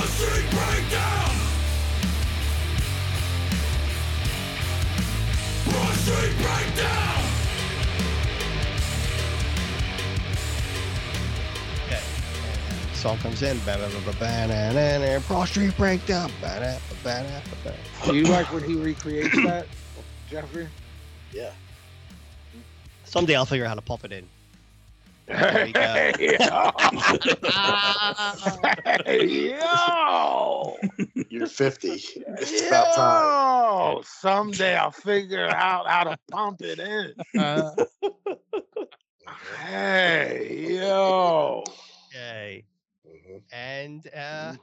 Bring down! Proceed, bring down! Song comes in. ba-ba-ba-ba-ba-na-na-na, Broad Street Breakdown. ba-da-ba-ba-da-ba-ba. Do you like when he recreates that, Jeffrey? Someday I'll figure out how to pump it in. Hey, Ah, yo! You're 50. It's yo! about time. Someday I'll figure out how to pump it in. uh, Hey, yo! Yay. Mhm. And uh,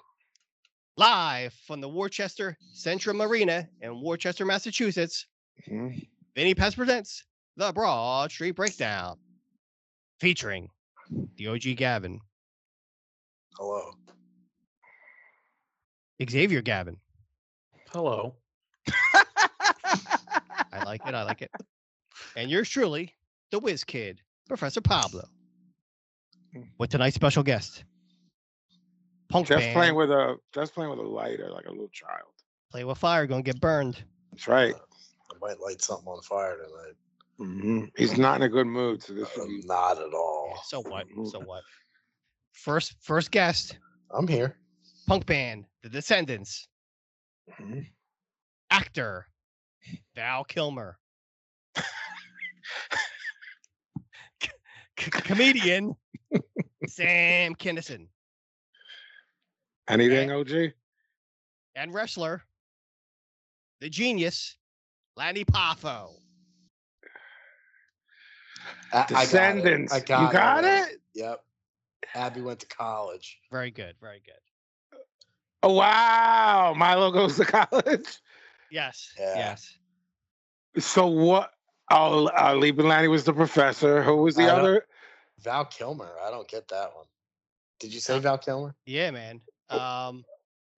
live from the Worcester Central Marina in Worcester, Massachusetts, Vinny Pest presents the Broad Street Breakdown, featuring the OG Gavin, Hello. Xavier Gavin. Hello. I like it. I like it. And yours truly, the Whiz Kid, Professor Pablo, with tonight's special guest, Punk Jeff's band, playing with a Jeff's playing with a lighter like a little child. play with fire, gonna get burned. That's right. Uh-huh. I might light something on fire tonight. He's not in a good mood, so this would I'm be not at all. Yeah, so what? Mm-hmm. So what? First, first guest, I'm here. punk band, The Descendants, Mm-hmm. Mhm. actor, Val Kilmer, C- c- comedian, Sam Kinison, anything, OG. and wrestler, the genius, Lanny Poffo. I, I got it. Descendants. I You got, got it? Yep. Abby went to college. Very good, very good. Oh wow, Milo goes to college. Yes, Yeah. yes. So what? Oh, uh, Lee Bellani was the professor. Who was the I don't- other? Val Kilmer. I don't get that one. Did you say Val Kilmer? Yeah, man. Um,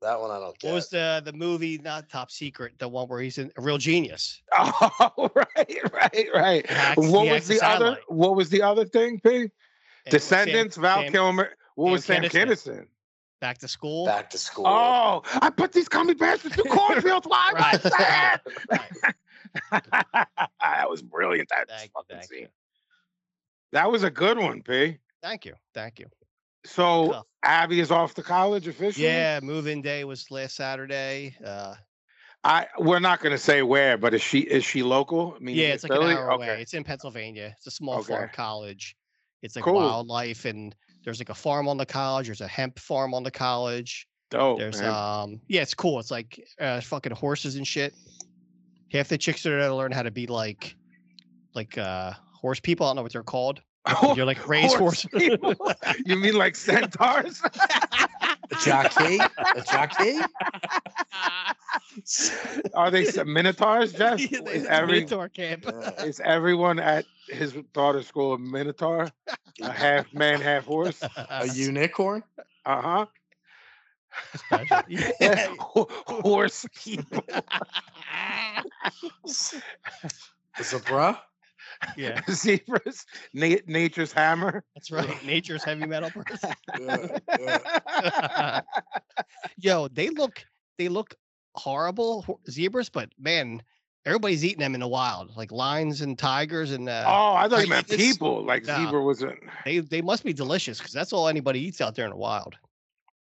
That one I don't get. what was the the movie? Not top secret. The one where he's in, a real genius. Oh, right, right, right. Hacks- what he was hacks the the other? satellite. What was the other thing, P? and with Sam Descendants, Val Sam Kilmer. What was Sam Sam Kinison. Kinison? back to school. Back to school. Oh, I put these gummy bears through cornfields. Why Right, was that? right. that was brilliant. That Thank you, fucking thank you. scene. That was a good one, P. Thank you, thank you. So Tough. Abby is off to college officially. Yeah, move-in day was last Saturday. Uh, I we're not going to say where, but is she is she local? I mean, yeah, it's like Philly? an hour okay. away. It's in Pennsylvania. It's a small farm Okay. college. It's like Cool. wildlife, and there's like a farm on the college. There's a hemp farm on the college. Dope. there's Oh, man. um, yeah, it's cool. It's like uh, fucking horses and shit. Half the chicks are there to learn how to be like, like uh, horse people. I don't know what they're called. You're like race horse. people? you mean like centaurs? A jockey? A jockey? Are they some minotaurs, Jeff? Yeah, they- is, it's every, Minotaur camp. Yeah. is everyone at his daughter's school a minotaur? A half man, half horse? A unicorn? Uh Special. huh. Yeah. horse people. Is a bruh? yeah, Zebras? Na- nature's hammer? that's right. Nature's heavy metal. person. Yeah, yeah. Yo, they look they look horrible ho- zebras, but man, everybody's eating them in the wild, like lions and tigers, and uh, Oh, I thought you meant it's- people. Like Nah. zebra wasn't. they they must be delicious because that's all anybody eats out there in the wild.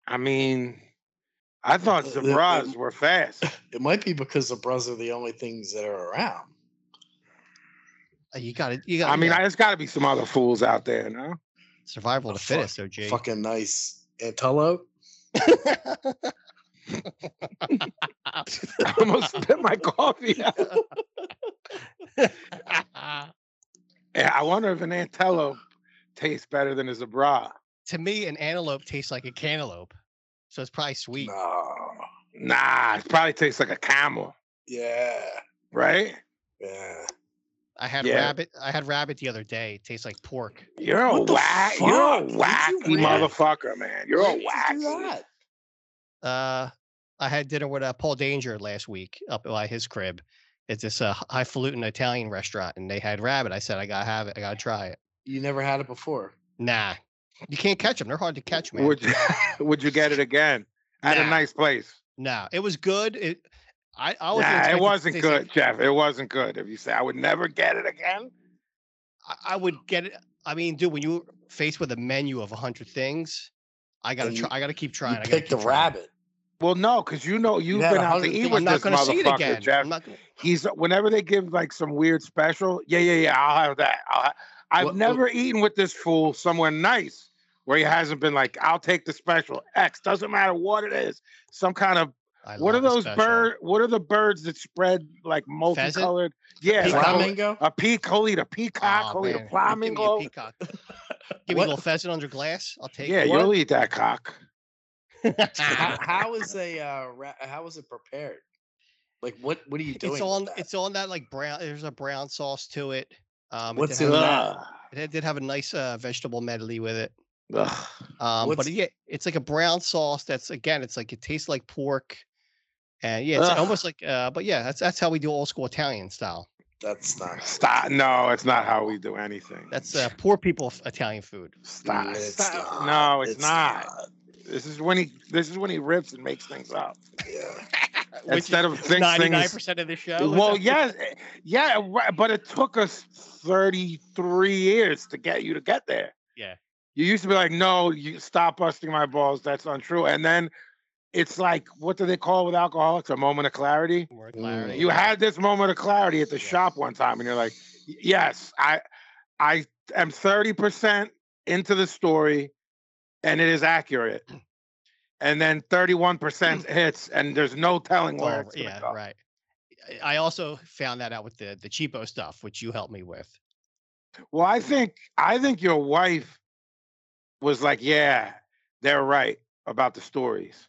I mean, I thought Uh, uh, zebras were fast. It might be because the bras are the only things that are around. Uh, You got to You got. I mean, I, there's got to be some other fools out there, no? survival of the Fuck- fittest. So, Jake. Fucking nice antelope. I almost spit my coffee out. Yeah, I wonder if an antelope tastes better than a zebra. to me, an antelope tastes like a cantaloupe, so it's probably sweet. No. Nah, it probably tastes like a camel, Yeah. right? Yeah. I had Yeah. rabbit. I had rabbit the other day. It tastes like pork. You're a What the whack. You're a fuck? Did you wacky really- motherfucker, man. You're a Why did you whack. do that? Uh, I had dinner with uh, Paul Danger last week up by his crib. It's this uh, highfalutin Italian restaurant, and they had rabbit. I said, I gotta have it. I gotta try it. You never had it before. Nah, you can't catch them. They're hard to catch, man. Would you, would you get it again? At a Nah. nice place. No, it was good. It, I, I was. Nah, it wasn't good, Jeff. It wasn't good. If you say I would never get it again, I, I would get it. I mean, dude, when you are faced with a menu of hundred things, I gotta Then try. you- I gotta keep trying. I you gotta picked the keep trying. rabbit. well, no, because you know you've had been out to 100 eat things. with I'm not this gonna see it motherfucker, again. Jeff. I'm not gonna, He's whenever they give like some weird special, yeah, yeah, yeah. I'll have that. I'll ha- I've What- what- never eaten with this fool somewhere nice where he hasn't been like, I'll take the special X. Doesn't matter what it is. Some kind of I what are love a those special. bird? What are the birds that spread like multicolored? Yeah, Peacock. like a- Flamingo. a peacock, eat a peacock, Aw, he'll man. eat a Give me a flamingo. peacock. Give me a What- little pheasant under glass. I'll take Yeah, it. you'll eat that cock. how, how is a uh, ra- how is it prepared? Like what what are you doing? it's with on. that? It's on that like brown. There's a brown sauce to it. Um, What's it? in Did have, that? Ugh. it did have a nice uh, vegetable medley with it. Ugh. Um, but What's- yeah, it's like a brown sauce. That's again, it's like it tastes like pork, and yeah, it's Ugh. almost like. Uh, but yeah, that's that's how we do old school Italian style. that's not Stop. No, it's not how we do anything. That's uh, poor people f- Italian food. stop. It's stop. not. No, it's, not. This is when he this is when he rips and makes things up. Yeah. Uh, Instead of think ninety nine things percent of the show. is Well, that- yes, eh, yeah, right, but it took us 33 years to get you to get there. Yeah. You used to be like, "No, you stop busting my balls. That's untrue." And then it's like, what do they call it with alcoholics? A moment of clarity. More Mm, clarity. You had this moment of clarity at the Yeah. shop one time, and you're like, "Yes, I, I am thirty percent into the story, and it is accurate." And then thirty-one percent hits, and there's no telling It's where all- it's gonna Oh, yeah, go. right. I I also found that out with the the cheapo stuff, which you helped me with. Well, I think I think your wife was like, "Yeah, they're right about the stories."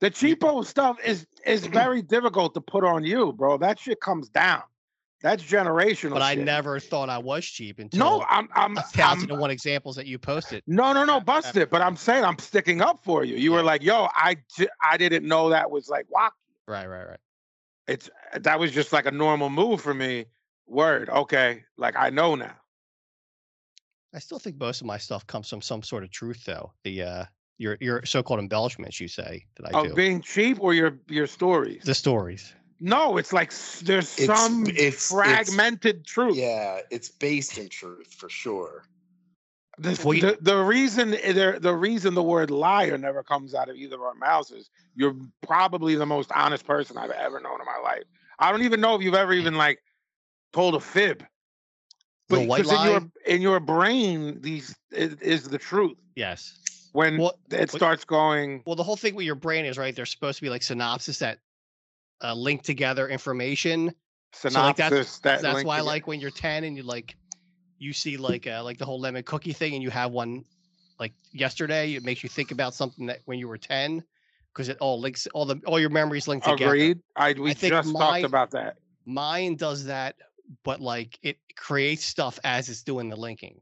The cheapo stuff is is very difficult to put on you, bro. That shit comes down. That's generational. But I shit. never thought I was cheap until No, I'm I'm, a I'm thousand and one examples that you posted. no no no Ab- bust it. But I'm saying I'm sticking up for you. You were Yeah. like, yo, I j- I didn't know that was like wow. Right, right, right. It's that was just like a normal move for me. Word, okay. Like I know now. I still think most of my stuff comes from some sort of truth, though. The uh, your your so called embellishments you say that I of do being cheap or your your stories. the stories. No, it's like s- there's It's- some it's- fragmented truth. Yeah, it's based in truth for sure. The, Well, you- the, the reason the, the reason the word liar never comes out of either of our mouths is you're probably the most honest person I've ever known in my life. I don't even know if you've Mm. ever even like told a fib. The But white because in lie. your in your brain, these is, is the truth. Yes. When Well, it what- starts going, Well, the whole thing with your brain is right. There's supposed to be like synopsis that uh, link together information. synopsis, like, that's- that that's link Mm. why, together- like, when you're ten and you like, you see like uh, like the whole lemon cookie thing, and you have one like yesterday. It makes you think about something that when you were ten, because it all links all the all your memories link together. agreed. I we I think just my- talked about that. Mine does that, but like it creates stuff as it's doing the linking.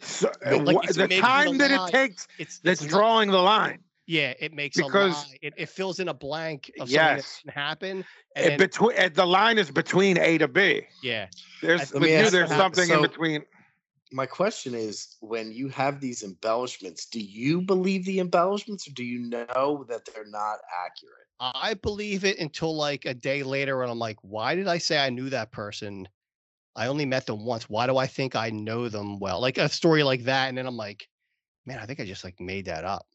So, eh, But, like, wha- it's the making a time that lie. it takes It's that's it's not- drawing the line. Yeah, it makes Because- a lie. It, it fills in a blank of something Yes. that didn't happen. And It then, between uh, the line is between A to B. yeah, There's Let with me you, ask there's you- something in so- between. My question is when you have these embellishments, do you believe the embellishments or do you know that they're not accurate? I believe it until like a day later, and I'm like, why did I say I knew that person? I only met them once. Why do I think I know them well? Like a story like that, and then I'm like, man, I think I just like made that up,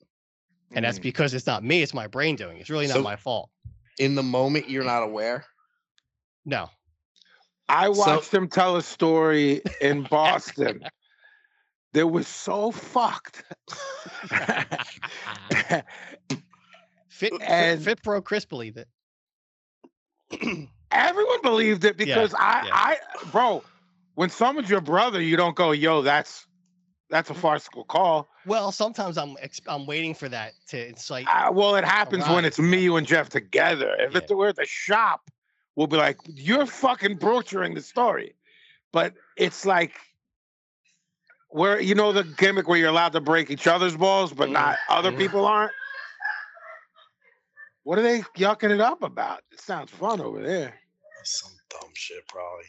and that's Mm. because it's not me; it's my brain doing. it. It's really not So- my fault. In the moment you're not aware? No, I so- watched him tell a story in Boston that was so fucked. fit fit, And- fit pro Chris believe it. Everyone believed it because I, I, bro, when someone's your brother, you don't go, yo, that's that's a farcical call. Well, sometimes I'm ex- I'm waiting for that to incite. Uh, well, it happens when Right. it's me, you, and Jeff together. If Yeah. it's we're at the shop, we'll be like, "You're fucking broaching the story," but it's like where you know the gimmick where you're allowed to break each other's balls, but Mm. not other Mm. people aren't. What are they yucking it up about? It sounds fun over there. Some dumb shit, probably.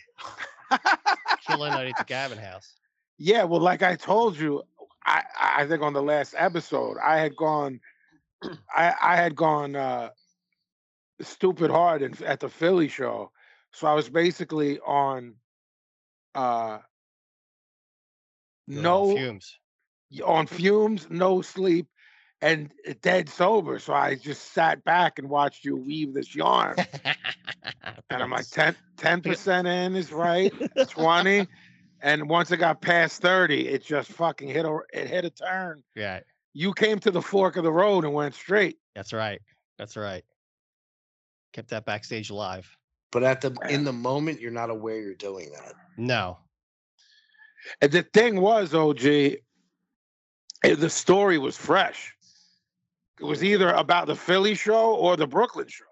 Killer night at the Gavin house. Yeah, well, like I told you, I I think on the last episode, I had gone I I had gone uh, stupid hard in, at the Philly show, so I was basically on uh, You're on no fumes. y- on fumes, no sleep, and uh, dead sober. So I just sat back and watched you weave this yarn. And I'm like, 10 percent in is right, twenty, and once it got past thirty, it just fucking hit a it hit a turn. yeah, You came to the fork of the road and went straight. that's right. That's right. Kept that backstage alive. But at the in the moment, you're not aware you're doing that. No. And the thing was, OG, eh, the story was fresh. It was either about the Philly show or the Brooklyn show.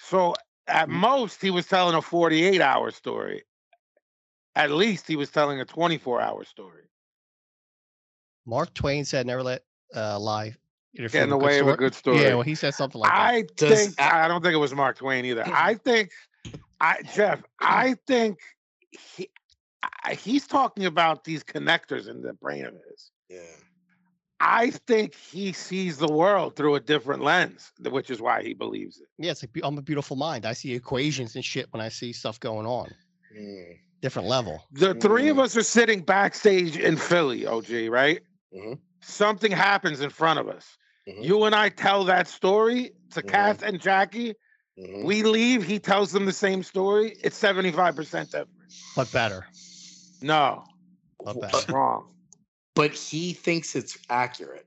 So at most, he was telling a forty-eight hour story. At least he was telling a twenty-four hour story. Mark Twain said, "Never let uh, lie interfere Get in the with way of a story." good story. Yeah, well, he said something like that. I Does- Mm-hmm. think I don't think it was Mark Twain either. I think I Jeff, I think he I, he's talking about these connectors in the brain of his. Yeah. I think he sees the world through a different lens, th- which is why he believes it. Yeah, it's like be- I'm a beautiful mind. I see equations and shit when I see stuff going on. Mm. Different level. The three of Mm. us are sitting backstage in Philly, OG, right? Mhm. Something happens in front of us. Mhm. You and I tell that story to Mhm. Kath and Jackie. Mhm. We leave, he tells them the same story. It's 75% different. But better. No, But Wha- better. wrong. But he thinks it's accurate.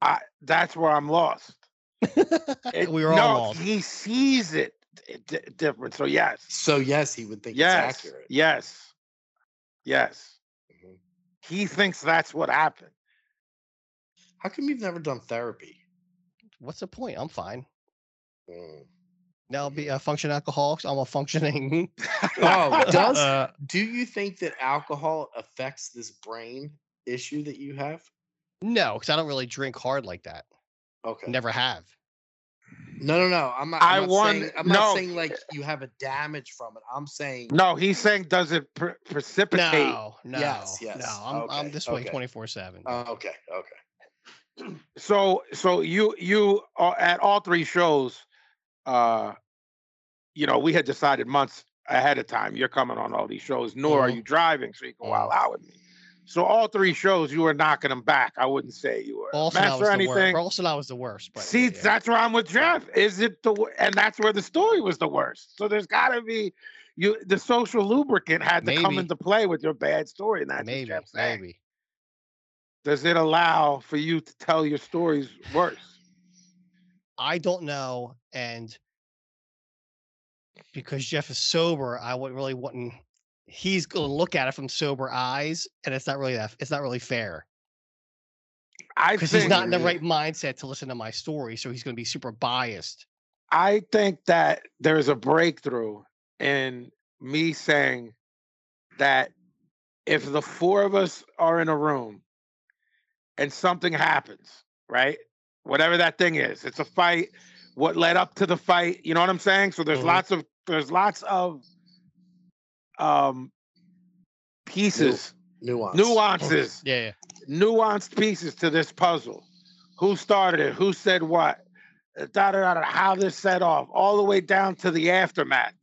I that's where I'm lost. It- we were all no, lost. He sees it d- d- different. So yes, So yes, he would think it's yes, accurate. yes, yes. Mhm. He thinks that's what happened. How come you've never done therapy? What's the point? I'm fine. Mm. Now I'll be a functioning alcoholic. I'm a functioning. Oh, does Uh, do you think that alcohol affects this brain issue that you have? no, because I don't really drink hard like that. Okay. Never have. No, no, no. I'm not. I I'm not won- saying. I'm not no. saying like you have a damage from it. I'm saying no, he's saying does it pre- precipitate? No, no, Yes, yes. no. I'm, I'm Okay, this way okay. 24 seven. Oh, okay, okay. So so you you uh, at all three shows, uh, you know we had decided months ahead of time you're coming on all these shows. Nor are Mhm. you driving, so you can wild Mhm. out with me. So all three shows you were knocking them back. I wouldn't say you were a Boston, I mess was or the worst. anything. Boston, I was the worst. But See, yeah, yeah. that's where I'm with Jeff. Is it the wor- and that's where the story was the worst. So there's got to be you the social lubricant had to come Maybe. into play with your bad story, and that's maybe, what Jeff's saying. maybe. Does it allow for you to tell your stories worse? I don't know, and because Jeff is sober, I would really wouldn't. He's going to look at it from sober eyes, and it's not really that. It's not really fair I because think he's not in the Mhm. right mindset to listen to my story, so he's going to be super biased. I think that there is a breakthrough in me saying that if the four of us are in a room and something happens, right? Whatever that thing is, it's a fight. What led up to the fight? You know what I'm saying? So there's Mhm. lots of there's lots of um pieces, Nuance. nuances, Yeah, yeah. nuanced pieces to this puzzle. Who started it? Who said what? Da, da, da, da, how this set off, all the way down to the aftermath.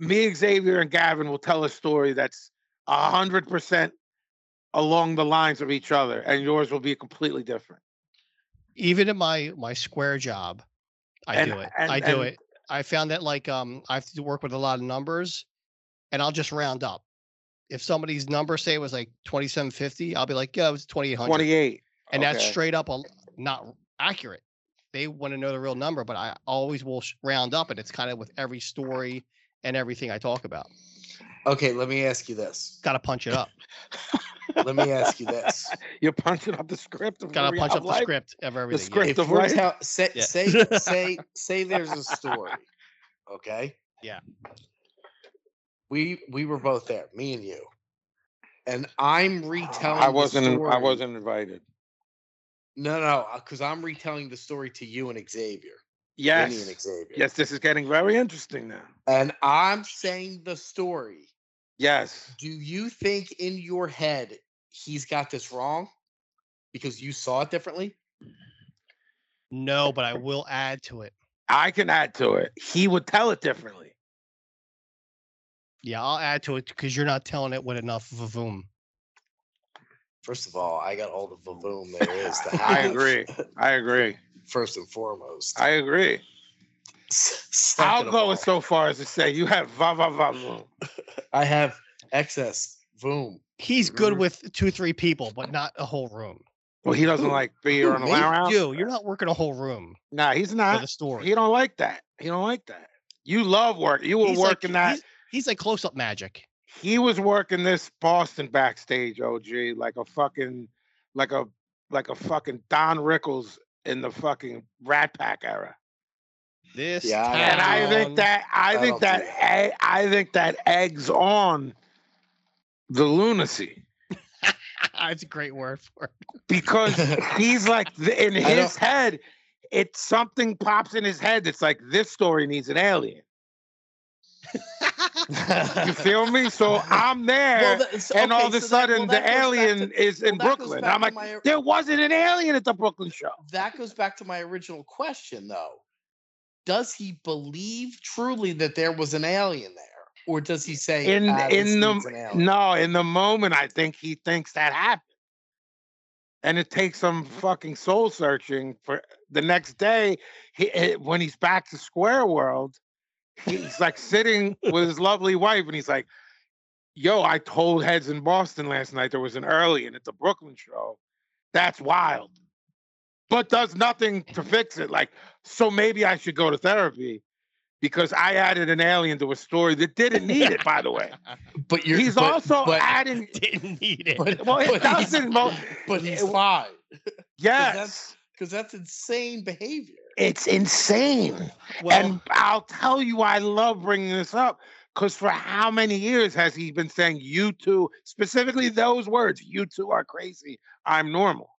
Me, Xavier, and Gavin will tell a story that's a hundred percent along the lines of each other, and yours will be completely different. Even in my my square job, I And- do it. and- I do and- it. I found that like um, I have to work with a lot of numbers, and I'll just round up. If somebody's number say was like twenty seven fifty, I'll be like, yeah, it was twenty eight hundred. Twenty-eight, and that's Okay. straight up a, not accurate. They want to know the real number, but I always will sh- round up, and it's kind of with every story and everything I talk about. Okay, let me ask you this. Got to punch it up. Let me ask you this. You're punching up the script. of Got to real punch up the life. script of everything. yeah. script. If The we're right- tell, say, Yeah. say say say there's a story, okay? Yeah. We we were both there, me and you, and I'm retelling. I the wasn't. in- I story- wasn't invited. No, no, because I'm retelling the story to you and Xavier. Vinny Yes. and Xavier. Yes. This is getting very interesting now. And I'm saying the story. Yes. Do you think in your head he's got this wrong? because you saw it differently? No, but I will add to it. I can add to it. He would tell it differently. Yeah, I'll add to it because you're not telling it with enough vavoom. First of all, I got all the vavoom there is. To I have, agree. I agree. First and foremost. I agree. I'll Second of go all, so far as to say you have va va va va. I have excess boom. He's good Mhm. with two, three people, but not a whole room. Well, he doesn't like being Who, around. me? You, you're not working a whole room Nah, he's for not. the story. He don't like that. He don't like that. You love work. You were He's like- working that. He's, he's like close up magic. He was working this Boston backstage, OG, like a fucking, like a, like a fucking Don Rickles in the fucking Rat Pack era. This Yeah, I- And I town- think that I I think don't that do egg- I think that eggs on the lunacy that's a great word for it. because he's like th- in I his head, it's something pops in his head that's like this story needs an alien. You feel me? So I'm there, and all of a sudden the alien is in well, that goes Brooklyn. back I'm to like, my- there wasn't an alien at the Brooklyn show. that goes back to my original question though does he believe truly that there was an alien there or does he say In "Ah, this in needs an the alien"? no, in the moment, I think he thinks that happened. And it takes some fucking soul searching for the next day. He, eh, when he's back to Square World, he's like sitting with his lovely wife, and he's like, "Yo, I told heads in Boston last night there was an alien at the Brooklyn show. That's wild." But does nothing to fix it. Like, so maybe I should go to therapy because I added an alien to a story that didn't need it. By the way, but you're he's but- also but, adding. Didn't need it. but, Well, it but he's- doesn't. Well, but he's it- fine yes, because that's insane behavior it's insane. well, and I'll tell you, why I love bringing this up because for how many years has he been saying, "You two, specifically those words, "You two are crazy. I'm normal,"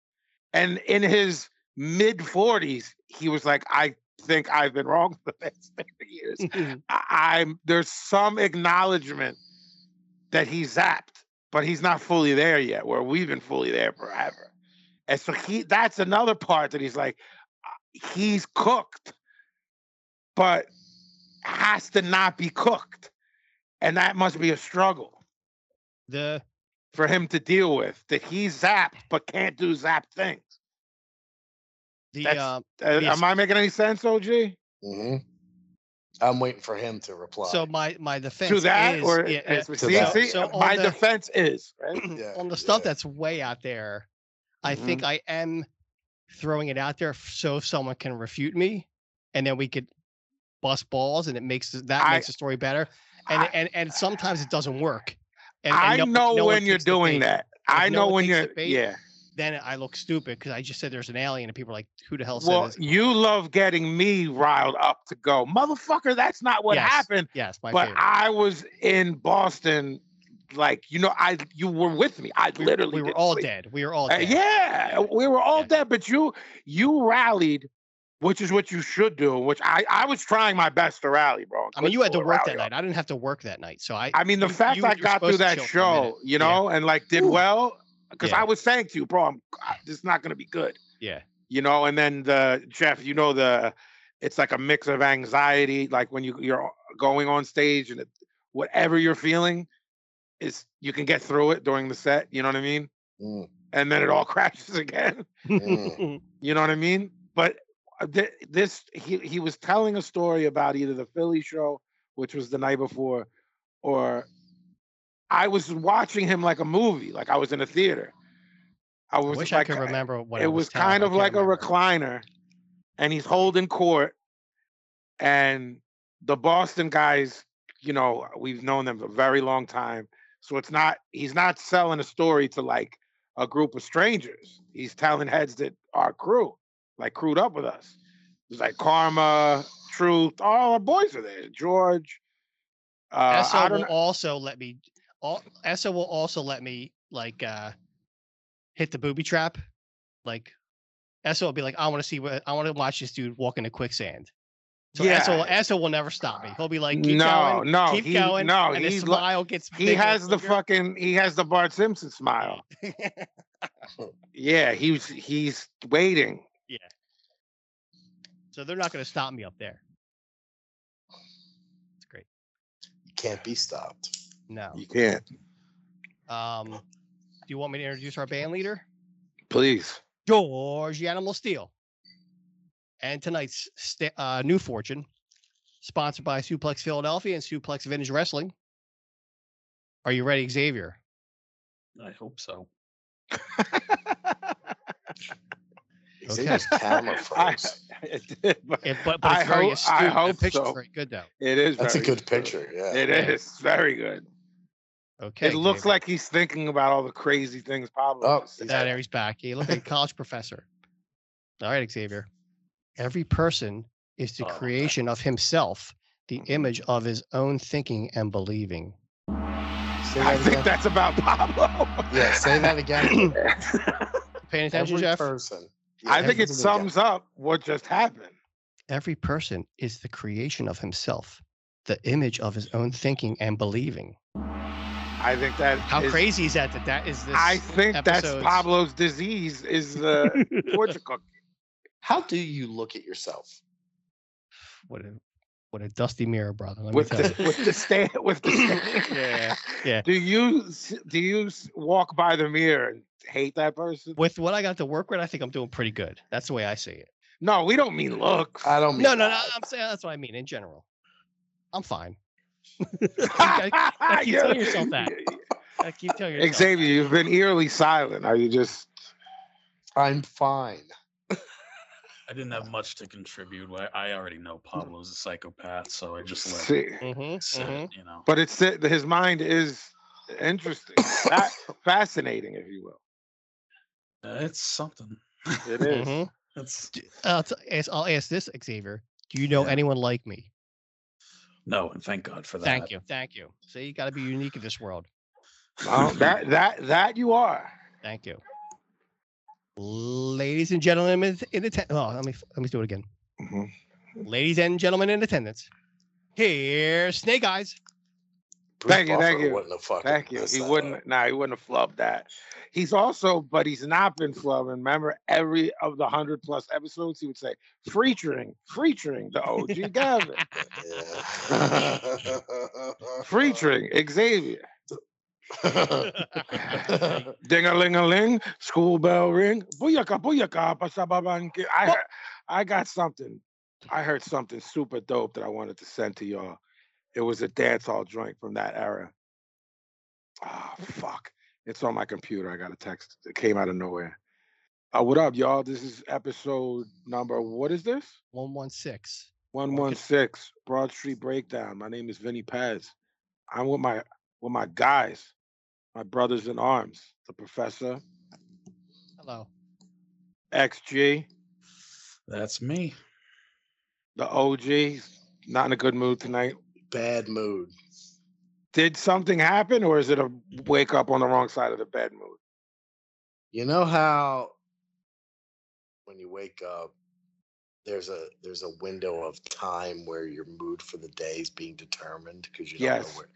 and in his mid 40s, he was like, "I think I've been wrong for the past 30 years." I- I'm there's some acknowledgement that he's zapped, but he's not fully there yet. Where we've been fully there forever, and so he that's another part that he's like, uh, he's cooked, but has to not be cooked, and that must be a struggle the for him to deal with. That he's zapped but can't do zapped things. the That's- uh, Uh, Yes. am I making any sense, OG? Mhm. i'm waiting for him to reply so my my defense To that is, or yeah, yeah, see, To that. see, So on my the- defense is right? Yeah, on the stuff yeah. that's way out there. I think Mm-hmm. I am throwing it out there f- so someone can refute me, and then we could bust balls, and it makes th- that I- makes the story better. And I- and and sometimes it doesn't work. And, and I no- know no one when you're takes the doing bait. that. If I no know one when takes you're the bait, yeah. Then I look stupid because I just said there's an alien, and people are like, "Who the hell said Well, this?" you love getting me riled up to go, motherfucker. That's not what Yes, happened. Yes, my But favorite. I was in Boston, like you know, I you were with me. I We- literally we were didn't all sleep. dead. We were all Uh, dead. yeah, we were all Yeah. dead. But you you rallied, which is what you should do. Which I I was trying my best to rally, bro. and I mean, you had to couldn't work rally that up. night. I didn't have to work that night, so I. I mean, the you- fact you- I you're got through supposed to that chill for a minute. show, you Yeah. know, and like did Whew. well, because Yeah. I was saying to you, bro, I'm, I- this is not going to be good, Yeah. you know. And then the Jeff, you know, the it's like a mix of anxiety, like when you you're going on stage and it, whatever you're feeling is you can get through it during the set, you know what I mean? Mm, And then it all crashes again. Mm. You know what I mean? But uh, th- this he he was telling a story about either the Philly show, which was the night before, or I was watching him like a movie, like I was in a theater. I I was wish like, I could remember what It I was, telling, kind but I of can't like remember. a recliner, and he's holding court, and the Boston guys, you know, we've known them for a very long time, so it's not he's not selling a story to like a group of strangers. He's telling heads that are crew, like crewed up with us. It's like Karma, Truth, all our boys are there. George, uh, I Essa don't will know. also let me. All, Essa will also let me like uh hit the booby trap. Like Essa will be like, I want to see what I want to watch this dude walk into quicksand. So yeah. Essa, will, Essa will never stop me. He'll be like, keep no, going, no, keep he, going. no, and his he's li- smile gets. he bigger and has the bigger. fucking he has the Bart Simpson smile. Yeah, he's he's waiting. So they're not going to stop me up there. It's great. Can't be stopped. No. You can't. Um, do you want me to introduce our band leader? Please. George Animal Steel. And tonight's sta uh, new fortune, sponsored by Suplex Philadelphia and Suplex Vintage Wrestling. Are you ready, Xavier? I hope so. Xavier's camera I- froze. it did, but It, but, but I it's very hope- astute. I The hope picture's so. very good though. it is. That's a very good picture. Yeah. It is very good. Okay. it looks Xavier. like he's thinking about all the crazy things Pablo. Oh, just said. Ah, there he's back. He looked like a college professor. All right, Xavier. Every person is the Oh, okay. creation of himself, the Mm-hmm. image of his own thinking and believing. Say I that think again. that's about Pablo. yeah, say that again. Paying attention, Every Jeff? person. Yeah, I think every it single guy. sums up what just happened. Every person is the creation of himself, the image of his own thinking and believing. I think that How is- crazy is that? That that is this. I think that's episode's- Pablo's disease is uh, the fortune cookie. How do you look at yourself? what a what a dusty mirror, brother. Let me with tell you. the with the stand with the stand. Yeah, yeah. Do you s- do you s- walk by the mirror and hate that person? With what I got to work with, I think I'm doing pretty good. That's the way I see it. No, we don't mean looks. I don't mean No, no, no. that. I'm saying that's what I mean in general. I'm fine. I keep telling yourself that. I keep telling you. Xavier, you've been eerily silent. Are you just? I'm fine. I didn't have much to contribute. I, I already know Pablo's a psychopath, so I just let See, it sit, Mm-hmm, you know. but it's that his mind is interesting, fa- fascinating, if you will. Uh, It's something. It is. hmm It's I'll, t- ask- I'll ask this, Xavier. Do you know Yeah. anyone like me? no, and thank God for that. Thank you. Thank you. See, you got to be unique in this world. Well, that that that you are. Thank you. Ladies and gentlemen in- in attendance. Oh, let me f- let me do it again. Mhm. Ladies and gentlemen in attendance, here's Snake Eyes. Bruce Thank you, thank Buffer you. Wouldn't have fucking Thank you. messed He that wouldn't. up. Nah, he wouldn't have flubbed that. He's also, but he's not been flubbing. Remember, every of the hundred plus episodes, he would say featuring, featuring the OG Gavin, Yeah. featuring Xavier. Ding a ling a ling, school bell ring. Booyaka booyaka pasababanki. I heard, I got something. I heard something super dope that I wanted to send to y'all. It was a dance hall joint from that era. Ah, fuck. It's on my computer. I got a text. It came out of nowhere. Uh, what up, y'all? This is episode number, what is this? One one six. 116 Broad Street Breakdown. My name is Vinny Paz. I'm with my with my guys, my brothers in arms, the professor, Hello. XG, That's me. the OG. Not in a good mood tonight. Bad mood. Did something happen or is it a wake up on the wrong side of the bed mood? You know how when you wake up, there's a there's a window of time where your mood for the day is being determined because you don't Yes. know where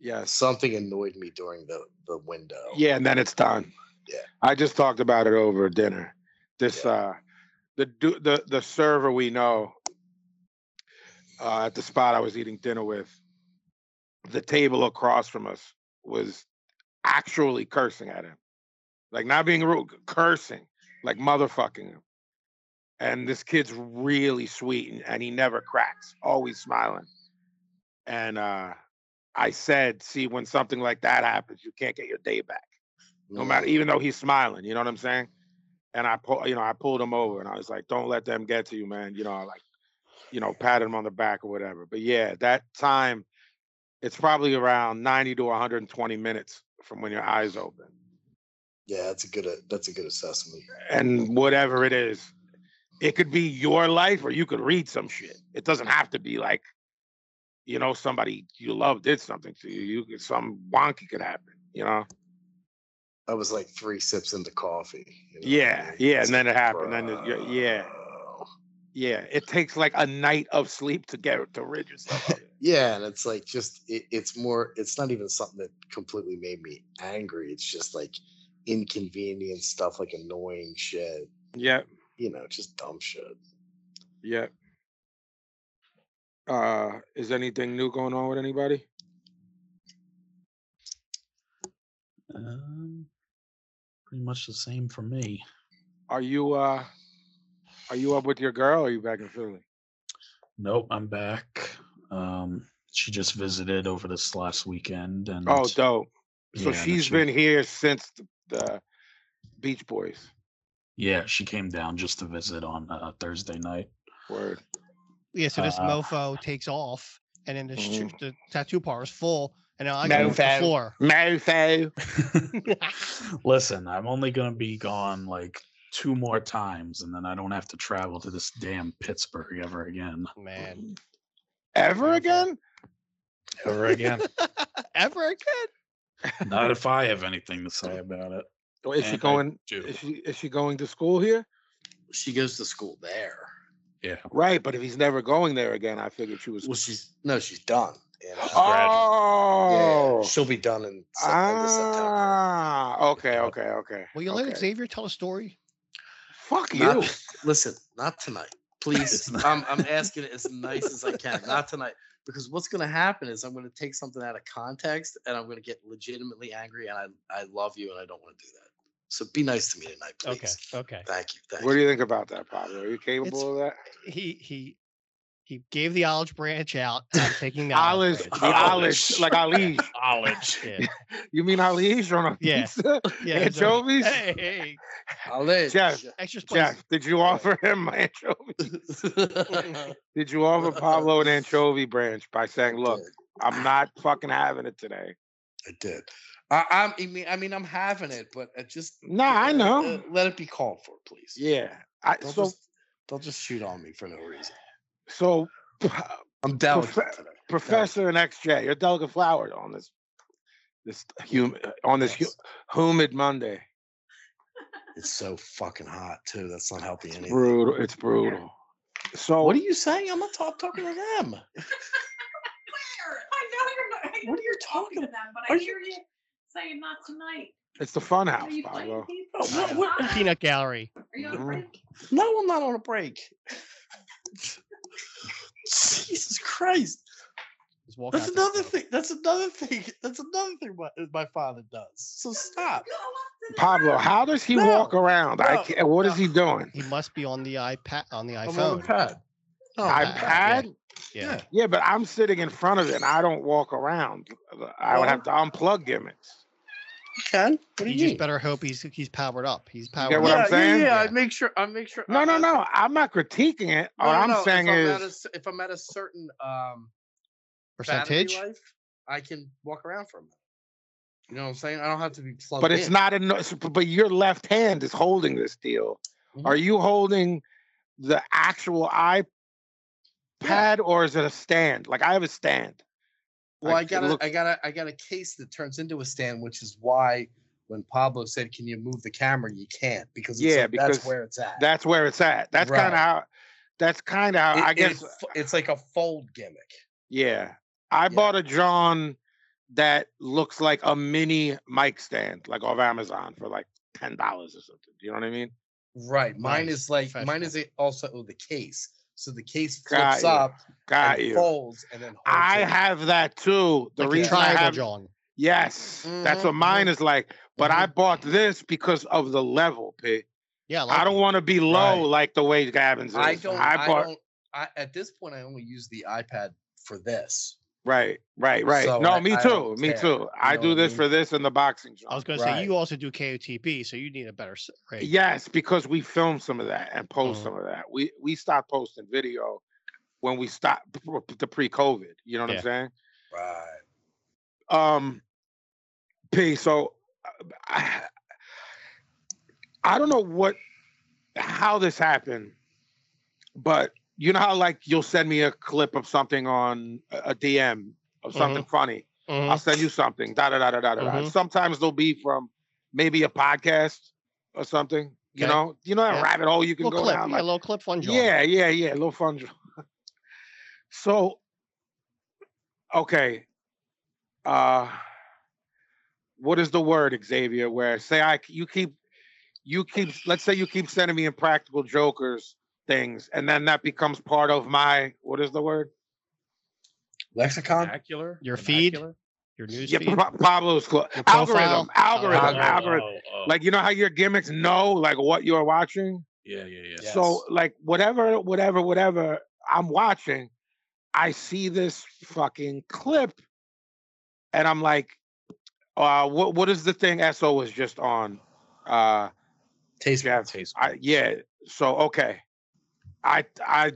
Yes. something annoyed me during the the window. Yeah, and then it's done. Oh, Yeah. I just talked about it over dinner. This Yeah. uh the du- the the server we know uh at the spot I was eating dinner with, the table across from us was actually cursing at him. Like not being rude, cursing, like motherfucking him. And this kid's really sweet and, and he never cracks, always smiling. And uh I said, see, when something like that happens, you can't get your day back no Mm, matter even though he's smiling, you know what I'm saying? And I pull, you know, I pulled him over and I was like, "Don't let them get to you, man." You know, I like, you know, patted him on the back or whatever. But yeah, that time, it's probably around 90 to 120 minutes from when your eyes open, Yeah, that's a good uh, that's a good assessment. and whatever it is, it could be your life or you could read some shit. It doesn't have to be like, you know, somebody you love did something to you. You could some wonky could happen, you know. I was like three sips into coffee. you know what I Yeah, mean? yeah, It's and then it like, happened. Then it, yeah, yeah. bro. Yeah, it takes like a night of sleep to get to rid yourself of it. Yeah, and it's like just it, it's more. It's not even something that completely made me angry. It's just like inconvenient stuff like annoying shit, Yep. you know, just dumb shit. Yep. Uh, is anything new going on with anybody? Um, pretty much the same for me. Are you uh, are you up with your girl? Or are you back in Philly? Nope, I'm back. Um, she just visited over this last weekend, and Oh, dope. So yeah, that she's she- been here since th- the Beach Boys. Yeah, she came down just to visit on uh, Thursday night. Word. Yeah, so this Uh, mofo takes off, and then the, sh- Mhm. the tattoo bar is full, and now I go to the Mofo. floor. Mofo. Listen, I'm only gonna be gone like two more times, and then I don't have to travel to this damn Pittsburgh ever again. Man, Ever Mofo. again? Ever again? ever again? Not if I have anything to say about it. Or Oh, is she And I going? do. Is she is she going to school here? She goes to school there. Yeah. Right, but if he's never going there again, I figured she was. Well, she's no, she's done. You know? Oh, Yeah, she'll be done in Sep- end of September. ah, okay, okay, okay. Will you okay. let Xavier tell a story? Fuck you. Not- listen, not tonight. Please, I'm, I'm asking it as nice as I can. Not tonight. Because what's going to happen is I'm going to take something out of context and I'm going to get legitimately angry. And I, I love you and I don't want to do that. So be nice to me tonight, please. Okay, okay. Thank you. Thank What do you. you think about that, Pablo? Are you capable of that? He he he gave the olive branch out. and I'm taking the olive. Olives, branch. the olives, like Ali. College. Yeah, You mean Ali's on a Yeah. pizza? yeah, he's like, Anchovies? Hey, hey, I'll let Jeff. you- extra spice. Jeff, did you offer him anchovies? Did you offer Pablo an anchovy branch by saying, "Look, I'm not fucking having it today"? I did. I, I'm. I mean, I mean, I'm having it, but I just. Nah, I uh, know. uh, let it be called for, please. Yeah. I, Don't so, just. Don't just shoot on me for no reason. so I'm down Profe- today. Professor and XJ, you're delicate flowered on this, this humid on this hu- Yes. humid Monday. It's so fucking hot too. That's not helping anything. Brutal. It's brutal. So What are you saying? I'm not talk- talking to them. Where? I know you're not. I know What are you you're talking talking to them, but Are I you- hear you saying not tonight. It's the fun Are house, you playing Pablo. people? Oh, what- Are what- you on- Peanut gallery. Are you on Mhm. break? No, I'm not on a break. Jesus Christ! Just walk That's out this another door. thing. That's another thing. That's another thing. My, my father does. So stop. Go up to the Pablo, room. how does he No, walk around? I no, can't, what is no. he doing? He must be on the iPad on the I'm on iPhone. the pad. No, I'm on the pad. yeah. iPad? Yeah. Yeah, but I'm sitting in front of it and I don't walk around. I would have to unplug gimmicks. You can. What do You, you just mean? better hope he's he's powered up. He's powered get what up. I'm saying? Yeah, yeah, I Yeah. make sure. I make sure. No, I- no, I- no. I'm not critiquing it. No, All no, I'm no, saying if I'm is, at a, c- if I'm at a certain um battery Percentage. life, I can walk around for a minute. You know what I'm saying? I don't have to be plugged. but it's in. not enough. But your left hand is holding this deal. Mhm. Are you holding the actual iPad or is it a stand? Like I have a stand. Well, I- I it got a, look- I got a, I got a case that turns into a stand, which is why when Pablo said, "Can you move the camera?" You can't because it's Yeah, like, because that's where it's at. That's where it's at. That's Right. kind of how. That's kind of how It- I it guess. f- it's like a fold gimmick. Yeah. I bought a John that looks like a mini mic stand, like off Amazon for like ten dollars or something. Do you know what I mean? Right. Mine Nice. is like mine Professional. is a, also oh, the case. So the case Got flips you. up Got and you. folds and then holds I it. have that too. The Like a reason I triangle, have John. yes, that's what Mhm, mine is like. But I Mhm. bought this because of the level, Pete. Yeah, I don't want to be low Right. like the way Gavin's is. I don't. I I, bought don't. I, at this point, I only use the iPad for this. right, right, right. So no, I- me I too. don't Me care. too. You I know do what I this mean? for this and the boxing. John. I was gonna say Right. you also do KOTP, so you need a better s- rate. Yes, because we filmed some of that and post Mhm. some of that. We we stopped posting video when we stopped p- p- the pre-COVID. You know what Yeah. I'm saying? Right. Um, P. So uh, I, I don't know what how this happened, but you know how like you'll send me a clip of something on a a DM of something funny. Mhm. I'll send you something. Da da da da da da. da. Mhm. Sometimes they'll be from maybe a podcast or something. You Okay. know, you know that Yeah. rabbit hole you can little go clip, down. yeah, like- little clip fun, John. yeah, yeah, yeah. A little fun. dr- So, okay. Uh, what is the word, Xavier? Where say I you keep you keep let's say you keep sending me impractical jokers things, and then that becomes part of my what is the word? Lexicon. Vernacular? Your feed? Vernacular? Your news Yeah, feed? Pa- Pablo's clo- Your algorithm, profile? algorithm, Oh, algorithm. oh, oh. Like you know how your gimmicks know like what you're watching. yeah, yeah, yeah. Yes. So like whatever, whatever, whatever I'm watching, I see this fucking clip, and I'm like, uh, what what is the thing SO was just on? Uh, Taste. Jeff. Taste I yeah. So okay, I I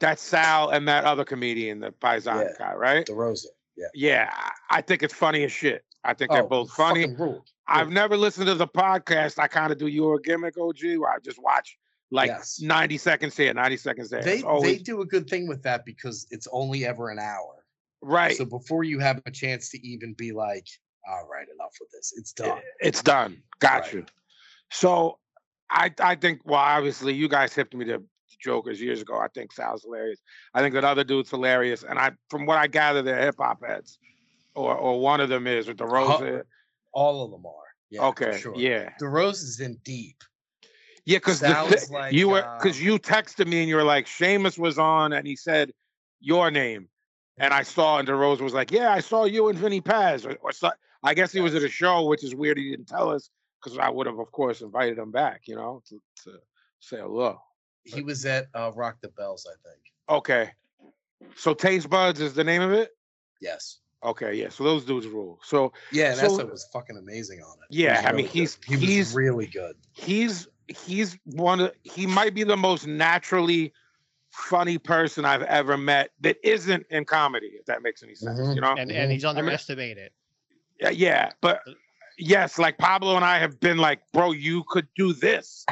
that's Sal and that other comedian, the Paisan Yeah. guy, right? The Rosa. Yeah. Yeah, I, I think it's funny as shit. I think they're both funny. Oh, fucking Rule. I've never listened to the podcast. I kind of do your gimmick, OG, where I just watch like Yes. 90 seconds here, 90 seconds there. They It's always- they do a good thing with that because it's only ever an hour. right. So before you have a chance to even be like, all right, enough with this. It's done. I- It's done. Got Right. you. So I I think well obviously you guys hipped me to Jokers years ago. I think Sal's hilarious. I think that other dude's hilarious. And I from what I gather they're hip hop heads. Or or one of them is with the Rosa. All of them are. Yeah, for okay. Sure. Yeah. The Rose is in deep. Yeah, because Sounds like, you were because um, you texted me and you were like, Seamus was on and he said your name. And I saw and DeRosa was like, Yeah, I saw you and Vinny Paz. Or, or so, I guess he was at a show, which is weird he didn't tell us because I would have, of course, invited him back, you know, to, to say hello. He was at uh, Rock the Bells, I think. Okay. So Taste Buds is the name of it? Yes. Okay, yeah. So those dudes rule. So Yeah, and So- Esso was fucking amazing on it. He Yeah, was I mean, really good. he's- he was he's- really good. he's he's one of he might be the most naturally funny person I've ever met that isn't in comedy, if that makes any sense. Mhm. You know? And, and he's Mm-hmm. mean- underestimated. Yeah, yeah, but yes, like Pablo and I have been like, bro, you could do this.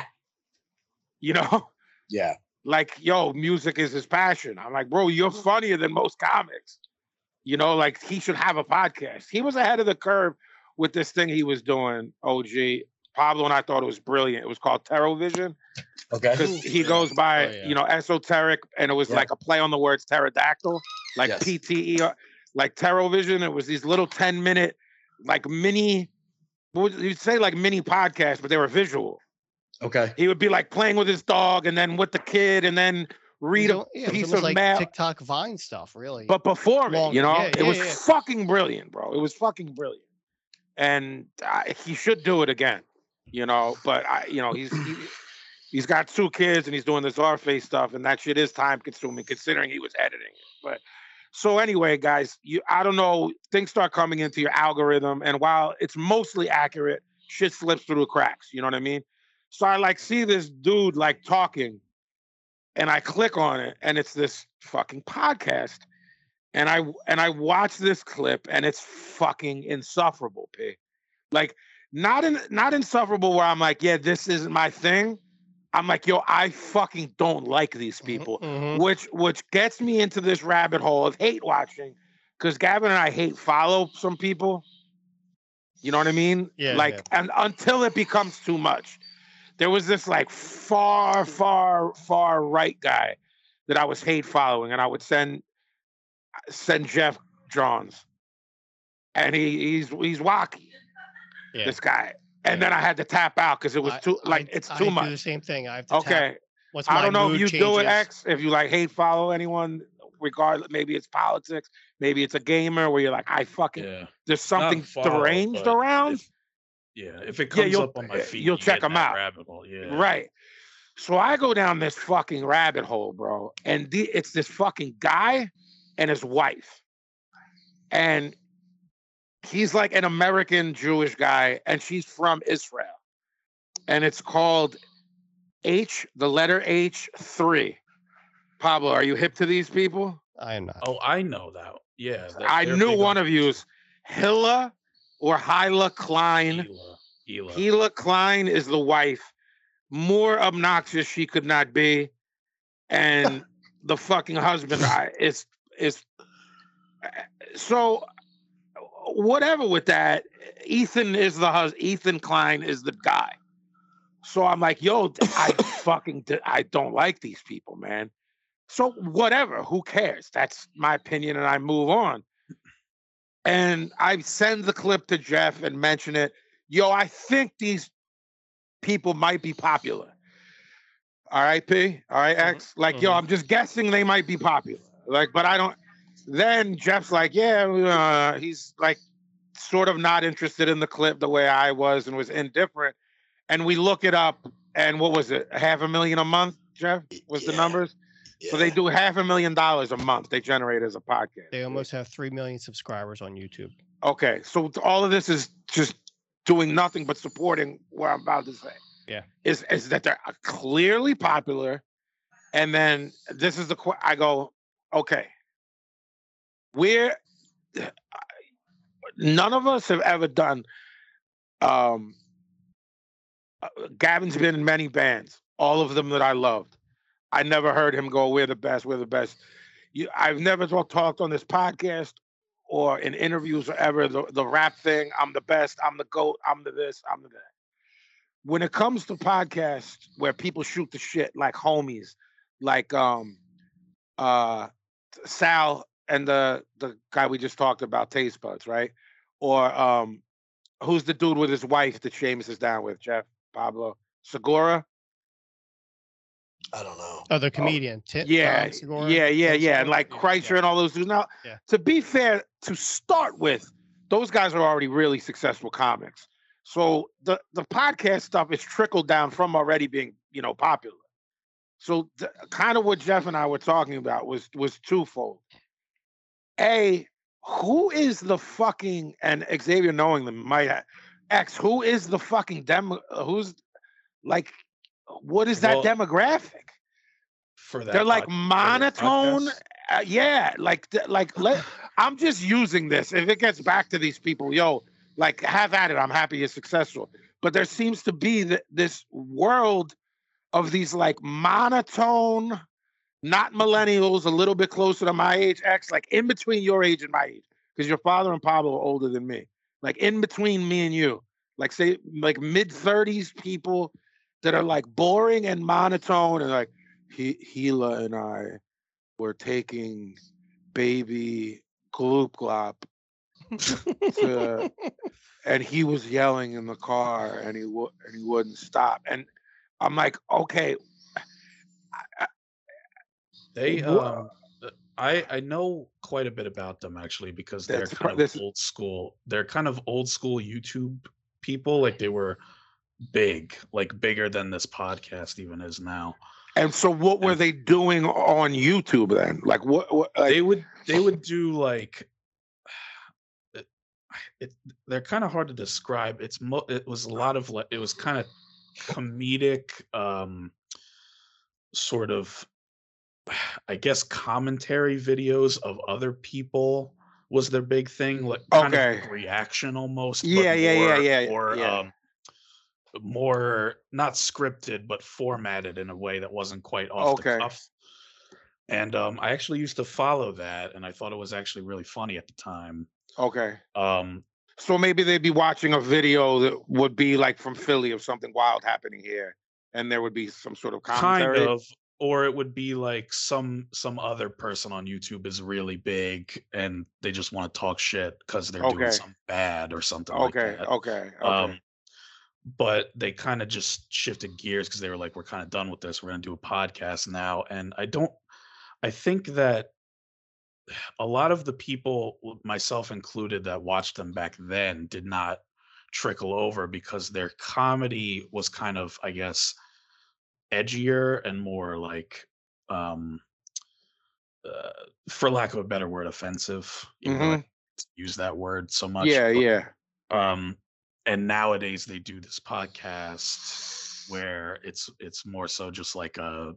You know, Yeah. like, yo, music is his passion. I'm like, bro, you're funnier than most comics. You know, like he should have a podcast. He was ahead of the curve with this thing he was doing, OG. Pablo and I thought it was brilliant. It was called Terror Vision Okay. because he goes by Oh, yeah. you know esoteric and it was Yeah. like a play on the words pterodactyl like Yes. pte or- like terrorvision it was these little 10 minute like mini what would- you'd say like mini podcasts but they were visual Okay. he would be like playing with his dog and then with the kid and then read He's al- yeah, a it was piece almost of like mail TikTok Vine stuff, really. but before it, Long- you know yeah, it yeah, was yeah. fucking brilliant bro it was fucking brilliant and I, he should do it again you know but i you know he's he, he's got two kids and he's doing this art face stuff and that shit is time consuming considering he was editing it but so anyway guys you i don't know things start coming into your algorithm and while it's mostly accurate shit slips through the cracks you know what i mean so i like see this dude like talking and i click on it and it's this fucking podcast and i and i watch this clip and it's fucking insufferable p like not in not insufferable where i'm like yeah this isn't my thing i'm like yo i fucking don't like these Mhm, people mhm. which which gets me into this rabbit hole of hate watching because gavin and i hate follow some people you know what i mean Yeah, yeah. like and until it becomes too much there was this like far far far right guy that i was hate following and i would send send jeff johns and he he's he's wacky Yeah. this guy and Yeah. then i had to tap out because it was I- too I- like it's I too do much the same thing. I have to tap. okay Once I my don't know if mood you do it changes- X, if you like hate follow anyone, regardless, maybe it's politics, maybe it's a gamer where you're like, I fucking, yeah. there's something follow, deranged but around. if- Yeah, if it Yeah, comes you'll- up on my uh, feed, you'll you check get in 'em that out. Rabbit hole. Yeah. Right. So I go down this fucking rabbit hole, bro, and the, it's this fucking guy and his wife. And he's like an American Jewish guy, and she's from Israel. And it's called H, the letter H3. Pablo, are you hip to these people? I am not. Oh, I know that. Yeah. they're- I they're knew big one on of you's Hilla or Hyla Klein. Gila. Gila. Hila Klein is the wife. More obnoxious she could not be. And the fucking husband I, is is so whatever with that. Ethan is the hus. Ethan Klein is the guy. So I'm like, yo, I fucking d- I don't like these people, man. So whatever, who cares? That's my opinion, and I move on. and I send the clip to Jeff and mention it. Yo, I think these people might be popular. All right, P. All right, X. Like, yo, mhm. I'm just guessing they might be popular. Like, but I don't. Then Jeff's like, yeah, uh, he's like, sort of not interested in the clip the way I was and was indifferent. And we look it up, and what was it? Half a million a month, Jeff was the Yeah. numbers. So they Yeah. do half a million dollars a month they generate as a podcast. They almost have three million subscribers on YouTube. Okay, so t- all of this is just doing nothing but supporting what I'm about to say. Yeah. is is that they're uh, clearly popular, and then this is the que- I go, okay, we're none of us have ever done. Um, uh, Gavin's been in many bands, all of them that I loved. I never heard him go, "We're the best, we're the best." You, I've never talk, talked on this podcast or in interviews or ever the, the rap thing i'm the best i'm the goat i'm the this i'm the that when it comes to podcasts where people shoot the shit like homies like um uh sal and the the guy we just talked about taste buds right or um who's the dude with his wife that Seamus is down with jeff pablo segura I don't know. Oh, the comedian. Ti- Tom yeah, Segura, yeah, yeah, Tim yeah, and Segura? like Yeah, Kreischer yeah. and all those dudes. Now, Yeah. to be fair, to start with, those guys are already really successful comics. So the the podcast stuff is trickled down from already being you know popular. So th- kind of what Jeff and I were talking about was was twofold. A, who is the fucking and Xavier knowing them might ha- X? Who is the fucking demo? Who's like, what is that Well, demographic? for that. They're like pod- monotone. podcast? Uh, yeah, like th- like let, I'm just using this. If it gets back to these people, yo, like have at it. I'm happy you're successful. But there seems to be th- this world of these like monotone, not millennials, a little bit closer to my age, X, like in between your age and my age, because your father and Pablo are older than me. Like in between me and you, like say like mid 30s people that are like boring and monotone and like he Gila and I were taking baby gloop glop to, and he was yelling in the car and he wo- and he wouldn't stop and I'm like okay They Wha- um, th- I I know quite a bit about them actually because they're That's pro- kind of this- old school. They're kind of old school YouTube people. Like they were big, like bigger than this podcast even is now. and so what were And- they doing on YouTube then like what, what like, they would they would do like it, it, they're kind of hard to describe. It's mo- it was a lot of like it was kind of comedic um sort of I guess commentary videos of other people was their big thing like kind of Okay. reaction almost but Yeah, yeah, yeah, more- yeah, yeah, more yeah. um more not scripted but formatted in a way that wasn't quite off Okay. the cuff and um, I actually used to follow that, and I thought it was actually really funny at the time. okay Um, so maybe they'd be watching a video that would be like from Philly of something wild happening here and there would be some sort of commentary kind of, or it would be like some some other person on YouTube is really big, and they just want to talk shit because they're Okay. doing something bad or something. okay, like that. okay okay Um, but they kind of just shifted gears because they were like, "We're kind of done with this. We're going to do a podcast now." And I don't, I think that a lot of the people, w- myself included, that watched them back then, did not trickle over because their comedy was kind of, I guess, edgier and more like, um, uh, for lack of a better word, offensive. Even though I don't use that word so much. Mm-hmm. yeah but- yeah um and nowadays they do this podcast where it's it's more so just like a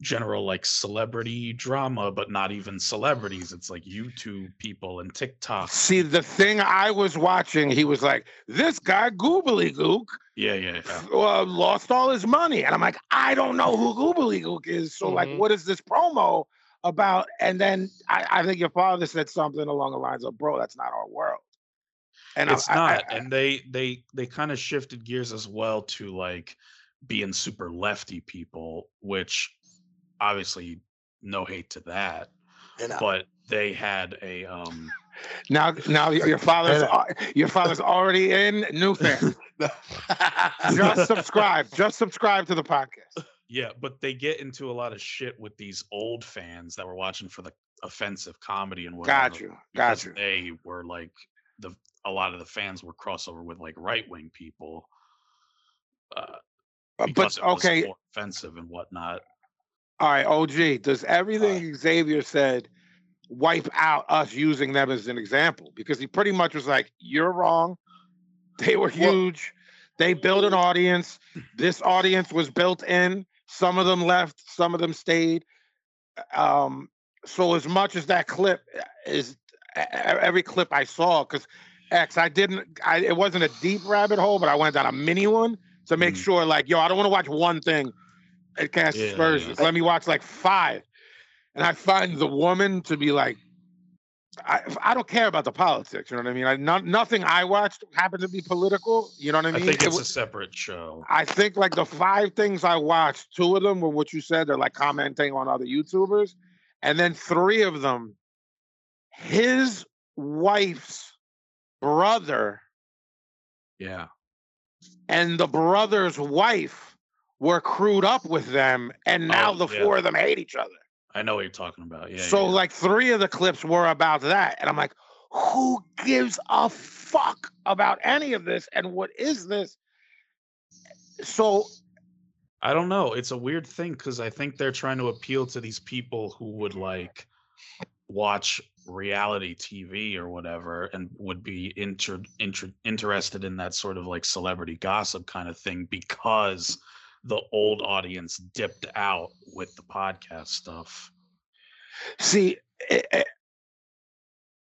general like celebrity drama but not even celebrities it's like youtube people and tiktok See, the thing I was watching, he was like, this guy, Goobly Gook, yeah yeah yeah uh, lost all his money. And I'm like, I don't know who Goobly Gook is. So, like, Mm-hmm. Mhm. what is this promo about? And then I, I think your father said something along the lines of, bro, that's not our world. And I- it's I- I- not I- and they they they kind of shifted gears as well to like being super lefty people which obviously no hate to that And I- but they had a um Now, now your your father's Yeah. al- your father's already in new fan. Just subscribe. Just subscribe to the podcast. Yeah, but they get into a lot of shit with these old fans that were watching for the offensive comedy and whatever. Got you. Got because you. Uh, They were like the a lot of the fans were crossover with like right wing people. Uh, Uh, because But it was okay, more offensive and whatnot. all right. OG, does everything Xavier said wipe out us using them as an example? Because he pretty much was like, "You're wrong. They were huge. They built an audience. This audience was built in. Some of them left. Some of them stayed. Um, so as much as that clip is e- e- every clip I saw, because X, I didn't. I, it wasn't a deep rabbit hole, but I went down a mini one to make Mhm. sure, like, yo, I don't want to watch one thing. It kind of Yeah, spurs yeah. this. Let me watch like five, and I find the woman to be like. I, I don't care about the politics. You know what I mean? I, not, nothing I watched happened to be political. You know what I I, mean? think It it's wa- a separate show. I think like the five things I watched, two of them were what you said. They're like commenting on other YouTubers, and then three of them, his wife's brother Yeah. and the brother's wife were crewed up with them, and now Oh, the yeah. four of them hate each other. I know what you're talking about. Yeah. so yeah. like three of the clips were about that, and I'm like, who gives a fuck about any of this? And what is this? So I don't know. It's a weird thing because I think they're trying to appeal to these people who would like watch reality TV or whatever and would be inter- inter- interested in that sort of like celebrity gossip kind of thing because the old audience dipped out with the podcast stuff. See, eh, eh,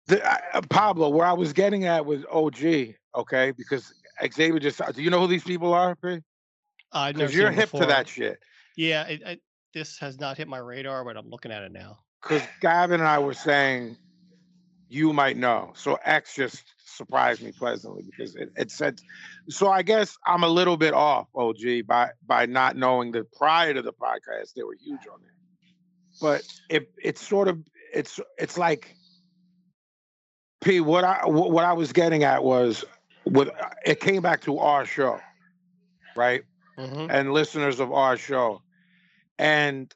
the, I- uh, Pablo, where I was getting at was OG, okay? Because Xavier just, uh, do you know who these people are? Uh, I've never Because seen you're it hip to before. that shit. Yeah, it, I, this has not hit my radar, but I'm looking at it now. Because Gavin and I were saying, you might know. So X just surprised me pleasantly because it, it said, so I guess I'm a little bit off, OG, by by not knowing that prior to the podcast they were huge on it. But it it's sort of it's it's like P. What I wh- what I was getting at was with it came back to our show, right? Mhm. and listeners of our show and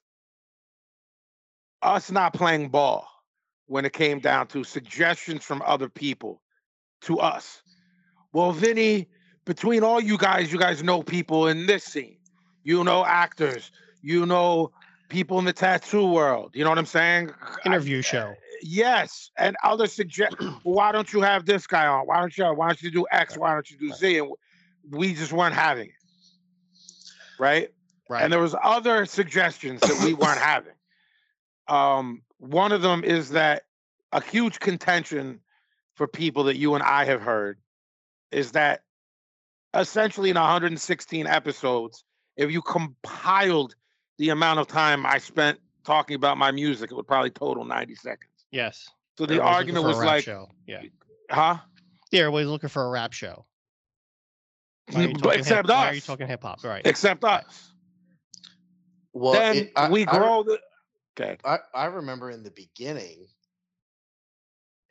us not playing ball when it came down to suggestions from other people to us. Well, Vinny, between all you guys, you guys know people in this scene. You know actors. You know people in the tattoo world. You know what I'm saying? uh, Interview show. Yes, and other suggest. why don't you have this guy on? Why don't you? Why don't you do X? Why don't you do Z? And we just weren't having it, right? Right. And there was other suggestions that we weren't having. Um, one of them is that a huge contention for people that you and I have heard is that essentially in 116 episodes, if you compiled the amount of time I spent talking about my music, it would probably total 90 seconds. yes. So the Everybody's looking argument for a was rap like, show. yeah, huh? yeah, everybody's looking for a rap show. Why are you talking But hip- except Why are you us. talking hip hop? Right. Except us. Well, then it- I- we I re- grow the. Okay. I, I remember in the beginning,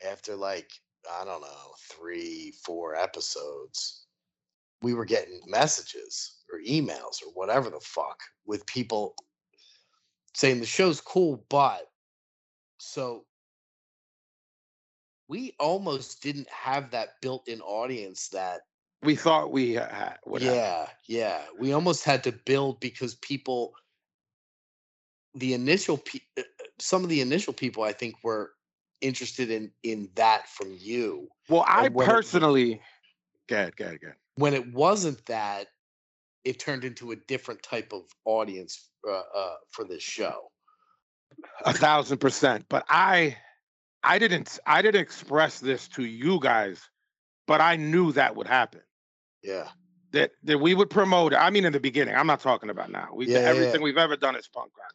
after like, I don't know, three, four episodes, we were getting messages or emails or whatever the fuck with people saying the show's cool, but so we almost didn't have that built in audience that We thought we had. Would have. yeah, yeah. We almost had to build because people, the initial, pe- uh, uh, some of the initial people, I think, were interested in in that from you. Well, I And when it- personally. Go ahead, go ahead, go ahead. When it wasn't that, it turned into a different type of audience uh, uh, for this show. A thousand percent. But I, I didn't, I didn't express this to you guys, but I knew that would happen. Yeah, That that we would promote. it. I mean, in the beginning, I'm not talking about now. We Yeah, yeah, yeah. everything we've ever done is punk rock.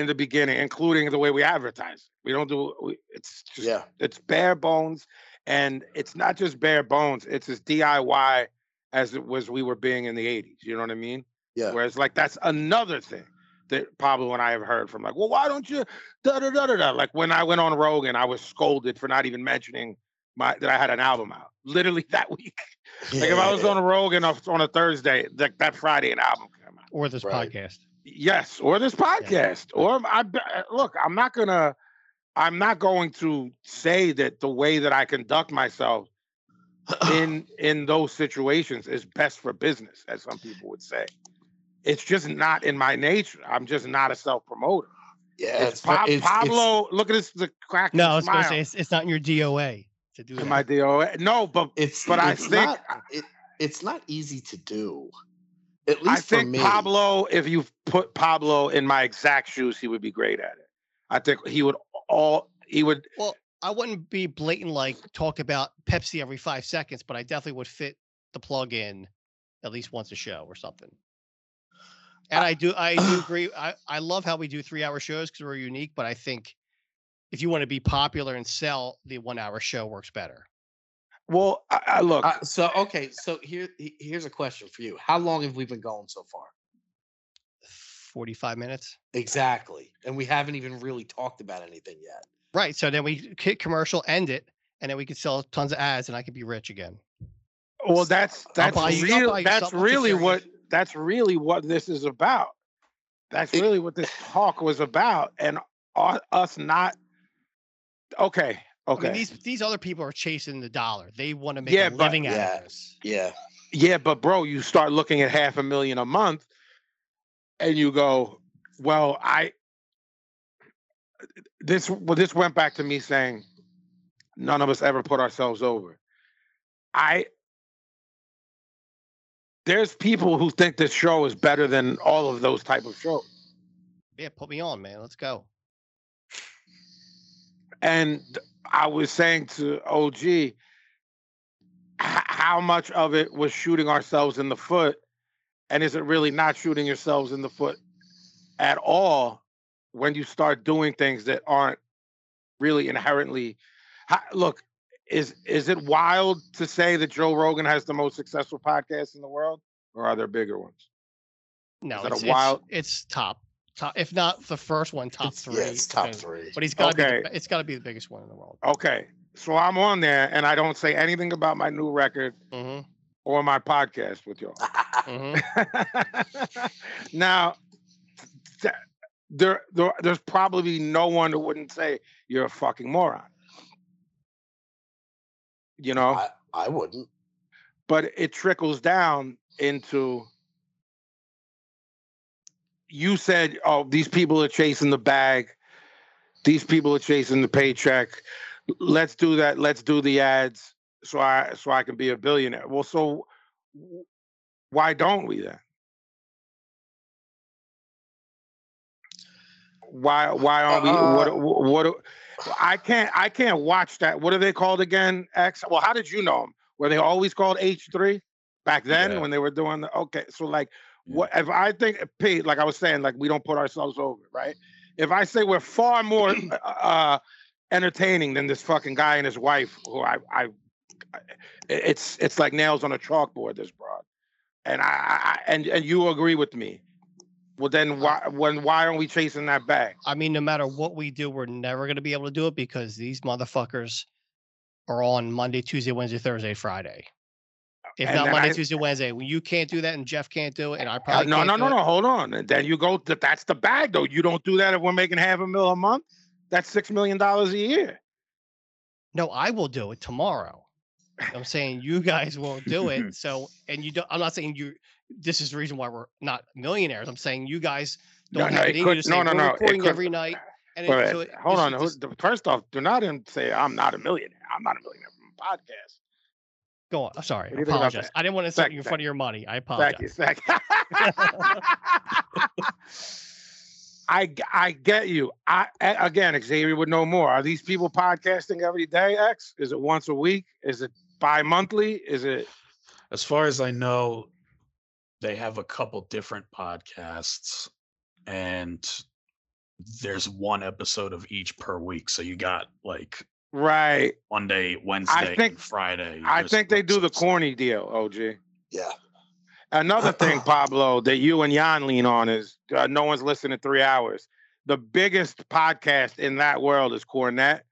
In the beginning, including the way we advertise, we don't do. We, it's just yeah, it's bare bones and it's not just bare bones it's as diy as it was we were being in the 80s you know what i mean yeah. whereas like that's another thing that probably when I have heard from like, well, why don't you da da da da da? Like when I went on Rogan, I was scolded for not even mentioning my that I had an album out. Literally that week. Like if I was on Rogan on on a Thursday, like that Friday an album came out. or this Right. podcast. Yes, or this podcast, or I b- uh, look. I'm not gonna. I'm not going to say that the way that I conduct myself in in those situations is best for business, as some people would say. It's just not in my nature. I'm just not a self promoter. yeah, it's Pa- Pablo. look at this. The crack. No, I was smile going to say it's, it's not in your DOA to do that. in my DOA. No, but It's, but I it's think not, it, it's not easy to do. At least I think for me, Pablo, if you put Pablo in my exact shoes, he would be great at it. I think he would all he would well, I wouldn't be blatant like talk about Pepsi every five seconds, but I definitely would fit the plug in at least once a show or something. And I do, I do agree. I, I love how we do three hour shows because we're unique, but I think if you want to be popular and sell, the one hour show works better. well I, I look Uh, so okay, so here he- here's a question for you. How long have we been going so far? 45 minutes. Exactly, and we haven't even really talked about anything yet. Right. So then we hit commercial, end it, and then we could sell tons of ads and I could be rich again. well that's that's buy you- I'll buy real you that's something, I'll take really care of you. what that's really what this is about. That's It- really what this talk was about and u- us not okay I mean, okay these these other people are chasing the dollar. They want to make Yeah, a but- living out Yeah. of this. Yeah, yeah but bro you start looking at half a million a month and you go well I this well this went back to me saying none of us ever put ourselves over. I there's people who think this show is better than all of those type of shows. Yeah, put me on, man. Let's go. And I was saying to OG, h- how much of it was shooting ourselves in the foot? And is it really not shooting yourselves in the foot at all when you start doing things that aren't really inherently? ho- Look, is is it wild to say that Joe Rogan has the most successful podcast in the world, or are there bigger ones? No, that a it's, wild- it's it's top top if not the first one, top it's, three. yeah, it's top because- three. But he's got to be Okay. the, it's got to be the biggest one in the world. Okay, so I'm on there and I don't say anything about my new record hmm Mm-hmm, or my podcast with y'all. hmm mm-hmm. now, th- there, there, there's probably no one that wouldn't say you're a fucking moron. You know, I, I wouldn't. but it trickles down into. You said, "Oh, these people are chasing the bag. These people are chasing the paycheck. Let's do that. Let's do the ads, so I so I can be a billionaire." Well, so w- why don't we then? Why why aren't we? Uh, What what? what I can't I can't watch that. What are they called again? X. Well, how did you know them? Were they always called H three back then Yeah. when they were doing the? Okay, so like Yeah. what if I think P? Like I was saying, like we don't put ourselves over, right? If I say we're far more uh entertaining than this fucking guy and his wife, who I I I- eh, it's it's like nails on a chalkboard this broad and I, I I- and and you agree with me well then why when why aren't we chasing that bag I mean, no matter what we do, we're never going to be able to do it because these motherfuckers are on Monday, Tuesday, Wednesday, Thursday, Friday. If And not then Monday, I- Tuesday, Wednesday, when you can't do that and Jeff can't do it, and I Uh, probably no can't no do no it, no hold on and then you go th- that's the bag though you don't do that if we're making half a mil a month that's six million dollars a year No, I will do it tomorrow. I'm saying you guys won't do it. So, and you don't, I'm not saying you, this is the reason why we're not millionaires. I'm saying you guys No, don't no, have it it in you could- to say no, no, we're no, it recording could- every night. And Wait, it, so wait, it- hold this on is who- just- th- first off do not even say i'm not a millionaire i'm not a millionaire from the podcast go on. I'm sorry. What I do you think about apologize. I didn't want to insult Thank- you in front of your money. I Thank apologize. you. Thank you. I g- I get you. I a- again, Xavier would know more. Are these people podcasting every day? X is it once a week? Is it bi-monthly? Is it As far as I know, they have a couple different podcasts, and there's one episode of each per week. So you got like right? Monday, Wednesday, think- and Friday. I there's think they do the episodes. corny deal. OG. Yeah, Another thing, Pablo, that you and Jan lean on is uh, no one's listening three hours. The biggest podcast in that world is Cornette.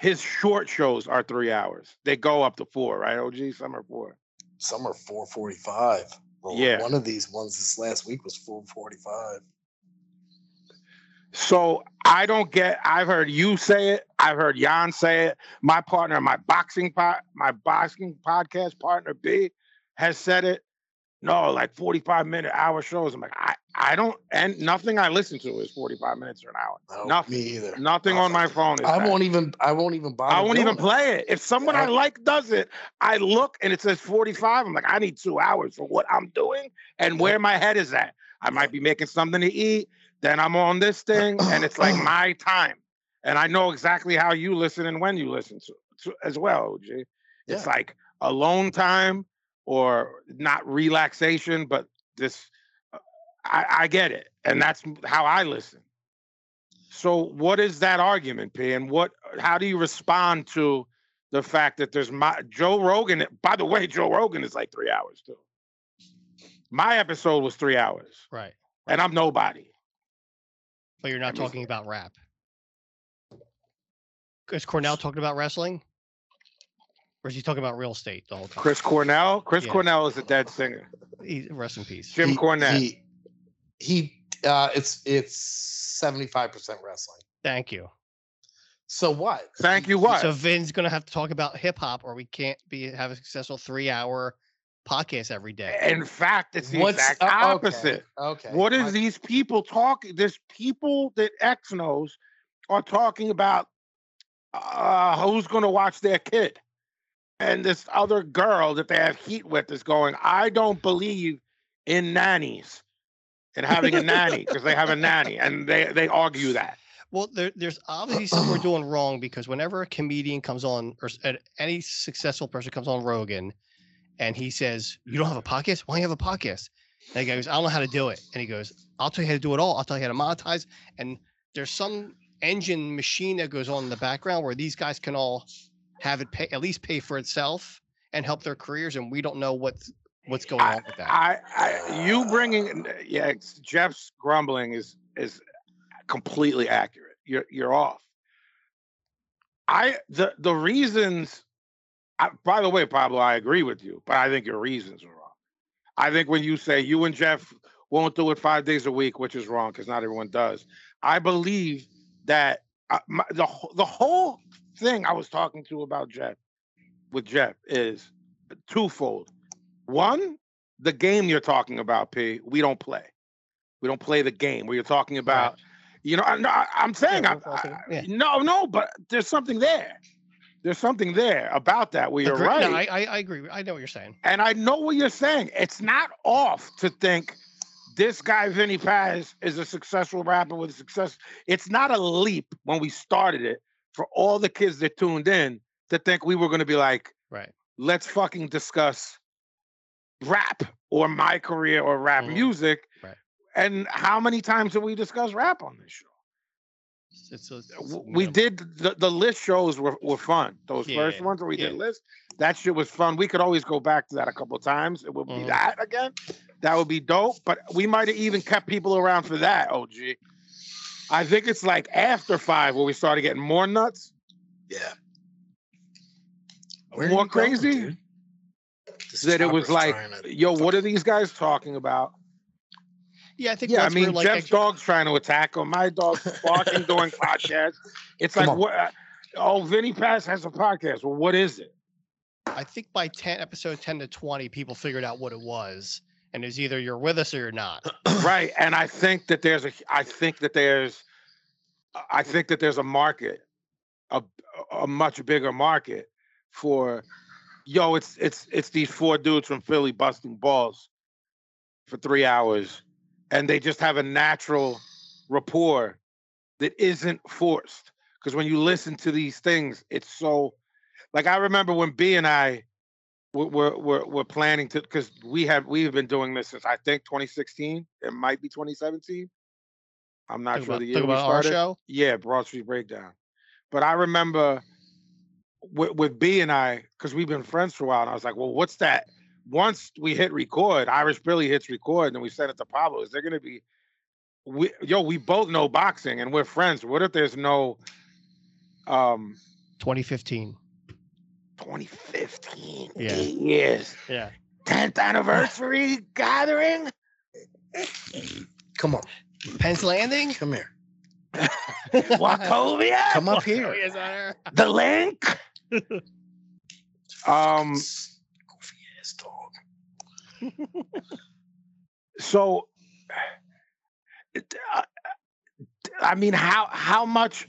His short shows are three hours. They go up to four, right? OG, some are four. Some are 445. Well, Yeah. One of these ones this last week was 445. So I don't get. I've heard you say it. I've heard Jan say it. My partner, my boxing pot, my boxing podcast partner B, has said it. No, like forty-five minute hour shows. I'm like, I, I don't, and nothing I listen to is forty-five minutes or an hour. No, Nothing. me either. Nothing on my phone. Is I that. won't even. I won't even bother. I won't doing even it. play it. If someone I I- like does it, I look and it says 45. I'm like, I need two hours for what I'm doing and where my head is at. I might be making something to eat, then I'm on this thing, and it's like my time. And I know exactly how you listen and when you listen to, to as well, OG. It's Yeah. like alone time or not relaxation, but this, uh, I, I get it. And that's how I listen. So what is that argument, P? And what? uh, How do you respond to the fact that there's my Joe Rogan? By the way, Joe Rogan is like three hours too. My episode was three hours, Right. and I'm nobody. But you're not I mean- talking about rap. Is Cornell talking about wrestling? Or is he talking about real estate the whole time? Chris Cornell. Chris Yeah. Cornell is a dead singer. He- rest in peace. Jim He- Cornette. He, he uh, it's it's seventy five percent wrestling. Thank you. So what? Thank you. He- What? So Vin's gonna have to talk about hip hop, or we can't be have a successful three hour podcast every day. In fact, it's the What's exact uh, okay, opposite. Okay. What my- is these people talking? There's people that X knows are talking about uh, who's going to watch their kid, and this other girl that they have heat with is going. I don't believe in nannies and having a nanny because they have a nanny, and they they argue that. Well, there, there's obviously something we're doing wrong because whenever a comedian comes on, or s- an- any successful person comes on Rogan, and he says, "You don't have a podcast? Why don't you have a podcast?" And he goes, "I don't know how to do it." And he goes, "I'll tell you how to do it all. I'll tell you how to monetize." And there's some engine machine that goes on in the background where these guys can all have it pay at least pay for itself and help their careers, and we don't know what's what's going on with that. I, I you bringing yeah it's- Jeff's grumbling is is completely accurate. You're you're off. I the the reasons. I, by the way, Pablo, I agree with you, but I think your reasons are wrong. I think when you say you and Jeff won't do it five days a week, which is wrong because not everyone does. I believe that uh, my, the wh- the whole thing I was talking to about Jeff with Jeff is twofold. One, the game you're talking about, P, we don't play. We don't play the game where you're talking about. You know, I, no, I- I'm saying Yeah, I'm, we're also- I- yeah. no, no, but there's something there. There's something there about that where you're Agree- right. No, I, I I agree. I know what you're saying. And I know what you're saying. It's not off to think this guy Vinny Paz is a successful rapper with success. It's not a leap when we started it for all the kids that tuned in to think we were going to be like, Right. Let's fucking discuss rap or my career or rap Mhm. music. Right. And how many times did we discuss rap on this show? It's- it's- it's w- we minimal. did the, the list shows were, were fun. Those first Yeah, ones where we did yeah. list, that shit was fun. We could always go back to that a couple times. It would be Mhm. that again. That would be dope. But we might have even kept people around for that. OG. I think it's like after five where we started getting more nuts. Yeah. More are you going, crazy? dude? This That it was chopper's like, trying to- yo, what are these guys talking about? Yeah, I think. Yeah, I once we were, mean, like, Jeff's ex- dog's trying to attack him. My dog's barking doing podcasts. It's Come like, on. what? oh, Vinny Pass has a podcast. Well, what is it? I think by ten episode ten to twenty, people figured out what it was, and it's either you're with us or you're not. right and i think that there's a i think that there's i think that there's a market a, a much bigger market for yo it's it's it's these four dudes from philly busting balls for three hours and they just have a natural rapport that isn't forced because when you listen to these things it's so like i remember when b and i we're we're we're, we're planning to because we have we've been doing this since I think 2016. It might be 2017. I'm not Talk sure about, the talk year we about our started. show. Yeah, Broad Street Breakdown. But I remember with, with B and I because we've been friends for a while, and I was like, "Well, what's that? once we hit record, Irish Billy hits record, and then we send it to Pablo. Is there gonna be we yo, we both know boxing and we're friends. What if there's no um 2015. 2015 Yeah. eight years, Yeah. 10th anniversary gathering? Come on, Penn's Landing. come here. Wachovia? Come up here. Yes, sir. The link? um Goofy ass dog. so it- uh, i mean how how much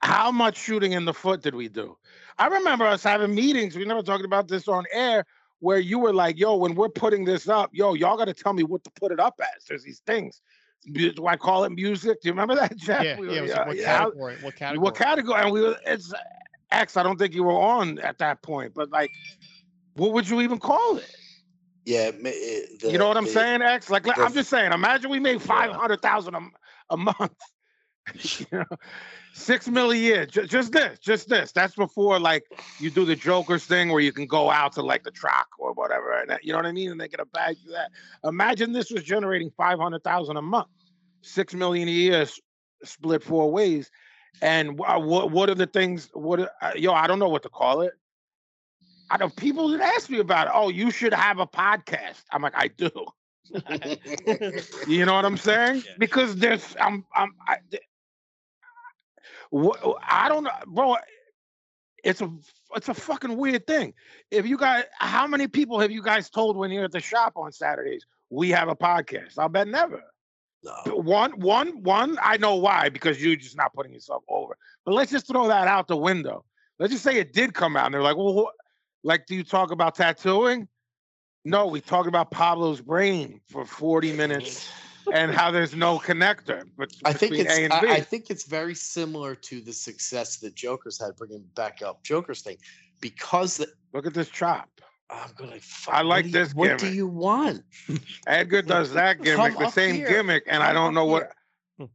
how much shooting in the foot did we do i remember us having meetings we never talked about this on air where you were like yo when we're putting this up yo y'all gotta tell me what to put it up as there's these things Mu- do i call it music do you remember that Yeah, Jeff? yeah. We it were- was like, what, yeah, how- category, what you category? What category? And we were, it's X. I don't think you were on at that point, but like, what would you even call it? Yeah, ma- it- the- you know what I'm the- saying, X? Like, like, the- I'm just saying. Imagine we made Yeah. five hundred thousand a m- a month, you know, six mil a year. Ju- just this, just this. That's before like you do the Joker's thing where you can go out to like the truck or whatever, and that, you know what I mean, and they get a bag for that. Imagine this was generating five hundred thousand a month, six million a year, s- split four ways. And wha- what what are the things? What are- uh, yo? I don't know what to call it. I know people that ask me about it. Oh, you should have a podcast. I'm like, I do. You know what I'm saying? Yeah. Because there's I'm I'm I, th- wh- I don't know, bro. It's a it's a fucking weird thing. If you guys, how many people have you guys told when you're at the shop on Saturdays? We have a podcast. I'll bet never. No. One, one, one. I know why because you're just not putting yourself over. But let's just throw that out the window. Let's just say it did come out, and they're like, "Well, what, like, do you talk about tattooing?" No, we talked about Pablo's brain for 40 minutes and how there's no connector. But I think between it's A and I, B. I think it's very similar to the success that Joker's had bringing back up Joker's thing because the, Look at this chop. I'm gonna. Fuck, I what like do you- this What do gimmick. you want? Edgar does that Come gimmick, the up same here. gimmick, and I Come don't up know what. here. Hmm.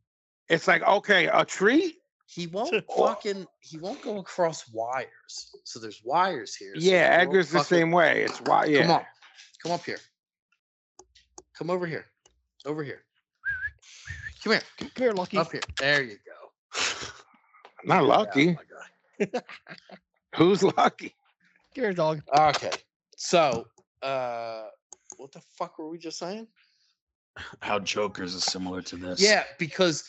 It's like okay, a tree. He won't fucking. He won't go across wires. So there's wires here. so he Yeah, won't Edgar's the fucking- same way. It's why. Yeah. Come on, come up here. Come over here. Over here. Come here. Come here, Lucky. Up here. There you go. Oh Not Yeah, lucky. my God. Who's lucky? Come here, dog. Okay. So, uh, what the fuck were we just saying? How Joker's is similar to this. Yeah, because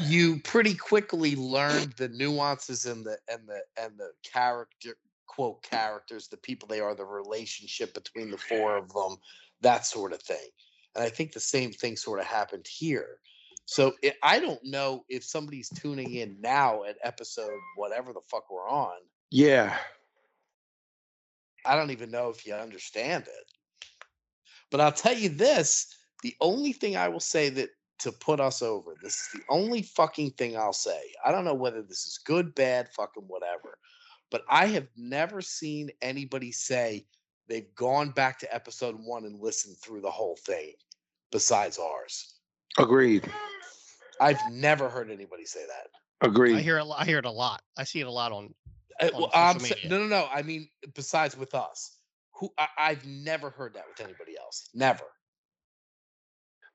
you pretty quickly learned the nuances and the and the and the character quote characters, the people they are, the relationship between the four of them, that sort of thing. And I think the same thing sort of happened here. So it, I don't know if somebody's tuning in now at episode whatever the fuck we're on. Yeah. I don't even know if you understand it. But I'll tell you this the only thing I will say that to put us over, this is the only fucking thing I'll say. I don't know whether this is good, bad, fucking whatever, but I have never seen anybody say they've gone back to episode one and listened through the whole thing besides ours. Agreed. I've never heard anybody say that. I Agreed. hear it. I hear it a lot. I see it a lot on. Uh, on social well, I'm sa- media. no, no, no. I mean, besides with us, who I, I've never heard that with anybody else. Never.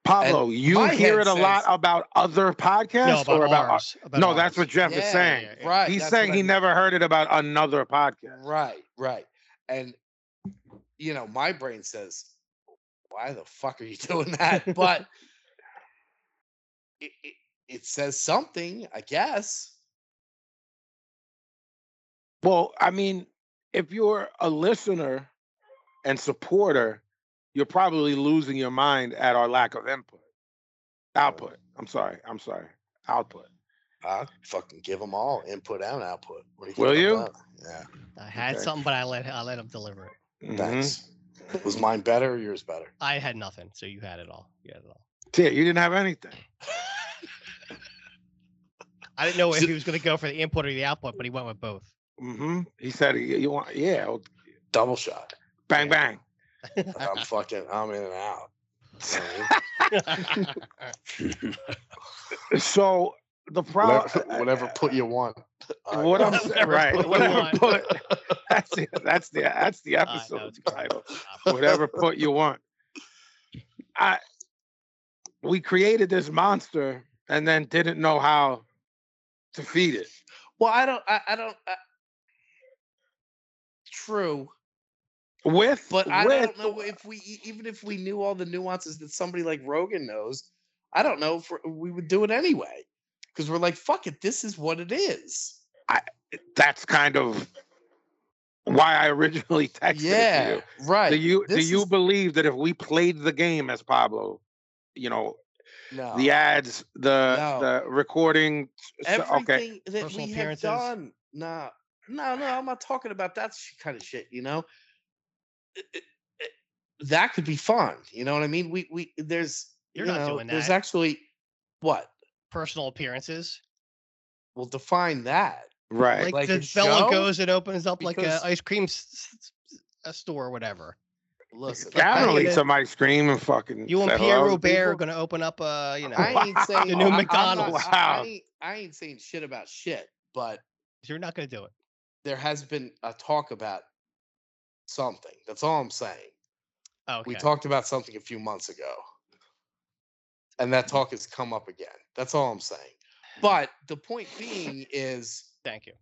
Pablo, you my hear it head a lot says- about other podcasts no, or about, about. ours, about no, that's what ours. Jeff is saying. yeah, yeah. Right. He's that's saying what he I- never heard it about another podcast. Right, right. And you know, my brain says, "Why the fuck are you doing that?" But it, it, it says something, I guess. Well, I mean, if you're a listener and supporter, you're probably losing your mind at our lack of input. Output. I'm sorry. I'm sorry. Output. I fucking give them all input and output. What do you think Will about that? Yeah. I had Okay. something, but I let I let him deliver it. Mhm. Thanks. Was mine better or yours better? I had nothing, so you had it all. You had it all. Yeah, you didn't have anything. I didn't know if So- he was going to go for the input or the output, but he went with both. hmm He said, "You you want? Yeah, oh, Double shot. bang bang." I'm fucking. I'm in and out. You know what I mean? I So the problem, whatever, whatever put you want. All what I'm guys. saying, right? bullet Whatever you bullet. That's the that's the that's the I know episode it's title. Uh, Whatever put you want. I we created this monster and then didn't know how to feed it. Well, I don't. I, I don't. I... True, With but I with, don't know if we e- even if we knew all the nuances that somebody like Rogan knows. I don't know if we're- we would do it anyway because we're like, fuck it, this is what it is. that's kind of why I originally texted it to yeah, you. right. Do you do This you is- believe that if we played the game as Pablo, you know, no. the ads, the No. the recording, so- everything okay, that Personal we have appearances. done. Nah, no, no, I'm not talking about that sh- kind of shit. You know, It- it- it- that could be fun. You know what I mean? We we there's You're you not know, doing There's that. actually what personal appearances. we'll define that. right? Like, Like the a fella show? goes and opens up like Because- a ice cream s- s- s- a store or whatever. Listen, yeah, I I don't ain't leave gonna- somebody scream and fucking. You and say Pierre hello to Robert are Mm, people. going to open up a you know. I ain't saying The new I- I'm not- McDonald's. I- I Wow. ain't- I ain't saying shit about shit, but You're not going to do it. there has been a talk about something. That's all I'm saying. Oh, okay. We talked about something a few months ago. And Mm-hmm. that talk has come up again. That's all I'm saying. Mm. But the point being is Thank you.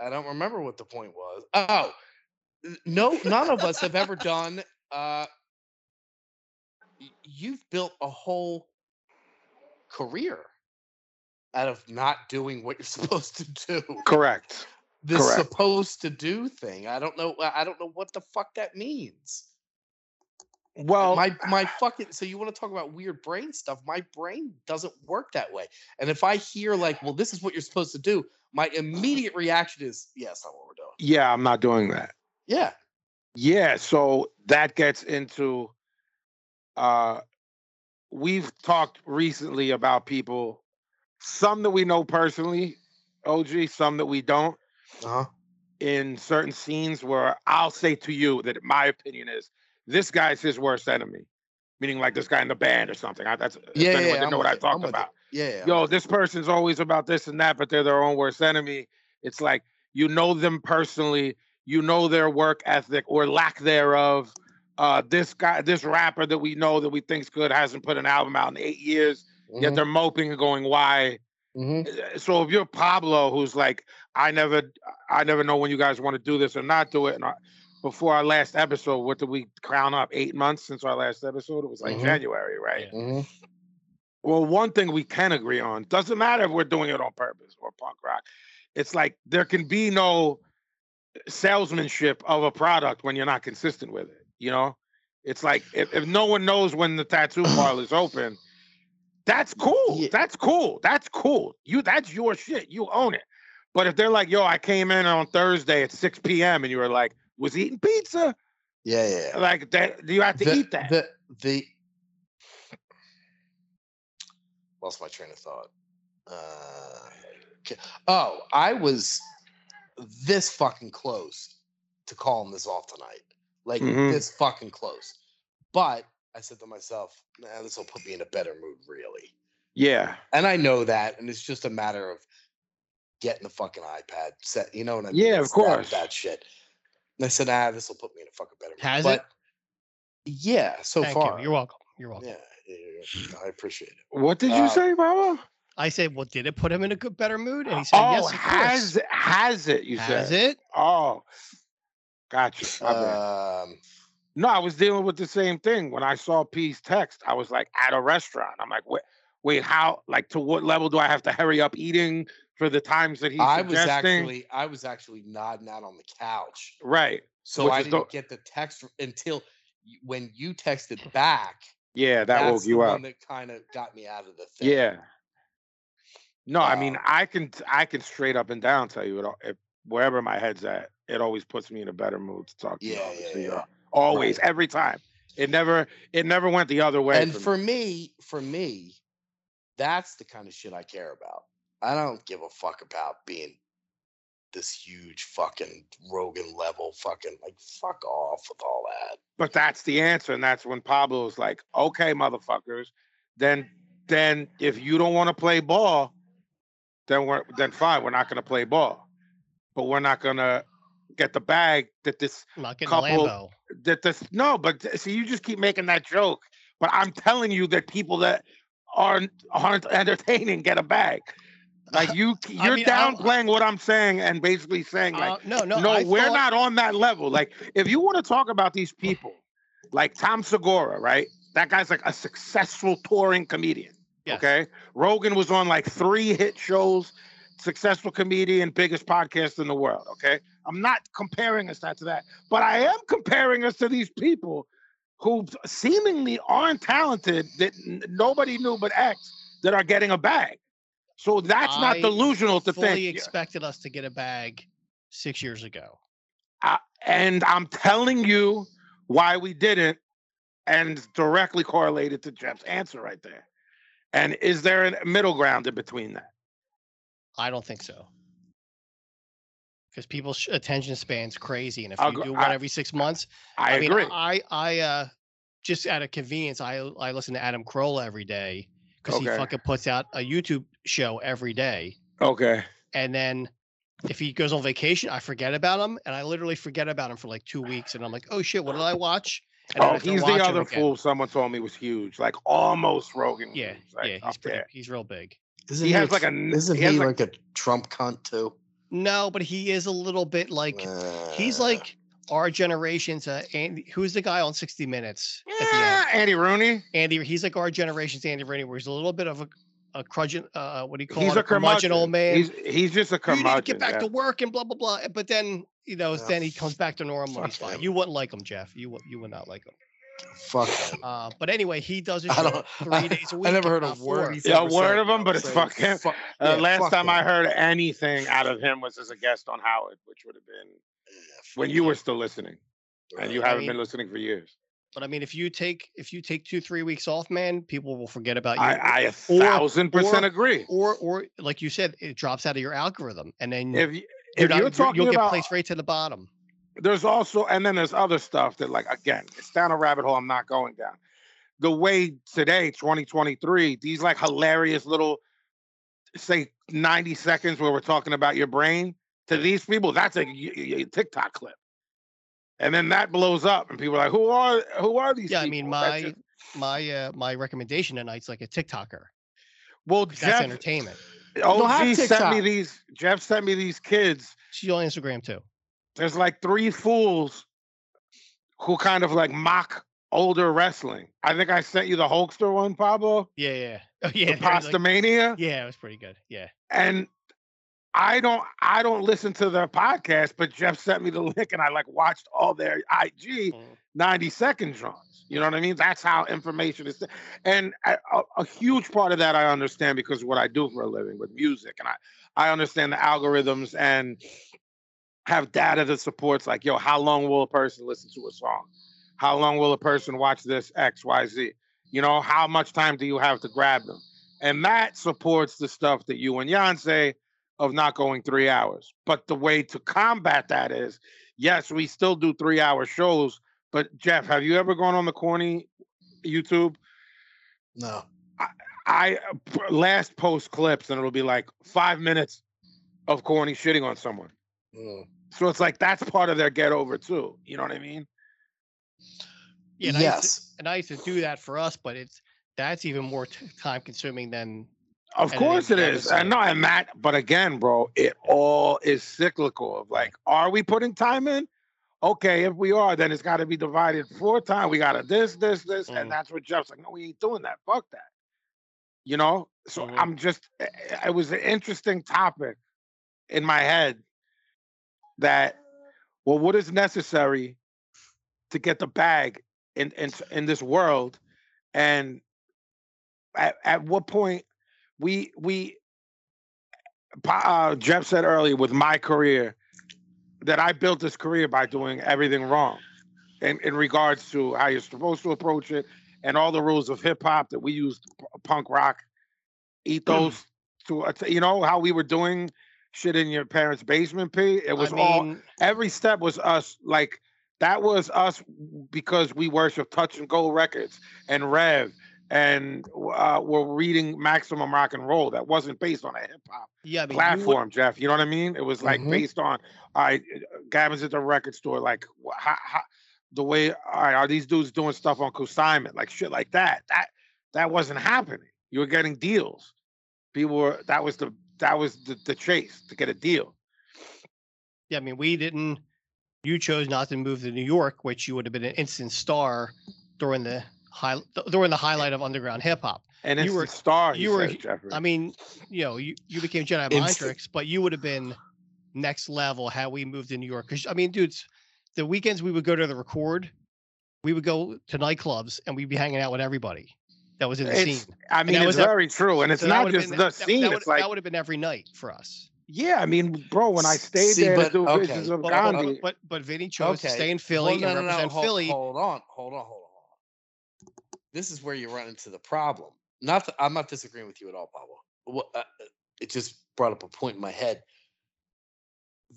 I don't remember what the point was. Oh, n- no, none of us have ever done uh y- you've built a whole career out of not doing what you're supposed to do. Correct. This Correct. supposed to do thing. I don't know I I don't know what the fuck that means. Well, ah my my fucking so you want to talk about weird brain stuff my brain doesn't work that way and if i hear like well this is what you're supposed to do my immediate reaction is yeah it's not what we're doing yeah, I'm not doing that. yeah Yeah, so that gets into. uh We've talked recently about people, some that we know personally, OG, some that we don't. uh-huh. in certain scenes where I'll say to you that my opinion is this guy's his worst enemy, meaning like this guy in the band or something. I, that's if yeah anyone yeah, didn't I'm know what with I you, I'm talked with you. about. yeah, yeah, I'm Yo, this person's always about this and that, but they're their own worst enemy. It's like you know them personally, you know their work ethic or lack thereof. Uh, this guy, this rapper that we know that we think's good hasn't put an album out in eight years, with you. yet they're moping and going, why? Mhm, mhm. Uh, so if you're Pablo, who's like, I never, I never know when you guys want to do this or not do it. And I, before our last episode, what did we crown up? Eight months since our last episode. It was like Mhm. January, right? Yeah. Mhm. Well, one thing we can agree on doesn't matter if we're doing it on purpose or punk rock. It's like there can be no salesmanship of a product when you're not consistent with it. You know, it's like if, if no one knows when the tattoo parlor is open, that's cool. Yeah. That's cool. That's cool. You that's your shit. You own it. But if they're like, yo, I came in on Thursday at 6 p.m. and you were like, was eating pizza, yeah yeah, yeah. like that you have to The- eat that. the, the lost my train of thought uh, k- oh i was this fucking close to calling this off tonight. Like Mhm. this fucking close. But I said to myself, nah, this will put me in a better mood, really. yeah. And I know that, and it's just a matter of getting the fucking iPad set. You know what I mean? Yeah, of It's that- course. That, shit. And I said, ah, this will put me in a fucking better mood. Has it? Yeah, so Thank far. you. You're welcome. You're welcome. Yeah, yeah, yeah, yeah, I appreciate it. What did you Uh, say, Baba? I said, well, did it put him in a good, better mood? And he said, Oh, yes, of has course. it- has it? You Has said it? Oh, gotcha. My bad. Um, no, I was dealing with the same thing when I saw P's text. I was like at a restaurant. I'm like, wait, wait, how? Like, to what level do I have to hurry up eating for the times that he's I was suggesting? actually I was actually nodding out on the couch right. So Which I is didn't don't- get the text until y- when you texted back. Yeah, that that's woke the you one up. That kind of got me out of the thing. Yeah. No, I mean, Um, I can I can straight up and down tell you it all. If, wherever my head's at, it always puts me in a better mood to talk to you. Yeah, all, to yeah, see you yeah. all. Always, every time. It never it never went the other way. And me. for me, for me, that's the kind of shit I care about. I don't give a fuck about being this huge fucking Rogan level fucking like fuck off with all that. But that's the answer, and that's when Pablo's like, "Okay, motherfuckers, then then if you don't want to play ball, then we're then fine. We're not gonna play ball, but we're not gonna get the bag that this I'm not getting Couple- a Lambo. that this no. But th- see, you just keep making that joke. But I'm telling you that people that aren't aren't entertaining get a bag. Like you, c- I you're mean, I don't- downplaying what I'm saying and basically saying like Uh, No, no, no, I we're thought- not on that level. Like, if you want to talk about these people, like Tom Segura, right? That guy's like a successful touring comedian. Yes. Okay. Rogan was on like three hit shows, successful comedian, biggest podcast in the world. Okay. I'm not comparing us not to that, but I am comparing us to these people who seemingly aren't talented that n- nobody knew but X that are getting a bag. So that's not I delusional to fully think. Yeah. expected us to get a bag six years ago. And I'm telling you why we didn't, and it's directly correlated to Jeff's answer right there. And is there a middle ground in between that? I don't think so. Because people's sh- attention span's crazy, and if I'll you gr- do one I- every six months, I, mean, agree. I I uh, just out of convenience, I I listen to Adam Carolla every day because he Okay. fucking puts out a YouTube show every day, okay. and then if he goes on vacation, I forget about him, and I literally forget about him for like two weeks, and I'm like, oh shit, what did I watch? And then I Oh, have to he's watch the him other again. fool someone told me was huge, like almost Rogan. Yeah, huge, like, yeah, up he's pretty, there. he's real big. Isn't He has like a n- Isn't he has he like- like, a Trump cunt too? No, but he is a little bit like he's like our generation's uh, Andy, who's the guy on 60 Minutes? at the end? yeah, Andy Rooney. Andy, he's like our generation's Andy Rooney, where he's a little bit of a, a crudgeon, uh, what do you call He's it? a curmudgeon. old man. He's he's just a you curmudgeon. need to get back yeah. Uh, to work and blah blah blah. But then you know, Yeah. then he comes back to normal. and Fuck He's fine. him. You wouldn't like him, Jeff. You would you would not like him. fuck. him. Uh, but anyway, he does his I show don't- three I- days a week. I never if heard a not word. four. he's Yeah, ever a said word of about him, but it's fuck him. fuck- Uh, yeah, last fuck time I him. heard anything out of him was as a guest on Howard, which would have been Yeah, fuck when you him. Uh, were still listening. Right. and you I haven't mean- been listening for years. But I mean, if you take if you take two three weeks off, man, people will forget about you. I, I a thousand percent or- agree. or or like you said, it drops out of your algorithm, and then If you, you're if not, you're talking you'll get about placed right to the bottom. there's also and then there's other stuff that like again it's down a rabbit hole I'm not going down. The way today 2023 these like hilarious little say 90 seconds where we're talking about your brain to these people that's a, y- y- y- TikTok clip. And then that blows up and people are like who are who are these Yeah, I people? mean, That's my just- my uh, my recommendation tonight's like a TikToker. well 'cause That's Jeff entertainment. don't have OG sent me TikTok. these Jeff sent me these kids She's on Instagram too. there's like three fools who kind of like mock older wrestling. I think I sent you the Hulkster one, Pablo, Yeah, yeah, yeah. oh, yeah. there the was, Pasta like- Mania, yeah, it was pretty good. Yeah, and I don't, I don't listen to their podcast, but Jeff sent me the link, and I like watched all their IG Mm. 90 second draws. You know what I mean? That's how information is. And I- a, a huge part of that I understand because of what I do for a living with music, and I, I understand the algorithms and have data that supports like, yo, how long will a person listen to a song? How long will a person watch this X, Y, Z? You know, how much time do you have to grab them? And that supports the stuff that you and Jan say of not going three hours. But the way to combat that is, yes, we still do three hour shows. But Jeff, have you ever gone on the corny YouTube? No. I uh, p- last post clips and it'll be like five minutes of corny shitting on someone. Mm. So it's like that's part of their get over too. You know what I mean? yeah. And I used to, yes. and I used to do that for us, but it's that's even more t- time consuming than Of And it course is it is. I necessary. know, and that, but again, bro, it all is cyclical of like, are we putting time in? Okay, if we are, then it's got to be divided four time. We got to this, this, this, Mm. and that's what Jeff's like. No, we ain't doing that. Fuck that. You know. So Mhm. I'm just. i- i- It was an interesting topic in my head. That well, what is necessary to get the bag in in in this world, and at, at what point we we Pa- uh, Jeff said earlier with my career that I built this career by doing everything wrong in, in regards to how you're supposed to approach it and all the rules of hip hop that we used p- punk rock Mm. ethos to att- you know how we were doing shit in your parents' basement. P it was I all mean, every step was us like that was us because we worship touch and go records and rev and uh, were reading Maximum Rock and Roll that wasn't based on a hip hop Yeah, I mean, you would- Mm-hmm. platform, Jeff. You know what I mean? It was like Mhm. based on all right, Gavin's at the record store, like wh- how, how, the way all right, are these dudes doing stuff on consignment, like shit like that? That that wasn't happening. You were getting deals. People were that was the that was the, the chase to get a deal. yeah, I mean, we didn't. You chose not to move to New York, which you would have been an instant star during the high during the highlight of underground hip hop. And You it's were- the star. he you were- says, Jeffrey. I mean, you know, you, you became Jedi Instant- Mind Tricks, but you would have been next level had we moved to New York. Because I mean, dudes, the weekends we would go to the record, we would go to nightclubs, and we'd be hanging out with everybody that was in the It's- scene. I mean, that it's was a- very true, and it's So that not would've just the been- that- scene. That, would, it's like, that would have been every night for us. yeah, I mean, bro, when I S- stayed see, there but- to do okay. Visions of But uh, Well, Gandhi, but, but, but Vinny chose to Okay. stay in Philly Well, and represent hold, Philly. Hold on, hold on, hold on, hold on. This is where you run into the problem. Not, that I'm not disagreeing with you at all, Pablo. What, uh, uh, it just brought up a point in my head.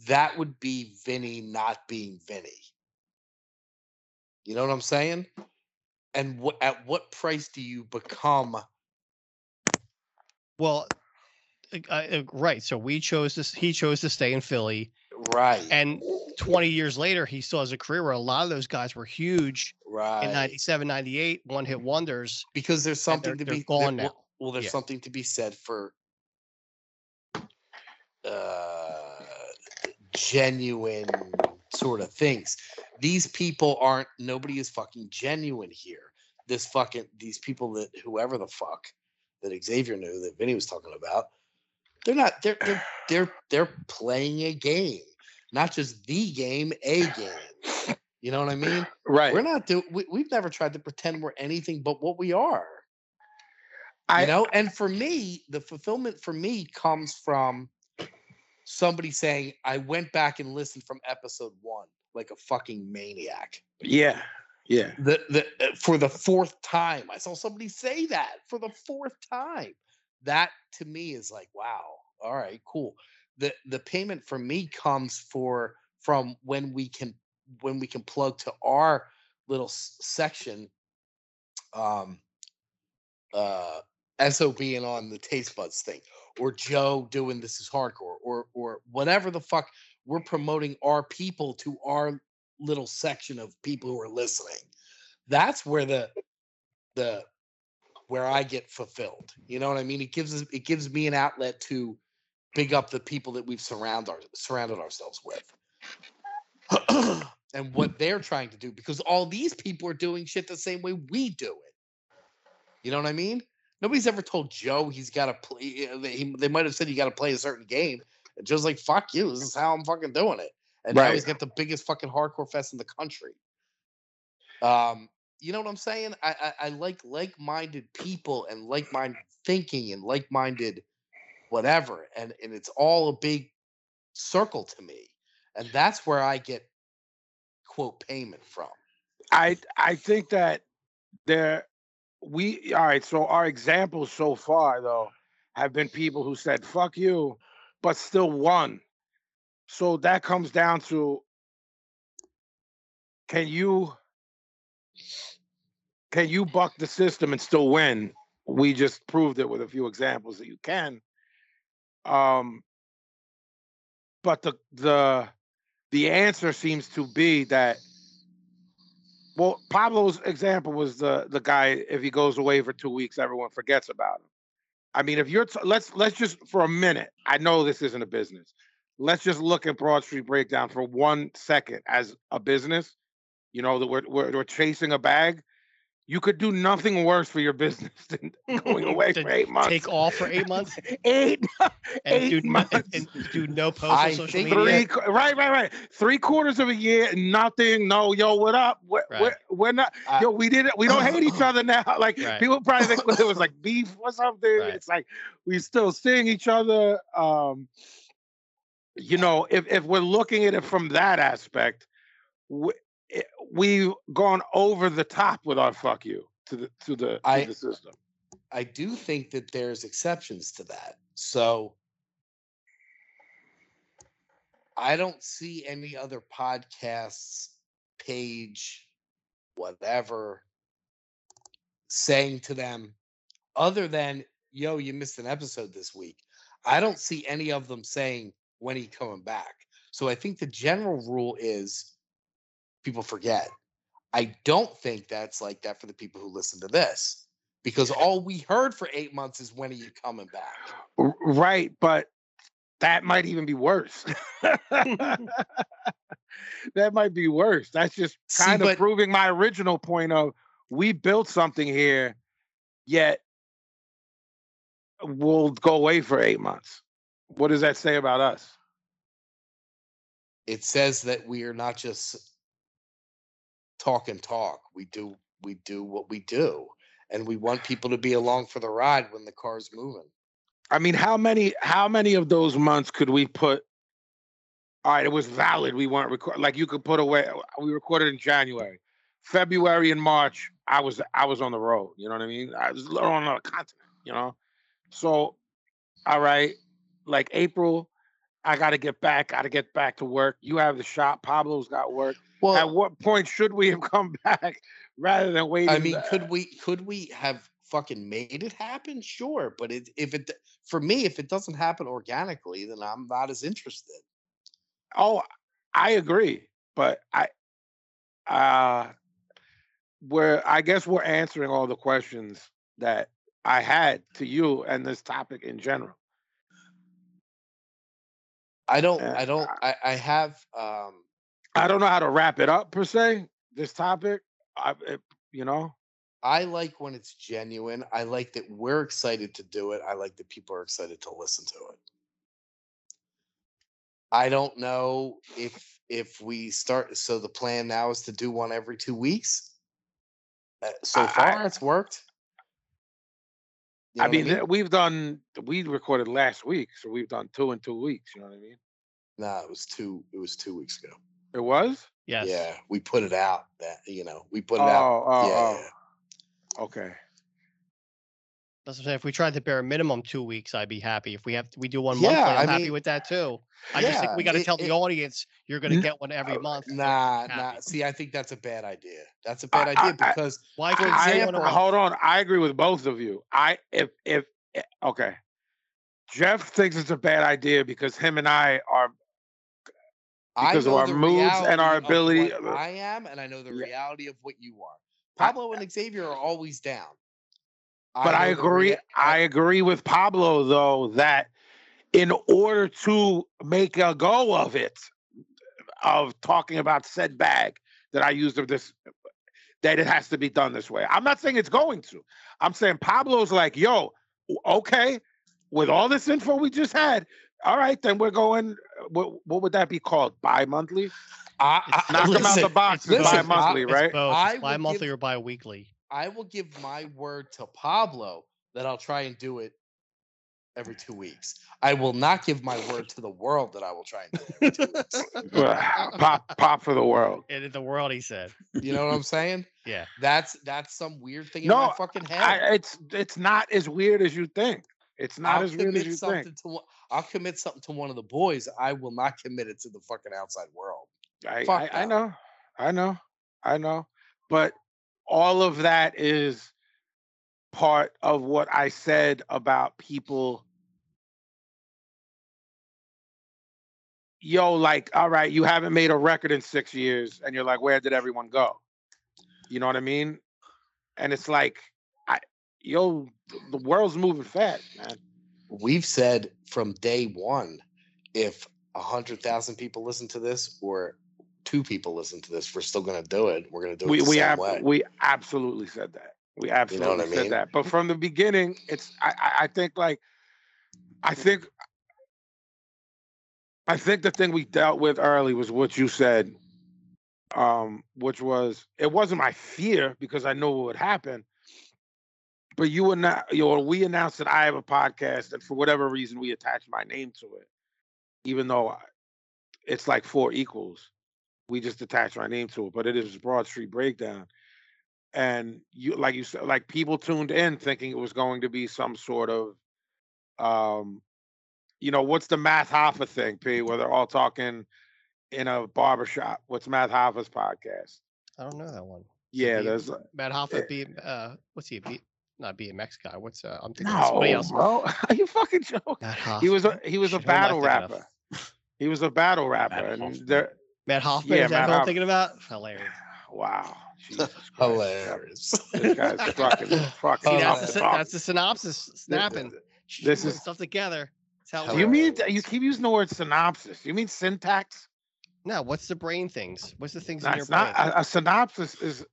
That would be Vinny not being Vinny. You know what I'm saying? And wh- at what price do you become? Well, uh, uh, right. So we chose this. He chose to stay in Philly, Right, and 20 years later, he still has a career where a lot of those guys were huge. right. in 97 98 one hit wonders because and there's they're- something to they're be gone there- now. Well, well, there's Yeah. something to be said for uh, genuine sort of things. These people aren't. Nobody is fucking genuine here. This fucking these people that whoever the fuck that Xavier knew that Vinny was talking about, they're not. They're they're they're, they're playing a game, not just the game, a game. You know what I mean? right? We're not doing. We, we've never tried to pretend we're anything but what we are. I- you know, and for me, the fulfillment for me comes from somebody saying, "I went back and listened from episode one like a fucking maniac." yeah, yeah. The the uh, for the fourth time, I saw somebody say that for the fourth time. That to me is like, wow. All right, cool. The the payment for me comes for from when we can when we can plug to our little s- section um uh so being on the taste buds thing or joe doing this is hardcore or or whatever the fuck we're promoting our people to our little section of people who are listening that's where the the where i get fulfilled you know what i mean it gives us it gives me an outlet to big up the people that we've surround our, surrounded ourselves with and what they're trying to do because all these people are doing shit the same way we do it. You know what I mean? Nobody's ever told Joe he's got to play. you know, They, he- they might have said you got to play a certain game. And Joe's like, "Fuck you! This is how I'm fucking doing it." And now Right. he's got the biggest fucking hardcore fest in the country. Um, you know what I'm saying? I I, I like like-minded people and like-minded thinking and like-minded whatever, and and it's all a big circle to me, and that's where I get quote payment from. I I think that there we all right. So our examples so far though have been people who said "fuck you," but still won. So that comes down to can you can you buck the system and still win? We just proved it with a few examples that you can. Um, but the the the answer seems to be that well, Pablo's example was the the guy. If he goes away for two weeks, everyone forgets about him. I mean, if you're t- let's let's just for a minute. I know this isn't a business. Let's just look at Broad Street Breakdown for one second as a business. You know that we're we're, we're chasing a bag. You could do nothing worse for your business than going away Than for eight months. take off for eight months eight, and eight do no- months. and, and do no posts I on social think media Three, qu- right, right, right. Three quarters of a year, nothing. No, yo, what up? We're, Right. we're, we're not. I- yo, we didn't. We don't hate each other now. Like Right. people probably think it was like beef or something. Right. It's like we still seeing each other. Um, you know, if if we're looking at it from that aspect, we, it- we've gone over the top with our fuck you to the to the, to I- the system. I do think that there's exceptions to that. So I don't see any other podcasts, page, whatever, saying to them, other than, yo, you missed an episode this week, I don't see any of them saying, when are you coming back? So I think the general rule is people forget. I don't think that's like that for the people who listen to this because all we heard for eight months is, when are you coming back? R- Right, but that might even be worse. that might be worse. That's just See, kind of but- proving my original point of we built something here, yet we'll go away for eight months. What does that say about us? it says that we are not just talk and talk. We do we do what we do, and we want people to be along for the ride when the car's moving. I mean, how many how many of those months could we put? All right, it was valid. We weren't record like you could put away. We recorded in January, February, and March. I was I was on the road. You know what I mean? I was l- on another continent. You know, so all right, like April, I got to get back. Got to get back to work. You have the shop. Pablo's got work. At Well, what point should we have come back rather than waiting? I mean, uh, could we could we have fucking made it happen? Sure, but it, if it for me, if it doesn't happen organically, then I'm not as interested. Oh, I agree, but I, uh, where I guess we're answering all the questions that I had to you and this topic in general. I don't. Uh, I don't. I, I have. um I don't know how to wrap it up per se. This topic, I, it, you know, I like when it's genuine. I like that we're excited to do it. I like that people are excited to listen to it. I don't know if if we start. So the plan now is to do one every two weeks. Uh, so I- I- far, it's worked. You I know what mean, th- we've done we recorded last week, so we've done two in two weeks. You know what I mean? no, it was two. It was two weeks ago. It was. Yes. Yeah, we put it out. That you know, we put oh, it out. oh, yeah, oh, okay. That's what I'm saying. If we tried to bare minimum two weeks, I'd be happy. If we have we do one Yeah, monthly, I'm I happy mean- with that too. I just think Yeah, we got to it- tell the it- Oh, audience you're going to N- get one every month. Nah, happy. nah. See, I think that's a bad idea. That's a I- bad I- idea I- because Why for can't I you example- one a am- month? hold on. I agree with both of you. I if if eh, okay, Jeff thinks it's a bad idea because him and I are because I of know our the moods and our reality of ability- uh, what I am, and I know the Yeah. reality of what you are. I- Pablo and Xavier are always down. but I, know the agree. rea- I agree with Pablo though that in order to make a go of it, of talking about said bag that I used of this, that it has to be done this way. I'm not saying it's going to. I'm saying Pablo's like, yo, w- okay, with all this info we just had, all right, then we're going. What, what would that be called? Bi-monthly? I, It's I- Knock them out listen, the box is listen, I- bi-monthly, It's right? both. I It's would bi-monthly give- or bi-weekly. I will give my word to Pablo that I'll try and do it every two weeks. I will not give my word to the world that I will try and do it. Every two weeks. pop, pop for the world. And in eh, the world, he said. You know what I'm saying? Yeah. That's that's some weird thing in No, my fucking head. I, it's it's not as weird as you think. It's not as weird as you something think. to one, I'll commit something to one of the boys. I will not commit it to the fucking outside world. I, Fuck I, I that. know, I know, I know, but all of that is part of what I said about people. Yo, like, all right, you haven't made a record in six years, and you're like, where did everyone go? You know what I mean? And it's like, I, yo, th- the world's moving fast, man. We've said from day one, if a hundred thousand people listen to this or two people listen to this, we're still gonna do it. We're gonna do it we the we same ab- way. we absolutely said that. We absolutely what I said mean? that. But from the beginning, it's I, I I think like I think I think the thing we dealt with early was what you said, um, which was it wasn't my fear because I know what would happen. But you were not, you know, we announced that I have a podcast, and for whatever reason, we attached my name to it, even though I- it's like four equals. We just attached my name to it, but it is Broad Street Breakdown. And you, like you said, like people tuned in thinking it was going to be some sort of, um, you know, what's the Math Hoffa thing, P? Where they're all talking in a barbershop. What's Math Hoffa's podcast? I don't know that one. Yeah, Yeah. there's Matt Hoffa Eh. Yeah. beat uh what's he beat not BMX guy. What's uh I'm thinking of no, somebody else. bro. Are you fucking joking? Matt Hoffa. He was a he was Shit, a who am I battle thinking of? rapper. He was a battle rapper, and Hoffman. there, Matt Hoffman, Yeah, is that Matt who I'm Hoff- thinking about? Hilarious. wow, Jesus Christ. Hilarious. This guy's fucking fucking See, Oh, that's, up the, Matt sy- the that's the synopsis snapping. this putting is- stuff together. That's how it Do you works. mean you keep using the word synopsis? You mean syntax? no, what's the brain things? What's the things No, in your it's not. brain? A, a synopsis is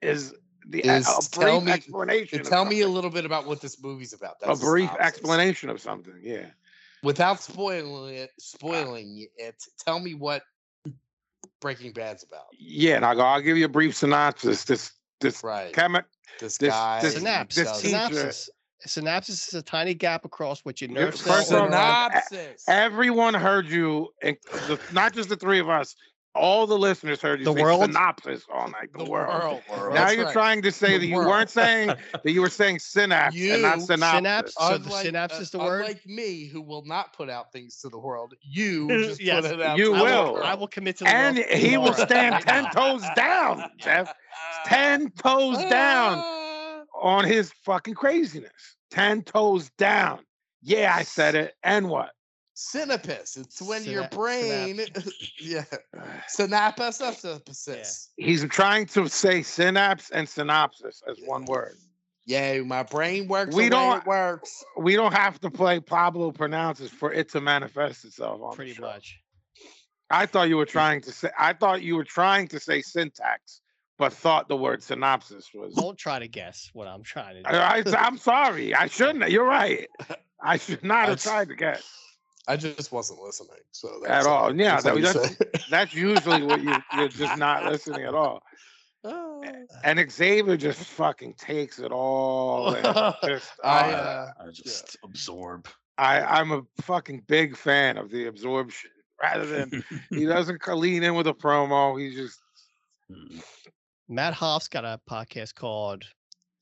is the Is a brief tell me- explanation. And of tell me a something. little bit about what this movie's about. a a brief synopsis. explanation Ah. of something. Yeah. without spoiling it. Spoiling it. Tell me what Breaking Bad's about. Yeah, and I go, I'll give you a brief synopsis. This this Right. chemi- this, this- guy. this- Synapse. this does- teacher- Synapsis. Synapsis is a tiny gap across which your nerve first cells of all, are. synopsis. everyone heard you, and the, not just the three of us, all the listeners heard you The say world? synopsis all night. The, world. world. Now That's you're right. trying to say The that you world. weren't saying that you were saying synapse and not You- synopsis. Synapse. So the synapse is the word? Like uh, me, who will not put out things to the world, you just Yes, put it out. you to the I will, will. I will commit to the And world he will tomorrow. stand ten toes down, Jeff. Ten toes down Ah. on his fucking craziness. Ten toes down. Yeah, I said it. And what? Synapse. It's when your Syna- brain, yeah, synapse. synapsis. He's trying to say synapse and synopsis as one word. Yay, my brain works. We We don't- don't it works. We don't have to play Pablo pronounces for it to manifest itself. On the Pretty show. much. I thought you were trying to say. I thought you were trying to say syntax, but thought the word synopsis was. Don't try to guess what I'm trying to do. I, am sorry. I shouldn't. You're right. I should not have That's- tried to guess. I just wasn't listening. So At all. Yeah, that's all that- you said. That's usually what you, you're just not listening at all. And Xavier just fucking takes it all. In. Just, I, uh, uh, I just absorb. I, I'm a fucking big fan of the absorption. Rather than he doesn't c- lean in with a promo, he just Mm. Matt Hoff's got a podcast called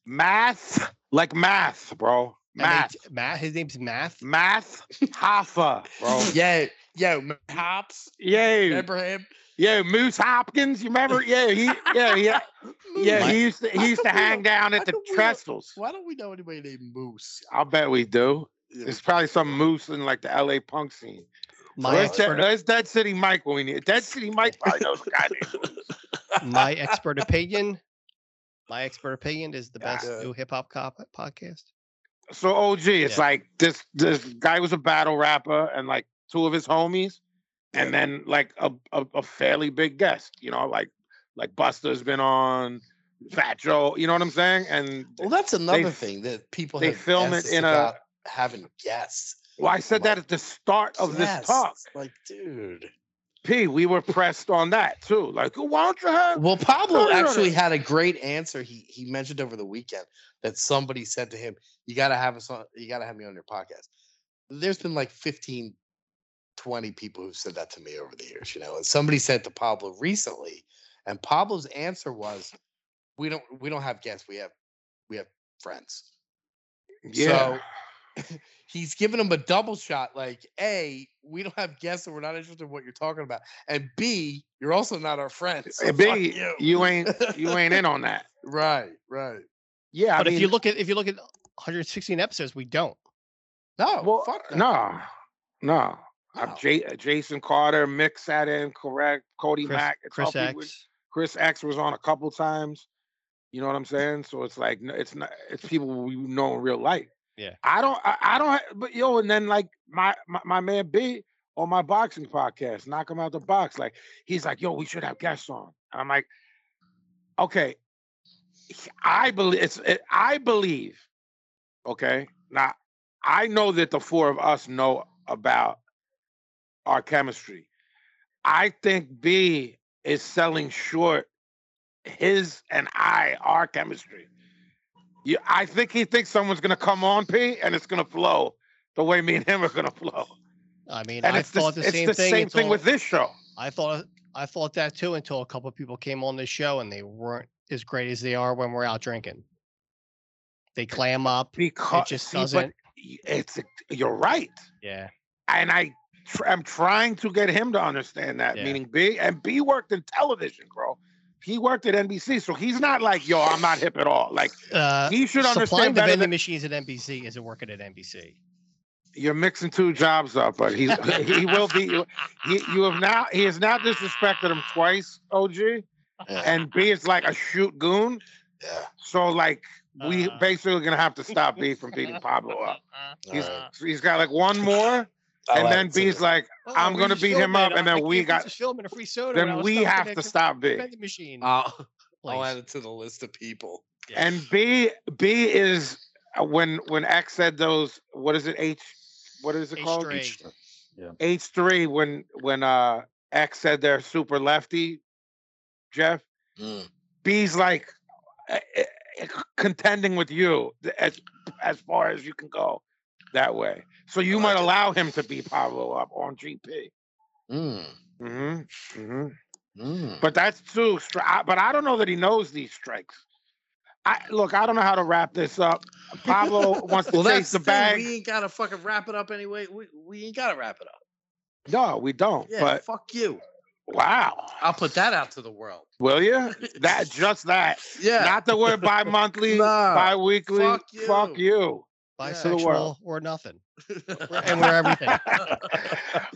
math like math, bro. Math, M A T- Matt. His name's Math. math, Hoffa, bro. yeah, yo, M- Hops. Yeah, Remember him? yeah, Moose Hopkins. You remember? Yeah, he, yeah, yeah, yeah. He used to, he used to hang down at the Michael Wheeler. trestles. Why don't we know anybody named Moose? I bet we do. Yeah. There's probably some moose in like the LA punk scene. My where's, that, expert, where's Dead City Mike when we need Dead City Mike probably knows a guy named Moose. my expert opinion. My expert opinion is the Yeah. best new hip hop cop- uh, podcast. So OG, it's Yeah. like this this guy was a battle rapper and like two of his homies, and then like a, a, a fairly big guest, you know, like like Buster's been on Fat Joe, you know what I'm saying? And Well, Oh, that's another f- thing that people they have film it asked us in a- about having guests well, I said that at the start of Yes, this talk. it's Like, dude. P, we were pressed on that too. Like, why don't you have Well, No, Pablo no, no, no. actually had a great answer. He he mentioned over the weekend that somebody said to him, "You got to have us on. You got to have me on your podcast." There's been like 15, 20 people who've said that to me over the years, you know. And somebody said to Pablo recently, and Pablo's answer was, "We don't we don't have guests. We have we have friends." yeah. He's giving them a double shot. Like, a, we don't have guests, and we're not interested in what you're talking about. And b, you're also not our friends. so Hey, fuck B, you. you ain't you ain't in on that. Right, right. Yeah, but I mean, Oh, if you look at if you look at 116 episodes, we don't. No, well, Oh, fuck that. no, no. Uh, No. J- uh, Jason Carter, Mick sat in, correct. Cody Chris, Mack, it's all Chris people- X. Chris X was on a couple times. You know what I'm saying? So it's like n- it's not it's people we know in real life. Yeah. I don't I, I don't ha- but yo, and then like my, my my man B on my boxing podcast, knock him out the box. Like he's like, yo, we should have guests on. I'm like, okay. I believe it's it, I believe, okay. Now I know that the four of us know about our chemistry. I think B is selling short his and I our chemistry. You, I think he thinks someone's gonna come on P and it's gonna flow the way me and him are gonna flow. I mean, And I it's the, thought the, s- it's same the thing. same thing until- with this show. I thought I thought that too until a couple of people came on the show and they weren't as great as they are when we're out drinking. They clam up. Because it just see, but doesn't. y- it's you're right. Yeah. and I tr- I'm trying to get him to understand that. Yeah. Meaning B and B worked in television, bro. he worked at NBC, so he's not like, yo, I'm not hip at all. Like Uh, he should supplying understand the better vending than machines at NBC isn't working at NBC. you're mixing two jobs up, but he's he will be he, you have now he has now disrespected him twice, OG. Yeah. And B is like a shoot goon. yeah. So like we Uh. basically gonna have to stop B from beating Pablo up. Uh-uh. All He's right. he's got like one more, and then B's like, Oh, I'm we gonna just beat filmed him up, that. and I then we can't beat got- this film and a free soda. when I then was we stuck in have that to stop B. vending machine. I'll, I'll place. add it to the list of people. And B B is uh, when when X said those what is it H what is it H called string. H three when when uh X said they're super lefty Jeff Mm. B's like eh, eh, eh, contending with you th- as as far as you can go that way so you I might like it. allow him to beat Pablo up on GP Mm. hmm Mm-hmm, hmm Mm. but that's too. str- I- But I don't know that he knows these strikes. I look. I don't know how to wrap this up. Pablo wants to Well, chase that's the the thing. bag. We ain't gotta fucking wrap it up anyway. We, we ain't gotta wrap it up. No, we don't. Yeah, But fuck you. wow, I'll put that out to the world. will you? That just that. Yeah. Not the word bi-monthly, Nah, bi-weekly. fuck Fuck you. Yeah. Bisexual To the world. or nothing, and we're everything.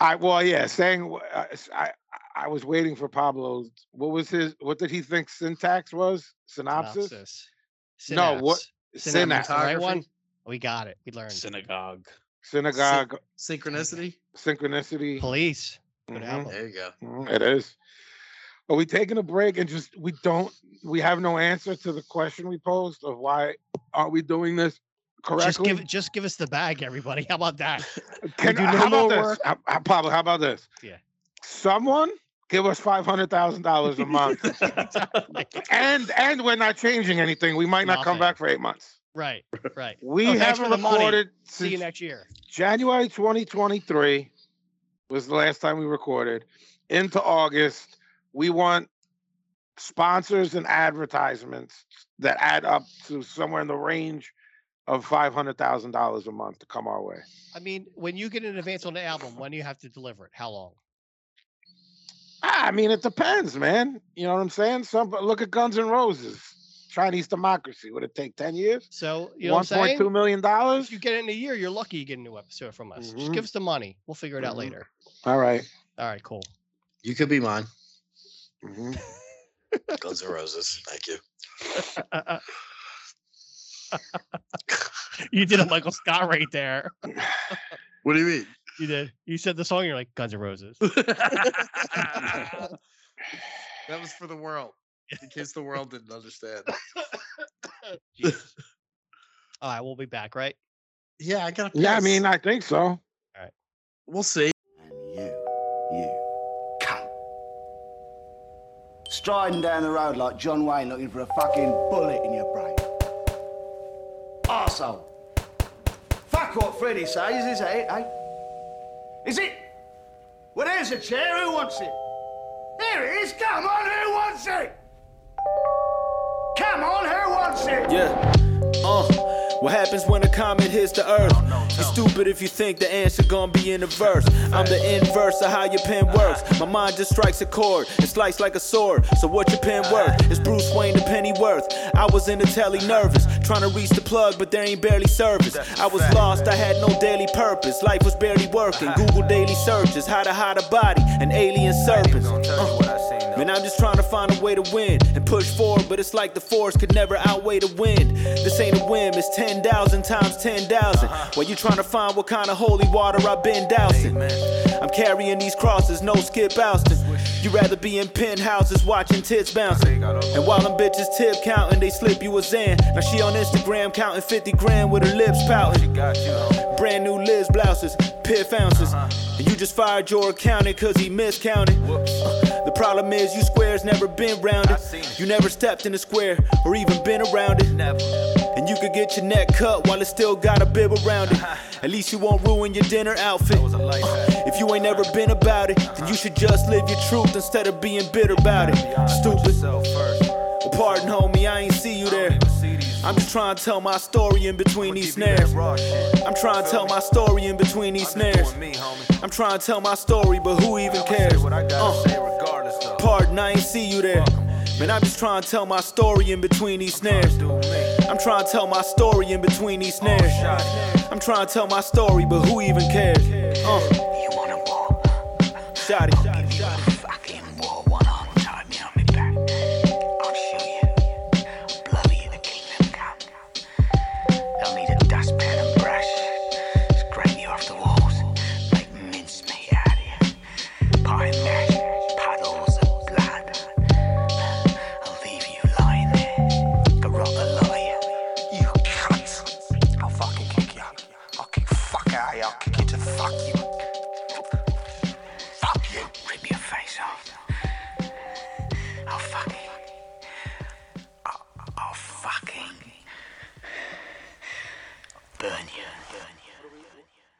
I well, yeah. Saying wh- I, s- I, I was waiting for Pablo's. What was his? What did he think syntax was? Synopsis. Synopsis. No, what- Synapse. Synapse. Synapse. the Right one. We got it. We learned. Synagogue. Synagogue. Synchronicity. Synchronicity. Police. Good Mhm. album. There you go. Mhm, It is. Are we taking a break and just we don't we have no answer to the question we posed of why are we doing this correctly? Just give just give us the bag, everybody. How about that? Can, do uh, no how about more this? work. How, how- Pablo, how about this? Yeah. Someone give us five hundred thousand dollars a month, and and we're not changing anything. We might not come Nothing. back for eight months. right, right. We Oh, thanks haven't for the money. recorded See you since next year. January 2023 was the last time we recorded. Into August, we want sponsors and advertisements that add up to somewhere in the range of $500,000 a month to come our way. I mean, when you get an advance on the album, when do you have to deliver it? How long? Ah, I mean, it depends, man. You know what I'm saying? Some look at Guns N' Roses, Chinese Democracy. Would it take 10 years? So you know what I'm saying? $1.2 million? If you get it in a year, you're lucky you get a new episode from us. Just Mhm. give us the money. We'll figure it out Mhm. later. All right. All right, cool. You could be mine. Mhm. Guns N' Roses. Thank you. you did a Michael Scott right there. What do you mean? You did. You said the song. You're like Guns N' Roses. that was for the world. In case the world didn't understand. All right, we'll be back, right? Yeah, I got. Yeah, I mean, I think so. we'll see. And you, you, come. Striding down the road like John Wayne looking for a fucking bullet in your brain. Arsehole. Fuck what Freddie says, is that it, eh? Is it? Well, there's a chair, who wants it? There it is, come on, who wants it? Come on, who wants it? Yeah. Uh, what happens when a comet hits the earth? It's stupid if you think the answer gonna be in the verse. I'm the inverse of how your pen works. My mind just strikes a chord and slices like a sword. So what your pen worth? It's Bruce Wayne to Pennyworth. I was in the telly nervous, trying to reach the plug, but there ain't barely service. I was lost, I had no daily purpose. Life was barely working. Google daily searches, how to hide a body, an alien serpent. Uh, Man, I'm just trying to find a way to win and push forward, but it's like the force could never outweigh the wind. This ain't a whim, it's 10,000 times 10,000. While you trying to find what kind of holy water I've been dousing. I'm carrying these crosses, no skip ousting. you rather be in penthouses watching tits bouncing. And while them bitches tip counting, they slip you a Xan. Now she on Instagram counting 50 grand with her lips pouting. Brand new Liz blouses, piff ounces. And you just fired your accountant cause he miscounted. Uh, The problem is you squares never been rounded. You never stepped in a square or even been around it. And you could get your neck cut while it still got a bib around it. At least you won't ruin your dinner outfit. Uh, If you ain't never been about it, then you should just live your truth instead of being bitter about it. Stupid. Well, pardon, homie, I ain't see you there. I'm just trying to tell my story in between these snares. I'm trying to tell my story in between these snares. I'm trying to tell my story, but who even cares? Uh, Pardon, I ain't see you there. Man, I'm just trying to tell my story in between these snares. I'm trying to tell my story in between these snares. I'm trying to tell my story, but who even cares? Uh. You wanna war? Shot it. Fucking war one on time, yeah, me back. I'll show you. Bloody the kingdom come. They'll need a dustpan and brush. Scrape you off the walls. Make mincemeat out of you. Pie and mash, puddles of blood. I'll leave you lying there. The rotter liar. You cunt. I'll fucking kick you. I'll kick fuck out of you. I'll kick you to fuck you. Fuck you. Rip your face off. I'll fucking. I'll, I'll fucking. Burn you.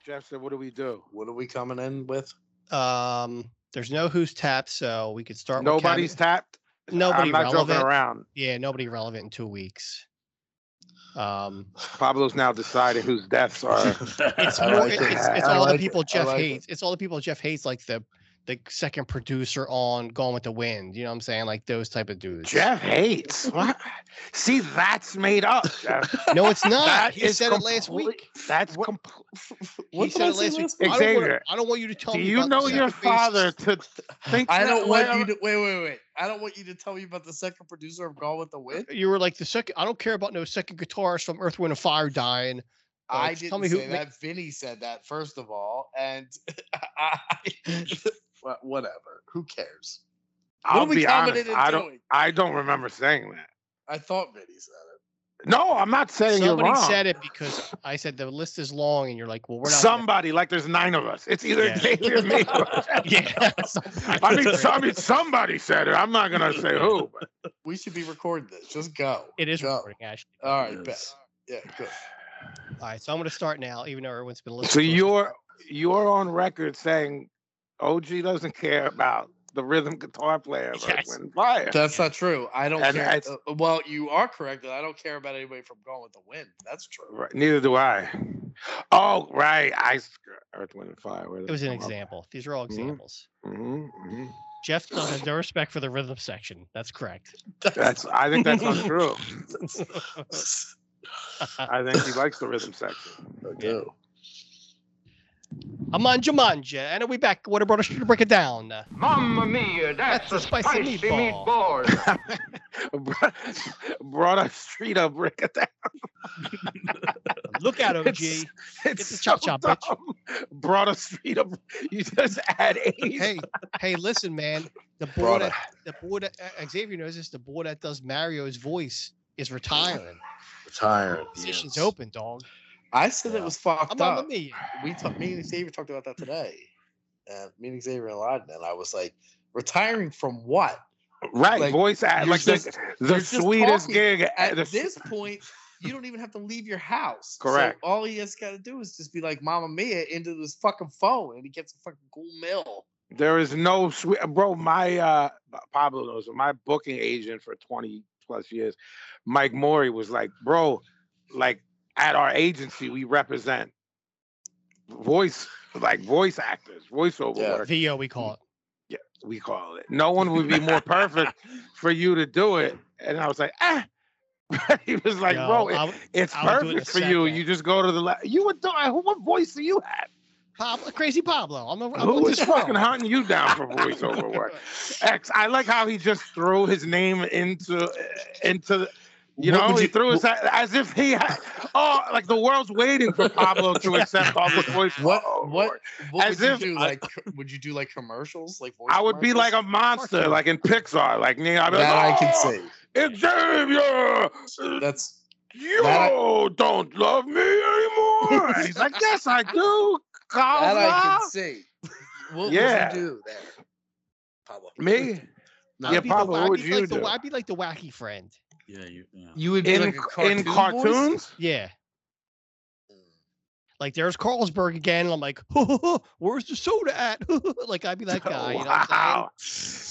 Jeff said, "What do we do? What are we coming in with? Um, there's no who's tapped, so we could start. Nobody's with tapped. Cam- nobody I'm not relevant. joking around. Yeah, nobody relevant in two weeks. Um, Pablo's now decided whose deaths are. it's I more. like it's, it. it's- it's I all like the people it. I Jeff like it. hates. It's all the people Jeff hates, like the the second producer on Gone with the Wind. You know what I'm saying? Like those type of dudes. Jeff hates. What? See, that's made up. Jeff. No, it's not. That he is said it last complete- week. That's complete. He said it last week. week? I don't, want, Xavier, I don't want you to tell Do me. you about the know your second basis. father to think? I don't that want way? you to wait, wait, wait. I don't want you to tell me about the second producer of Gone with the Wind. You were like the second. I don't care about no second guitarist from Earth, Wind, and Fire dying. Uh, I just didn't tell me who- say that. Vinny said that first of all, and I, Wha- whatever. Who cares? What I'll are we be coming honest. in and I don't. doing? I don't remember saying that. I thought Vinny said it. No, I'm not saying Somebody you're wrong. said it because I said the list is long, and you're like, well, we're not. gonna- Somebody, like there's nine of us. It's either Yeah. Xavier or me. yeah. so- I mean, some, I mean, somebody said it. I'm not gonna say who. But We should be recording this. Just go. it is go. recording actually. All right, bet. Yes. Yeah, good. All right, so I'm gonna start now, even though everyone's been listening. so to us. you're you're on record saying OG doesn't care about the rhythm guitar player. of Yes. Earth, Wind, and Fire. That's not true. I don't And care. it's- uh, well, you are correct that I don't care about anybody from Gone with the Wind. That's true. Right, neither do I. Oh, right. I Earth, Wind, and Fire. It was an example. These are all examples. hmm Jeff still has no respect for the rhythm section. That's correct. That's. I think that's untrue. I think he likes the rhythm section. Go. Amanja Manja, and we back. What a brother to break it down. Mamma mia, That's a spicy meatball. Brought- Brought a street up, break it down. Look out, OG. It's- It's the so chop-chop, bitch. dumb. Brought a street up. You just add eight. hey, hey, listen, man. The boy Brother. that the boy that uh, Xavier knows this. The boy that does Mario's voice is retiring. Retired. Position's yes. open, dog. I said it Yeah. was fucked I'm on up. me. We talked. Me and Xavier talked about that today. Uh, me and Xavier and Laden, and I was like, retiring from what? right, like, voice act you're like the- just- the, you're just sweetest talking gig. At the- this point, you don't even have to leave your house. So Correct. all he has got to do is just be like, "Mama Mia," into this fucking phone, and he gets a fucking cool mail. There is no sweet, bro. My uh, Pablo knows my booking agent for 20 plus years, Mike Morey, was like, bro, like at our agency, we represent voice, like voice actors, voiceover Yeah. work, VO, we call it. we call it. No one would be more perfect for you to do it. And I was like, ah. he was like, Yo, bro, it- I would- it's I would do it in perfect a for you. second. You just go to the left. You would do it. What voice do you have? Pablo, crazy Pablo. I'm, over- I'm Who with is this fucking world. hunting you down for voiceover work? X. I like how he just threw his name into into the- you What know would he you- threw his as if he had, oh like the world's waiting for Pablo to accept all the voice. What? oh, What? Lord. What As would you if do? I- Like, co- would you do like commercials? Like, voice I would be like commercials? a monster, like in Pixar, like you know, I'd be that I like, can "Oh, see. Xavier, That's you That don't love me anymore. And he's like, yes, I do. Carl, that I can see. What Oh, Yeah. would you do there, Pablo? me. I'd Yeah, be the Pablo, what wacky- would you like the- do? I'd be like the wacky friend. Yeah, you. Yeah. You would be In, like a cartoon in voice? cartoons, Yeah. Like there's Carlsberg again, and I'm like, where's the soda at? like I'd be that guy. You know what I'm saying? Wow.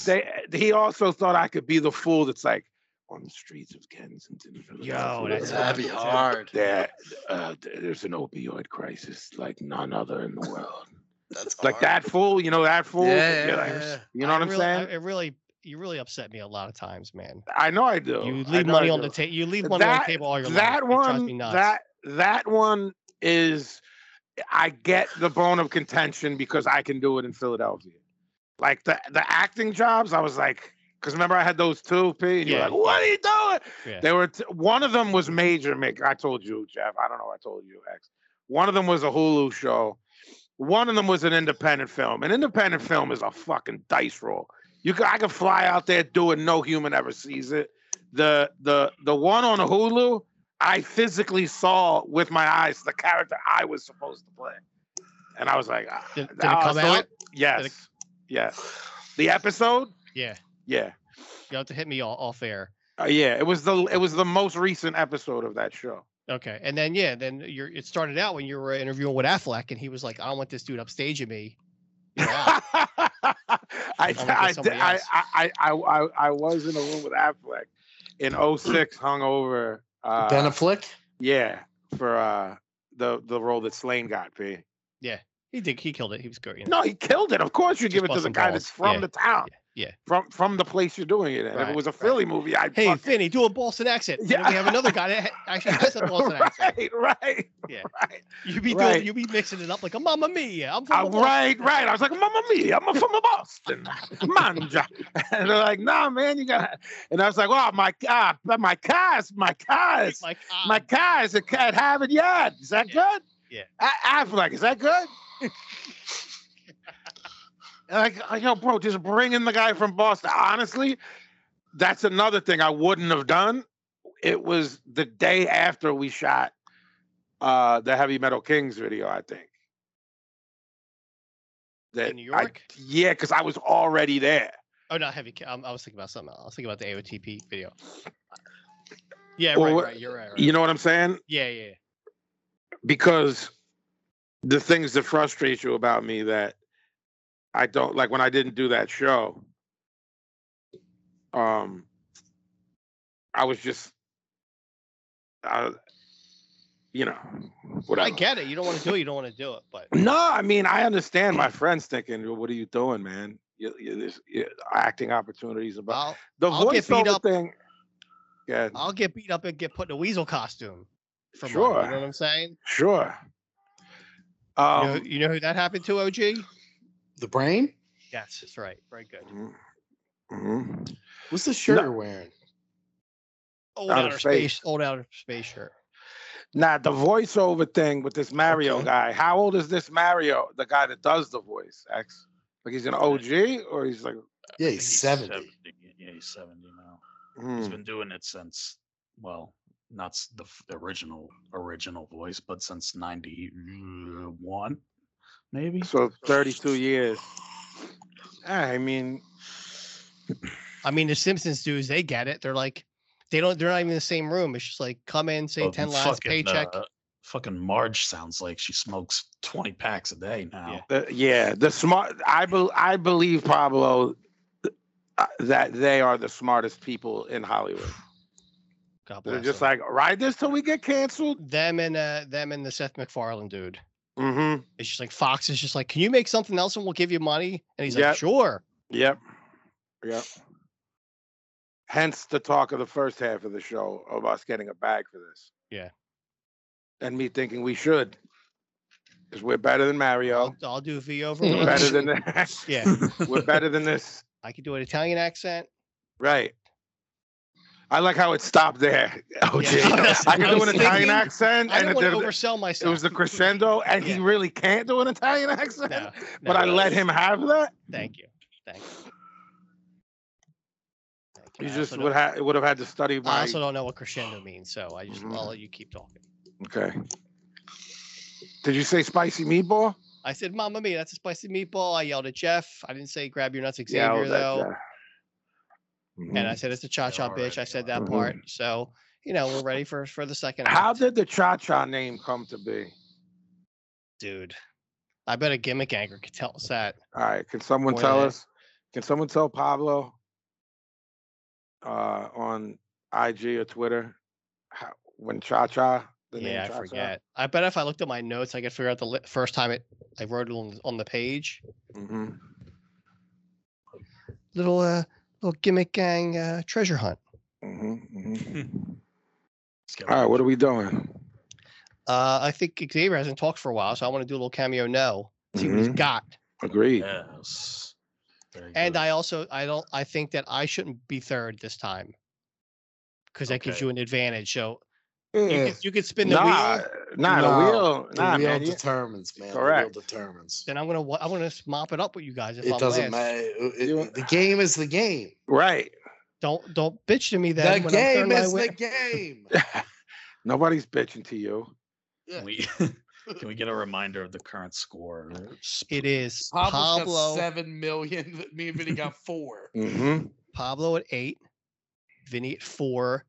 They he also thought I could be the fool that's like on the streets of Kensington. Philadelphia, that's- That'd be hard. there, uh, there's an opioid crisis like none other in the world. That's like hard. that fool, you know that fool. Yeah, You're yeah, like, yeah. you know what I I'm really- I- saying? It really you really upset me a lot of times, man. I know I do. You I leave know money I on the do. table. You leave money on the That- table all your life. That It drives me one, nuts. that that one is, I get the bone of contention because I can do it in Philadelphia. Like the the acting jobs, I was like, because remember I had those two. P, and you were Yeah, like, what are you doing? Yeah. They were t- one of them was major. Mick, I told you, Jeff. I don't know. I told you, X. One of them was a Hulu show. One of them was an independent film. An independent film is a fucking dice roll. You could, I could fly out there, do it. No human ever sees it. The the the one on Hulu, I physically saw with my eyes the character I was supposed to play, and I was like, ah, Did- did it ah, come so out? it- yes, yes. The episode, yeah, yeah. you have to hit me all off air. Uh, yeah, it was the it was the most recent episode of that show. Okay, and then yeah, then you're. It started out when you were interviewing with Affleck, and he was like, "I don't want this dude upstaging me." You're out. I, I, gonna get I, somebody I, else. I, I, I, I was in a room with Affleck in 06 hungover. Uh, Ben Affleck? yeah, for uh, the the role that Slane got. P. he did. He killed it. He was good. you know. No, he killed it. Of course, you Just give it to the busting guy that's balls. from Yeah, the town. yeah, yeah. From from the place you're doing it. In. if Right, it was a right. Philly movie, I'd Hey, fuck- Vinny, do a Boston accent. Yeah, Yeah. we have another guy that ha- actually has a Boston accent. right, right, Yeah. right. You be Right. doing, you be mixing it up like a Mamma Mia. I'm I, from a Boston right, right. I was like, Mamma mia, I'm from Boston, manja. And they're like, Nah, man, you got. And I was like, Wow, my God, but my cars, my cars, like, ah, my cars at at Harvard Yard. Is that good? Yeah. I, I like, is that good? And like, I yo, bro, just bring in the guy from Boston. Honestly, that's another thing I wouldn't have done. It was the day after we shot uh the Heavy Metal Kings video, I think. That New I- York? yeah, because I was already there. oh, not heavy. ca- Um, I was thinking about something. Else. I was thinking about the AOTP video. Yeah, Well, right, what- right. You're right. right. You know what I'm saying? yeah, yeah. yeah. because the things that frustrate you about me that I don't like when I didn't do that show. Um, I was just, I, you know, whatever. I get it. You don't want to do it. You don't want to do it. But No, I mean I understand my friends thinking, "Well, "What are you doing, man? You, you, this, you, acting opportunities about I'll, the I'll get beat voiceover up. thing." Yeah, I'll get beat up and get put in a weasel costume. For money, Sure. you know what I'm saying? sure. you, know, Um, you know who that happened to, OG? The brain? Yes, that's right. Very good. mhm. What's the shirt you're wearing? Old Outer outer Space. space. Old outer space shirt. Nah, the voiceover thing with this Mario Okay. guy. How old is this Mario, the guy that does the voice? X, like he's an OG or he's like, Yeah, think he's 70. Yeah, he's 70 now. hmm, He's been doing it since, well, not s- the f- original original voice, but since 91, maybe. so 32 years. Ah, I mean, I mean, the Simpsons dudes, they get it. They're like, they don't. They're not even in the same room. It's just like, come in, say Oh, ten lines, paycheck. uh, fucking Marge sounds like she smokes 20 packs a day now. the, yeah, the smart. I bel I believe Pablo uh, that they are the smartest people in Hollywood. God They're bless just them. like ride this till we get canceled. them and uh, them and the Seth MacFarlane dude. Mm-hmm. It's just like Fox is just like, can you make something else and we'll give you money? And he's Yep. like, sure. Yep. Yep. Hence the talk of the first half of the show of us getting a bag for this. Yeah. And me thinking we should. Because we're better than Mario. I'll, I'll do a V over. We're Willis. better than that. yeah, we're better than this. I could do an Italian accent. Right. I like how it stopped there. Oh, Yeah, gee. that's- I can I do was an Italian thinking- accent. I And don't it, want to did- oversell it myself. was the crescendo, and he Yeah. really can't do an Italian accent. No, but no, I let him have that. Thank you. Thank you. Thank I You just also would don't- have would have had to study I my also don't know what crescendo means, so I just I'll Mhm. let you keep talking. Okay. Did you say spicy meatball? I said, "Mamma mia, that's a spicy meatball." I yelled at Jeff. I didn't say "grab your nuts, Xavier," well, that- though. yeah. And Mhm. I said, "It's a cha-cha, bitch." I alright, said that alright. part. So you know, we're ready for for the second. Mm-hmm. How act. did the cha cha name come to be? dude? I bet a gimmick anchor could tell us that. All right. Can someone Boy, tell that- us? Can someone tell Pablo uh, on IG or Twitter how, when cha cha? yeah, I forget. I bet if I looked at my notes, I could figure out the li- first time it I wrote it on, on the page. Mm-hmm. Little uh, little gimmick gang uh, treasure hunt. Mm-hmm, Skip. All right, what are we doing? Uh, I think Xavier hasn't talked for a while, so I want to do a little cameo now. See what he's Mm-hmm. Mhm. got. Uh, Agreed. Yes. Very And good. I also I don't I think that I shouldn't be third this time because that gives Okay. you an advantage. So you, Eh, Yeah. could, you could spin the Nah, wheel. nah, the No, wheel, The nah, wheel man. you- determines, man. Correct. The wheel determines. Then I'm gonna wa- I'm gonna s- mop it up with you guys. If It I'm last. doesn't matter. It- it- You- the game is the game. Right. Don't don't bitch to me The then. when I'm game third and I is the win. game. Nobody's bitching to you. Can we can we get a reminder of the current score? It is Pablo's got Pablo seven million. Me and Vinny got four. Mm-hmm. Pablo at eight, Vinny at four,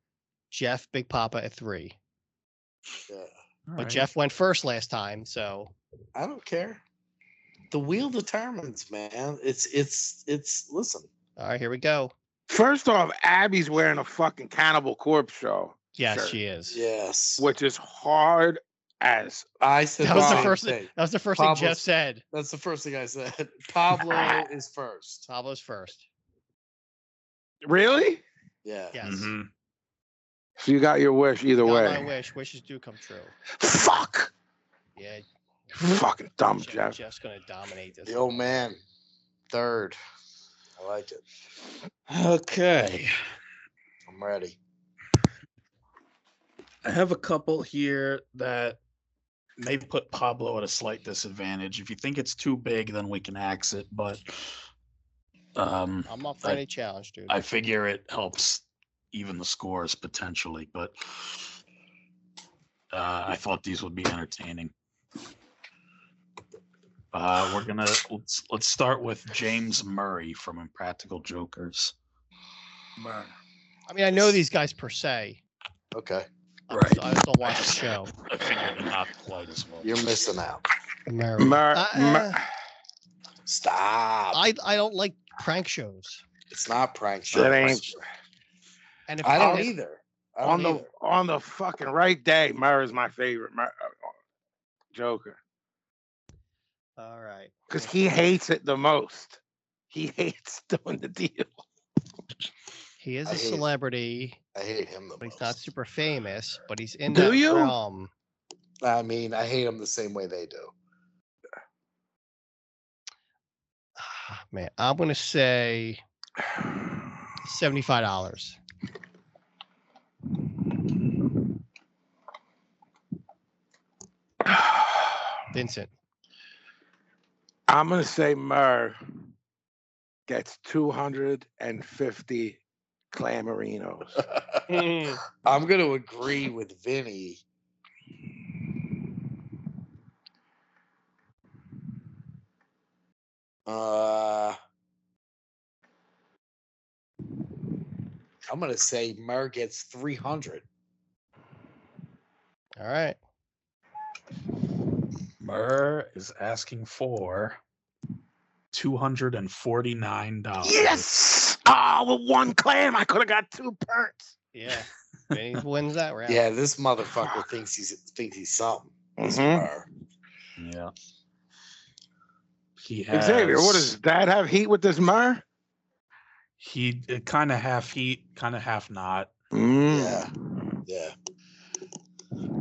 Jeff Big Papa at three. Yeah. All But right. Jeff went first last time, so I don't care. The wheel determines, man. It's it's it's. Listen, all right, here we go. First off, Abby's wearing a fucking Cannibal Corpse show, Yes, Sure. she is. yes. which is hard as. I said That was the same first thing. That was the first thing Jeff Pablo's- said. That's the first thing I said. Pablo is first. Pablo's first. Really? Yeah. Yes. Mhm. So you got your wish either Got way. my wish. Wishes do come true. Fuck. Yeah, Mm-hmm. Fucking dumb, Jeff, Jeff. Jeff's gonna dominate this. The old man, third. I like it. Okay. I'm ready. I have a couple here that may put Pablo at a slight disadvantage. If you think it's too big, then we can axe it. But um, I'm up for I- any challenge, dude. I figure it helps even the scores potentially. But uh, I thought these would be entertaining. Uh, we're gonna let's let's start with James Murray from Impractical Jokers. I mean, I know these guys per se. I Okay. just- Right. I just don't watch the show. I figured not quite as well. You're missing out. Mary. Mer- Uh, mer- uh, Stop. I I don't like prank shows. it's not prank That show. ain't- And if I don't it- either. I don't on the either. uh. on the fucking right day, Murr is my favorite Murr, uh, Joker All right. because he hates it the most. He hates doing the deal. He is I a hate it. celebrity, I hate him the but he's most. not super famous. But he's in Do that you? realm. I mean, I hate him the same way they do. Ah, Man, I'm gonna say seventy-five dollars. Vincent. I'm gonna say Murr gets 250 clamorinos. Hmm. I'm going to agree with Vinny. Uh, I'm going to say Murr gets 300. All right. Murr is asking for two hundred and forty nine dollars. Yes! Oh, with one clam, I could have got two perks. Yeah. Vinny wins that round. Yeah, this motherfucker thinks he's thinks he's something. This Mm-hmm. Murr. Yeah. He has Xavier, what does Dad have heat with this Murr? he kind of half heat, kind of half not. Mm. Yeah. Yeah.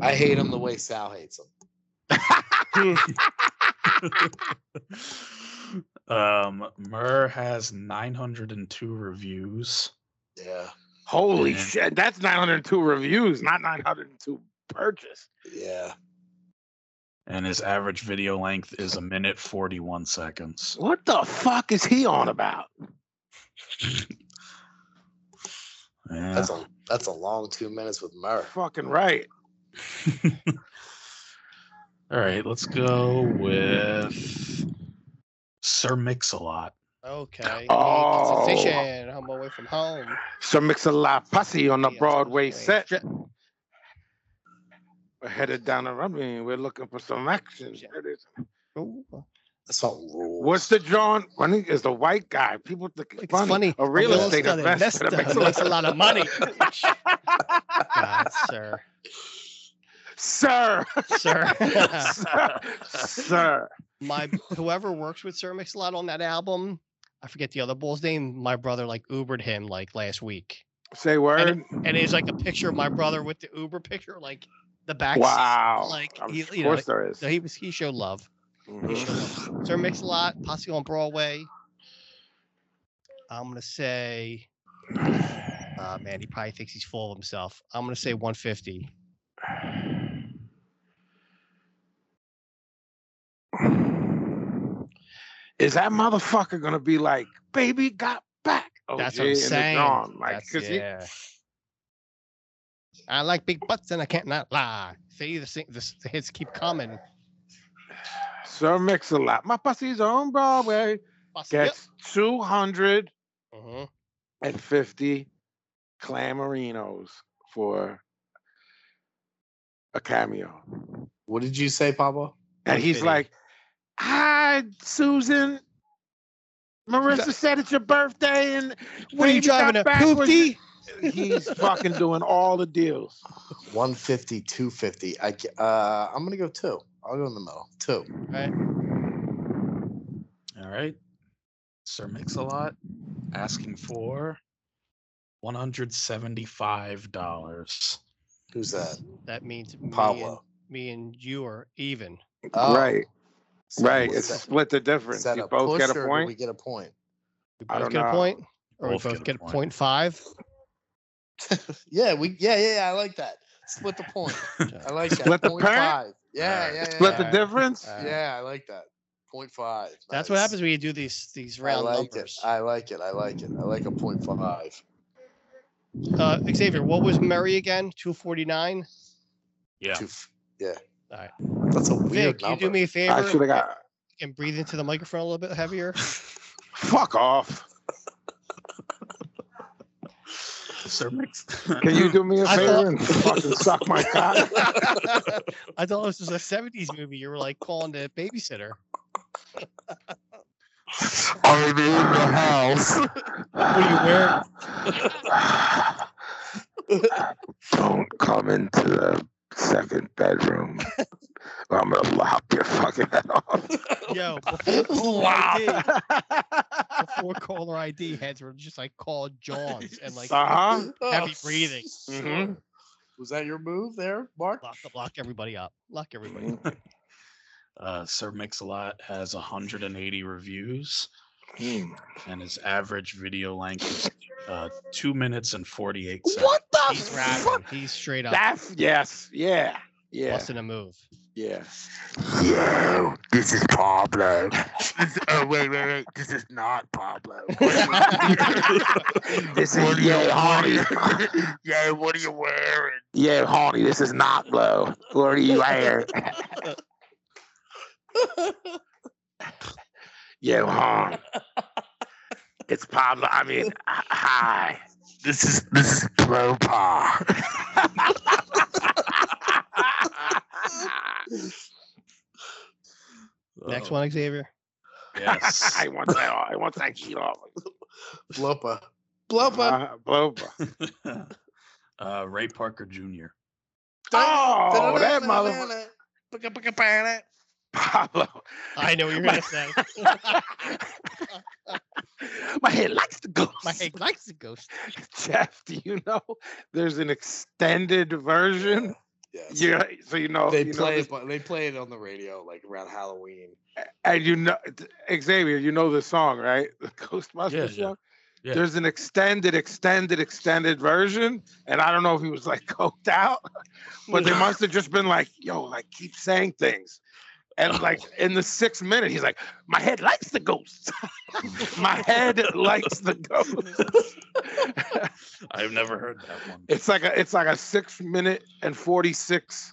I hate him the way Sal hates him. um Murr has nine hundred and two reviews. Yeah. Holy Yeah. shit, that's 902 reviews, not 902 purchase. Yeah. And his average video length is a minute forty one seconds. What the fuck is he on about? Yeah. That's a that's a long two minutes with Murr. Fucking right. All right, let's go with Sir Mix-a-Lot. Okay. Oh. Sensation. I'm away from home. So mix a lot pussy on the Yeah, Broadway Broadway. set. We're headed down the runway. We're looking for some action. Yeah. There it is. Ooh, That's not rules. What's the John? Funny is the white guy. People think it's, It's funny. funny. A real estate investor. investor that makes a makes lot- a lot of money. God, sir, Sir, sir. sir, sir. My whoever works with Sir Mix-a-Lot on that album, I forget the other bull's name. My brother like Ubered him like last week, Say word. and it's like a picture of my brother with the Uber picture, like the back. seat. wow. like, Of you- course you know, there is. So he was he showed love. He showed Mhm. love. Sir Mix a Lot, Posse on Broadway. I'm gonna say, uh, man, he probably thinks he's full of himself. I'm gonna say 150. Is that motherfucker gonna be like, baby got back? Oh, That's what I'm yeah, and they're saying. gone. Like, That's- 'cause he- yeah. I like big butts and I can't not lie. See the sing- the, s- the hits keep coming. Sir Mix a lot. My pussy's on Broadway. Posse, yep. Gets two hundred Mhm. and fifty clamorinos for a cameo. What did you say, Pablo? And he's 150. like, Hi, Susan. Marissa said it's your birthday and What are you baby got driving a back was- poopy? He's fucking doing all the deals. 150, 250. I, g- uh, I'm going to go two. I'll go in the middle. Two. All right. Sir Mix-a-Lot asking for one hundred seventy-five dollars. Who's that? That means me and, Pablo. me and you are even. Oh, right, so right. what's It's that? split the Is difference. that You a both push get or a do point. We get a point. We I both don't get a know. point, or we both get a point five. Yeah, we. Yeah, yeah, yeah. I like that. Split the point. I like that. Split the point parent? five. Yeah, yeah, yeah. Split the yeah. Alright. difference. Uh, Yeah, I like that. Point five. That's what nice. happens when you do these these I round like it. numbers. I like it. I like it. I like a point five. Uh, Xavier, what was Murray again? 249. Yeah. Two f- yeah. Alright. That's a weird Vic, you number. do me a favor I should have got. and breathe into the microphone a little bit heavier. Fuck off. Sir Mix. Can you do me a I favor thought- and fucking suck my cock? I thought this was a 70s movie. You were like calling the babysitter. I'm in the house. Don't come into the second bedroom. or I'm gonna lop your fucking head off. Yo, before caller ID, before caller ID heads were just like called Johns and like Uh huh. heavy breathing. Oh, Sure. Was that your move there, Mark? lock, lock everybody up. Lock everybody. up. Uh, Sir Mix-a-Lot has 180 reviews, Hmm. and his average video length is uh, two minutes and 48 seconds. What the He's fuck? rapping. He's straight up That's yes, yeah, yeah, busting a move. yeah. Yo, this is Pablo. This- oh, wait, wait, wait. This is not Pablo. This What is are you yeah, honey. wearing? Yo, what are you wearing? Yeah, honey. This is not blow. What are you wearing? yeah, hon. It's Pablo. I mean, h- hi. This is this is Plopa. Next Oh, one, Xavier. Yes. I want that. I want that heat off. Blopa. Blopa. Uh, blow. uh, Ray Parker Jr. Oh, that motherfucker. Pablo. I know what you're gonna say. My head likes to go. My head likes the ghost. Jeff, do you know there's an extended version? Yes. Yeah, so you know They you know play this- it, but they play it on the radio like around Halloween. and you know Xavier, you know the song, right? The Ghostbusters Yeah, yeah, song. yeah. There's an extended, extended, extended version, and I don't know if he was like coked out, but they must have just been like, "Yo, like keep saying things," and like in the sixth minute, he's like, "My head likes the ghosts. My head likes the ghosts." I've never heard that one. It's like a it's like a six minute and forty six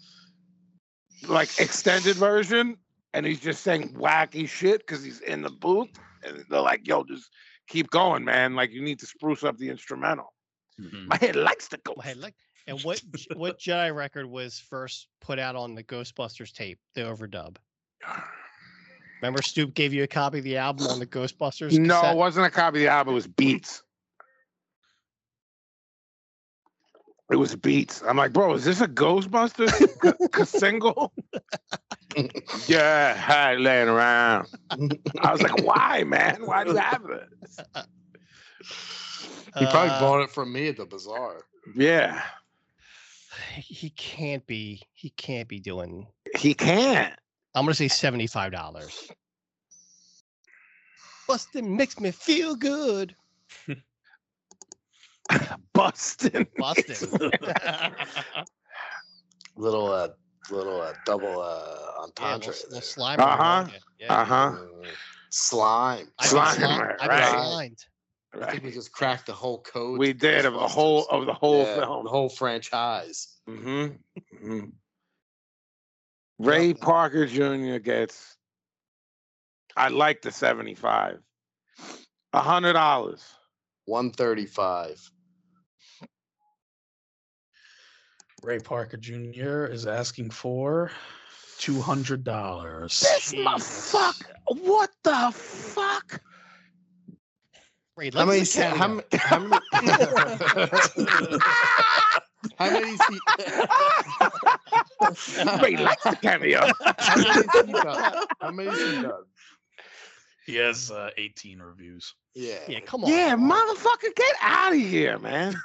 like extended version, and he's just saying wacky shit because he's in the booth, and they're like, "Yo, just keep going, man. Like you need to spruce up the instrumental." Mhm. My head likes to go. My head like. And what j- what Jedi record was first put out on the Ghostbusters tape, the overdub? Remember, Stoop gave you a copy of the album on the Ghostbusters. No, it cassette? wasn't a copy of the album. It was Beats. It was Beats. I'm like, bro, is this a Ghostbusters c- c- single? yeah, hi, laying around. I was like, why, man? Why do you have it? He probably Uh, bought it from me at the bazaar. Yeah, He can't be. He can't be doing. he can't. I'm gonna say seventy-five dollars. Bustin makes me feel good. Busting. Bustin. Little uh, little uh, double uh, yeah, entendre. we'll, there. we'll slime. Uh-huh. around ya. Yeah. Uh huh. Mm, slime. I've slime been, sli- her, I've been right. slimed. I think we just cracked the whole code. We to did of the Ghostbusters. whole of the whole Yeah, film. the whole franchise. Mm-hmm. Ray Parker Jr. gets. I like the seventy-five. A hundred dollars. One thirty-five. Ray Parker Jr. is asking for two hundred dollars. This motherfucker. What the fuck? Great, How let's many? look sa- at How it. many? How many? how many? seat- Ray likes the cameo. how many seat belt- How many? seat belt? He has uh, eighteen reviews. Yeah. Yeah, come on. yeah, motherfucker, get out of here, man.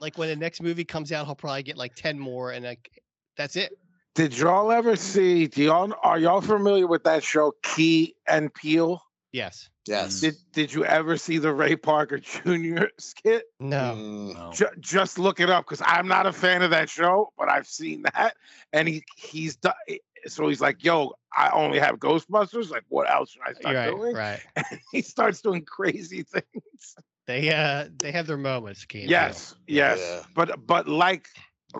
Like when the next movie comes out, he'll probably get like ten more, and like that's it. Did y'all ever see? Do y'all are y'all familiar with that show Key and Peel? Yes. Yes. Did Did you ever see the Ray Parker Jr. skit? No. Mm, No. Ju- just look it up because I'm not a fan of that show, but I've seen that, and he he's done. So he's like, "Yo, I only have Ghostbusters. Like, what else should I start You're right. doing?" Right. He starts doing crazy things. They uh they have their moments. Key and Peele. yes, yes, Yeah. but but like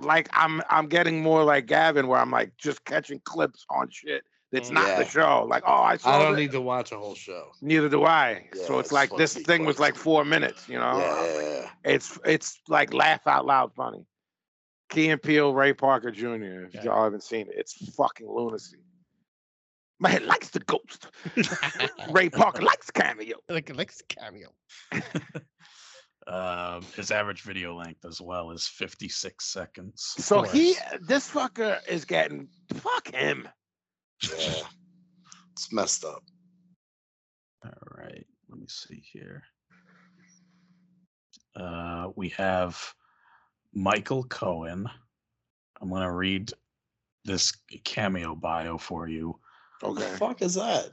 like I'm I'm getting more like Gavin, where I'm like just catching clips on shit that's not the Yeah. show. Like, oh, I saw. I don't thi- need to watch a whole show. Neither do I. Yeah, so it's it's like fucking this thing was crazy. like four minutes. You Oh. know, Yeah. It's it's like laugh out loud funny. Key and Peele, Ray Parker Jr. If Okay. y'all haven't seen it, it's fucking lunacy. My head likes the ghost. Ray Parker likes cameo. Like Lex cameo. Um, his average video length as well is fifty-six seconds. So he, this fucker is getting fuck him. Yeah. It's messed up. All right, let me see here. Uh, we have Michael Cohen. I'm gonna read this cameo bio for you. What the fuck is that?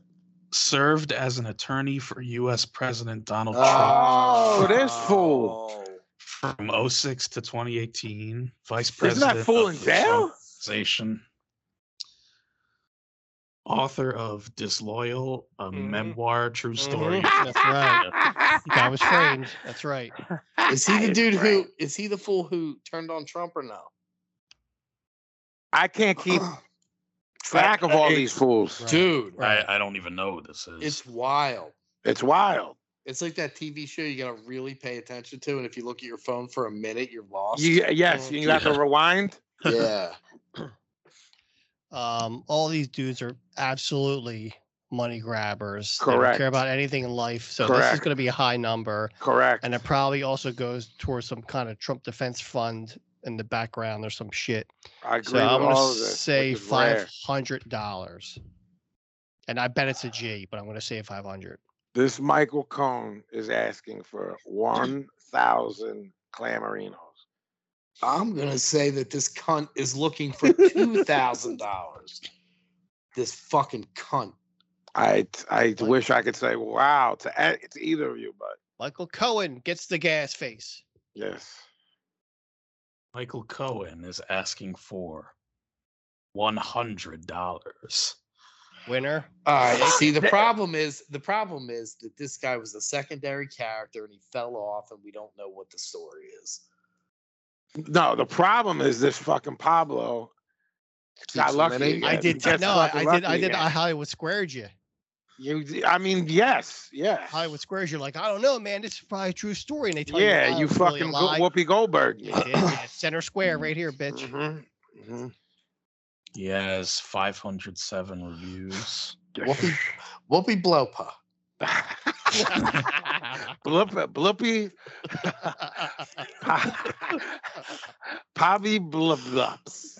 Served as an attorney for U.S. President Donald Trump Oh, this fool. from 06 to 2018. Vice Isn't president. that fool in of the jail? Trump organization. Author of Disloyal, a Mm-hmm. Mhm. memoir, true story. Mhm, That's right. I was framed. That's right. Is he the It's dude who great. is he the fool who turned on Trump or no? I can't keep track of all these fools. Right. Dude, Right. I, I don't even know what this is. it's wild. It's wild. It's like that TV show you gotta really pay attention to, and if you look at your phone for a minute, you're lost. You, yes, you have to Yeah. rewind. yeah. Um, all these dudes are absolutely money grabbers. They don't Correct. care about anything in life. So this is Correct. going to be a high number, Correct. and it probably also goes towards some kind of Trump defense fund in the background or some shit. I agree So I'm with going all to of this, say which is rare. five hundred dollars, and I bet it's a G, but I'm going to say five hundred. This Michael Cohn is asking for one thousand clamorinos. I'm gonna say that this cunt is looking for two thousand dollars. This fucking cunt. I I wish I could say wow to e- to either of you, but Michael Cohen gets the gas face. yes, Michael Cohen is asking for one hundred dollars. Winner. All right. See, the problem is the problem is that this guy was a secondary character and he fell off, and we don't know what the story is. no. The problem is this fucking Pablo. Got Keeps lucky winning. again. I Yeah, he did. gets No, I, fucking I did. I lucky did. again. I Hollywood squared you. You, d- I mean, yes, yes. Hollywood Squares, you're like, I don't know, man. This is probably a true story. And they tell you, yeah, "Oh, you it's really a fucking go- lie." Whoopi Goldberg. You did, yeah, Center Square right here, bitch. Mhm, mhm. He has five hundred seven reviews. Whoopi, Whoopi Blopa. mm-hmm. Bloop, bloopy, Pobby blub blubs.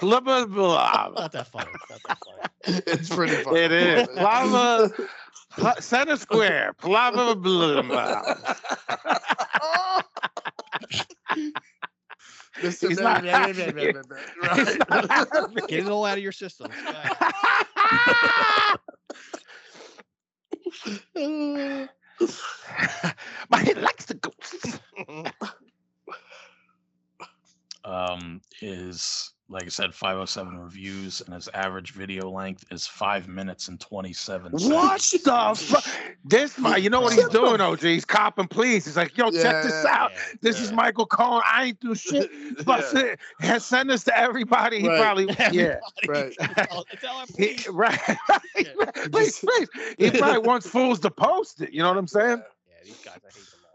blah, blah, blah. Not that funny. Not that funny. it's pretty funny. It is. Plava, pl- center square. Plava, blah, blah, blah. Mr. He's Blah, not blah, blah, happy. blah, blah, blah, blah. Right. Get it all out of your system. Go ahead. My head likes to go. um, is like I said, 507 reviews, and its average video length is five minutes and 27 What seconds. the fu- This, my, you know what he's doing, OG? He's copping, please. He's like, yo, check this Yeah, out. This is yeah. Michael Cohen. I ain't do shit. But Yeah, has sent this to everybody. He Right. probably, yeah. right. Tell- tell him, He, please. right. Yeah. please, please. He probably wants fools to post it. You know what I'm saying? Yeah, these guys, I hate them all.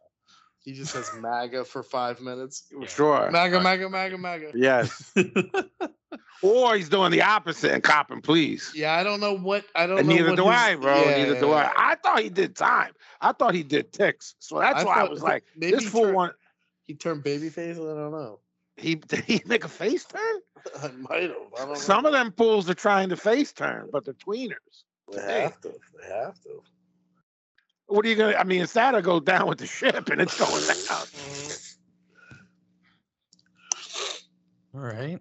He just says MAGA for five minutes. Sure. MAGA, MAGA, MAGA, MAGA. Yes. or he's doing the opposite and copping, please. Yeah, I don't know what I don't And know. neither what do his- I, bro. Yeah, neither yeah, do I. yeah. I thought he did time. I thought he did ticks. So that's why I thought- was like, maybe this he fool turned- want He turned babyface. I don't know. he did he make a face turn? I might have. I don't Some know. of them fools are trying to face turn, but they're tweeners. They have to. They have to. What are you gonna I mean, it's that or go down with the ship and it's going down. All right.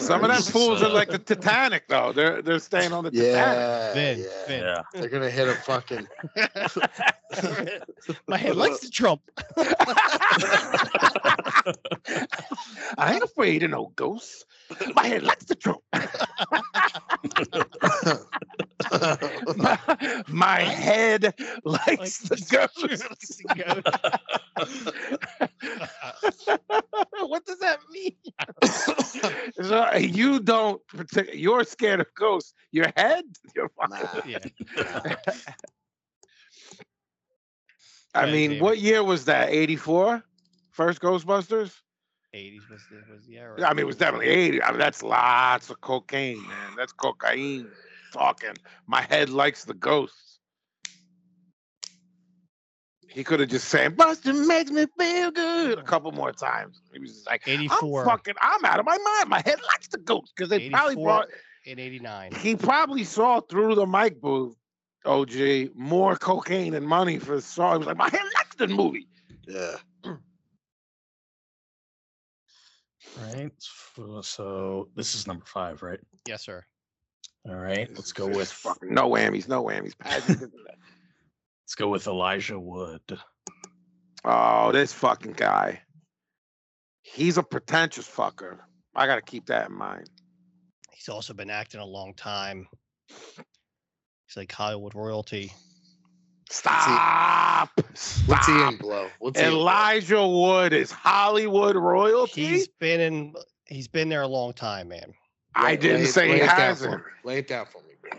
Some of them fools are like the Titanic though. They're they're staying on the Titanic. Yeah. Vin, yeah. Vin. Yeah. They're gonna hit a fucking. My head likes to trump. I ain't afraid of no ghosts. My head likes the truth. my, my head likes Likes the ghosts. what does that mean? so you don't. partic- You're scared of ghosts. Your head. You're fine. Yeah. I Yeah, mean, David. what year was that? 84? First Ghostbusters? 80s was the, was the era. I mean, it was definitely 80. I mean, that's lots of cocaine, man. That's cocaine talking. My head likes the ghosts. He could have just said, Buster makes me feel good a couple more times. He was just like, 84. I'm fucking, I'm out of my mind. My head likes the ghosts. Because they probably 84. brought, in 89. he probably saw through the mic booth, OG, more cocaine and money for the song. He was like, my head likes the movie. yeah. Right. So- So this is number five, right? Yes, sir. All right. Let's go Just with fucking no whammies, no whammies. Pageant didn't let's go with Elijah Wood. Oh, this fucking guy. He's a pretentious fucker. I gotta keep that in mind. He's also been acting a long time. He's like Hollywood royalty. Stop. What's he Stop. in, Blow? What's he in? Elijah Wood is Hollywood royalty. He's been in. He's been there a long time, man. I Lay- didn't lay- say he lay it down for hasn't. me. Lay it down for me, Blow.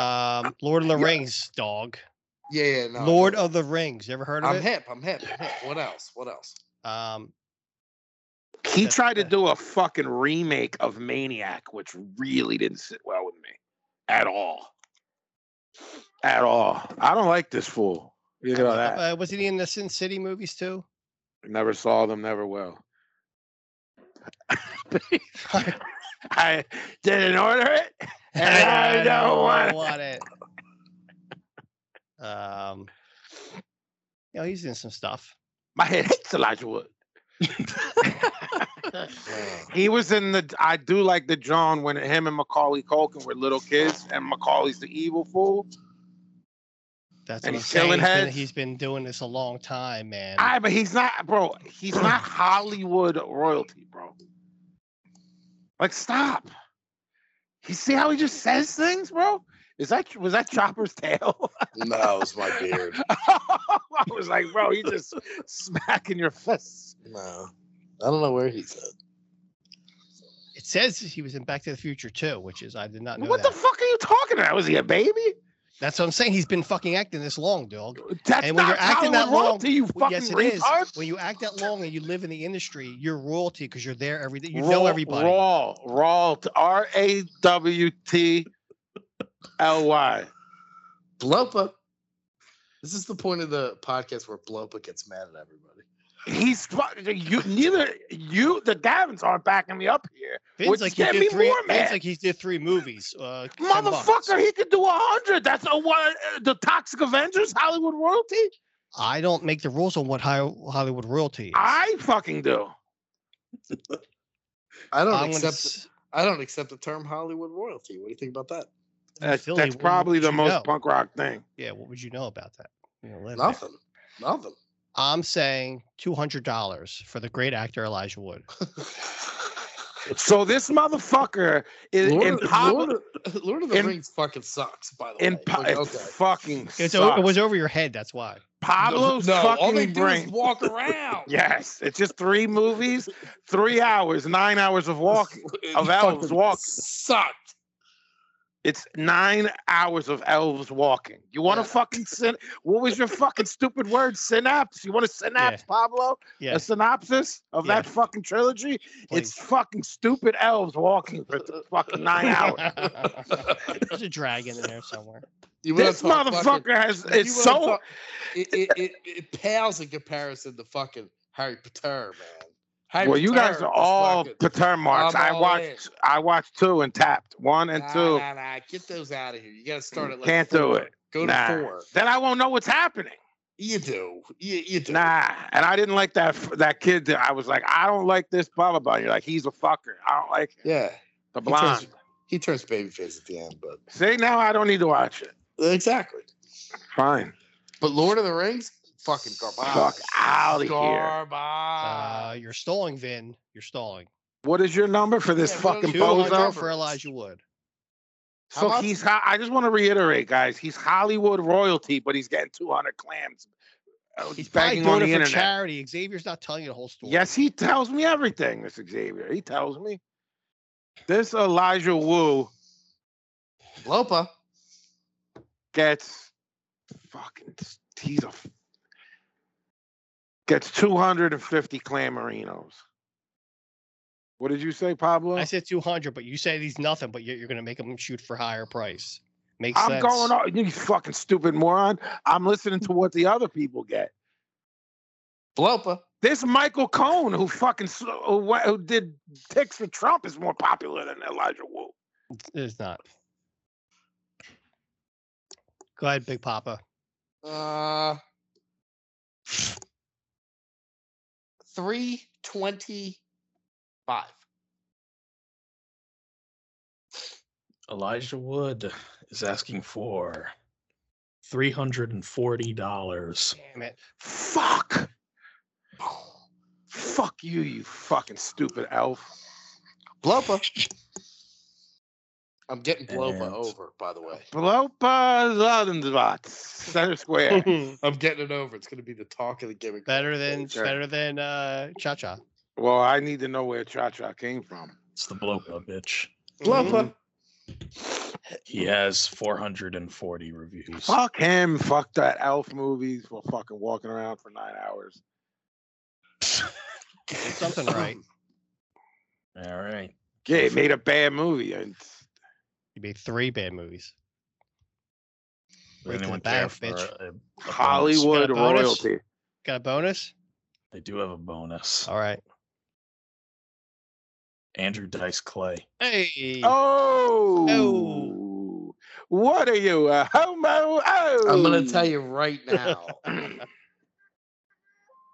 Uh, Um, Lord of the Rings, dog. Yeah, yeah, no. Lord of the Rings. You ever heard of I'm it? hip. I'm hip. I'm hip. What else? What else? Um, He That's tried to the- do a fucking remake of Maniac, which really didn't sit well with me at all. At all. I don't like this fool. You know that. uh, wasn't he in the Sin City movies too? Never saw them, never will. I didn't order it. And I don't want it. it. Um, you know, he's in some stuff. My head hits Elijah Wood. he was in the. I do like the John when him and Macaulay Culkin were little kids, and Macaulay's the evil fool. That's what I'm And he's saying. killing He's been, heads? he's been doing this a long time, man. I but he's not, bro. He's not Hollywood royalty, bro. Like, stop. You see how he just says things, bro? Is that was that Chopper's tail? No, it's my beard. I was like, bro, you just smacking your fists. No. I don't know where he's at. It says he was in Back to the Future too, which is I did not know What that. the fuck are you talking about? Was he a baby? That's what I'm saying. He's been fucking acting this long, dog. That's And when you're not acting that Hollywood long- royalty, you Well, fucking yes, it is. retard. When you act that long and you live in the industry, you're royalty because you're there every day. You know everybody. Raw, raw, R A W T L Y. Blopa. This is the point of the podcast where Blopa gets mad at everybody. he's fu- you. Neither you, the Davins, aren't backing me up here. Finn's Which like he get did me three. more mad. Finn's like he did three movies. Uh, 10 bucks. Motherfucker, he could do a hundred. That's a what? The Toxic Avengers, Hollywood royalty. I don't make the rules on what high, Hollywood royalty. Is. I fucking do. I don't I'm gonna accept. s- I don't accept the term Hollywood royalty. What do you think about that? That's, Philly, that's what- probably what the you most know? punk rock thing. Yeah, what would you know about that? You know, live there. Nothing. Nothing. I'm saying two hundred dollars for the great actor Elijah Wood. So this motherfucker is Lord, in of- Pablo. Lord, of- Lord of the in- Rings fucking sucks. By the in way, pa- Like, it okay. fucking It's o- sucks. it was over your head. That's why. Pablo's no, fucking all they do brain. is walk around. Yes, it's just three movies, three hours, nine hours of walking. It Of elves fucking walking. sucked. It's nine hours of elves walking. You want to Yeah. fucking syn? What was your fucking stupid word? Synapse. You want a synapse, Pablo? Yeah. A synopsis of Yeah. that fucking trilogy? It's fucking stupid elves walking for th- fucking nine hours. There's a dragon in there somewhere. You wanna this talk fucking- motherfucker has you it's wanna so talk- it, it, it, it pales in comparison to fucking Harry Potter, man. Harry well. You guys Potter are is all fucking- Pater marks. I'm I all watched. in. I watched two and tapped one and Nah, two. Nah, nah, get those out of here. You gotta start at like Can't do four. it. Go Nah. to four. Then I won't know what's happening. You do. You, you do. Nah, and I didn't like that f- that kid. That I was like, I don't like this blah blah blah. You're like, he's a fucker. I don't like him. Yeah. the He turns- blonde. He turns babyface at the end, but See now, I don't need to watch it. exactly. Fine. But Lord of the Rings, fucking garbage. Fuck out of here. garbage. Ah. Uh, you're stalling, Vin. You're stalling. What is your number for this Yeah, what fucking is your Two bozo? hundred numbers. for Elijah Wood. So How much? he's. ho- I just want to reiterate, guys. He's Hollywood royalty, but he's getting 200 clams. uh, He's probably begging doing on it the for internet. charity. Xavier's not telling you the whole story. Yes, he tells me everything, this Xavier. He tells me. This Elijah Wu Lopa. gets fucking he's a gets 250 clamorinos. What did you say, Pablo? I said two hundred, but you said he's nothing. But you're, you're going to make him shoot for higher price. Makes I'm sense. going on. You fucking stupid moron. I'm listening to what the other people get. Blopa. This Michael Cohn, who fucking s- who, wa- who did ticks for Trump, is more popular than Elijah Wu. It's not. Go ahead, Big Papa. Uh, three twenty-five. Elijah Wood is asking for three hundred and forty dollars. Damn it. Fuck. Fuck you, you fucking stupid elf. Blopa. I'm getting Blopa And- over, by the way. Blopa Zadenzvat, center square. I'm getting it over. It's going to be the talk of the gimmick. better than Sure. better than uh, Cha Cha. well, I need to know where Cha Cha came from. It's the blow up, bitch. Blopa. He has four hundred and forty reviews. Fuck him. Fuck that elf movies for fucking walking around for nine hours. Did something right. All right. Yeah, he made a bad movie. And You made three bad movies. Breaking Does the anyone care bank, for bitch. a- a bonus? Hollywood bonus? royalty. Got a bonus? I do have a bonus. All right. Andrew Dice Clay. Hey. Oh. No. What are you, a homo? Oh. I'm going to tell you right now.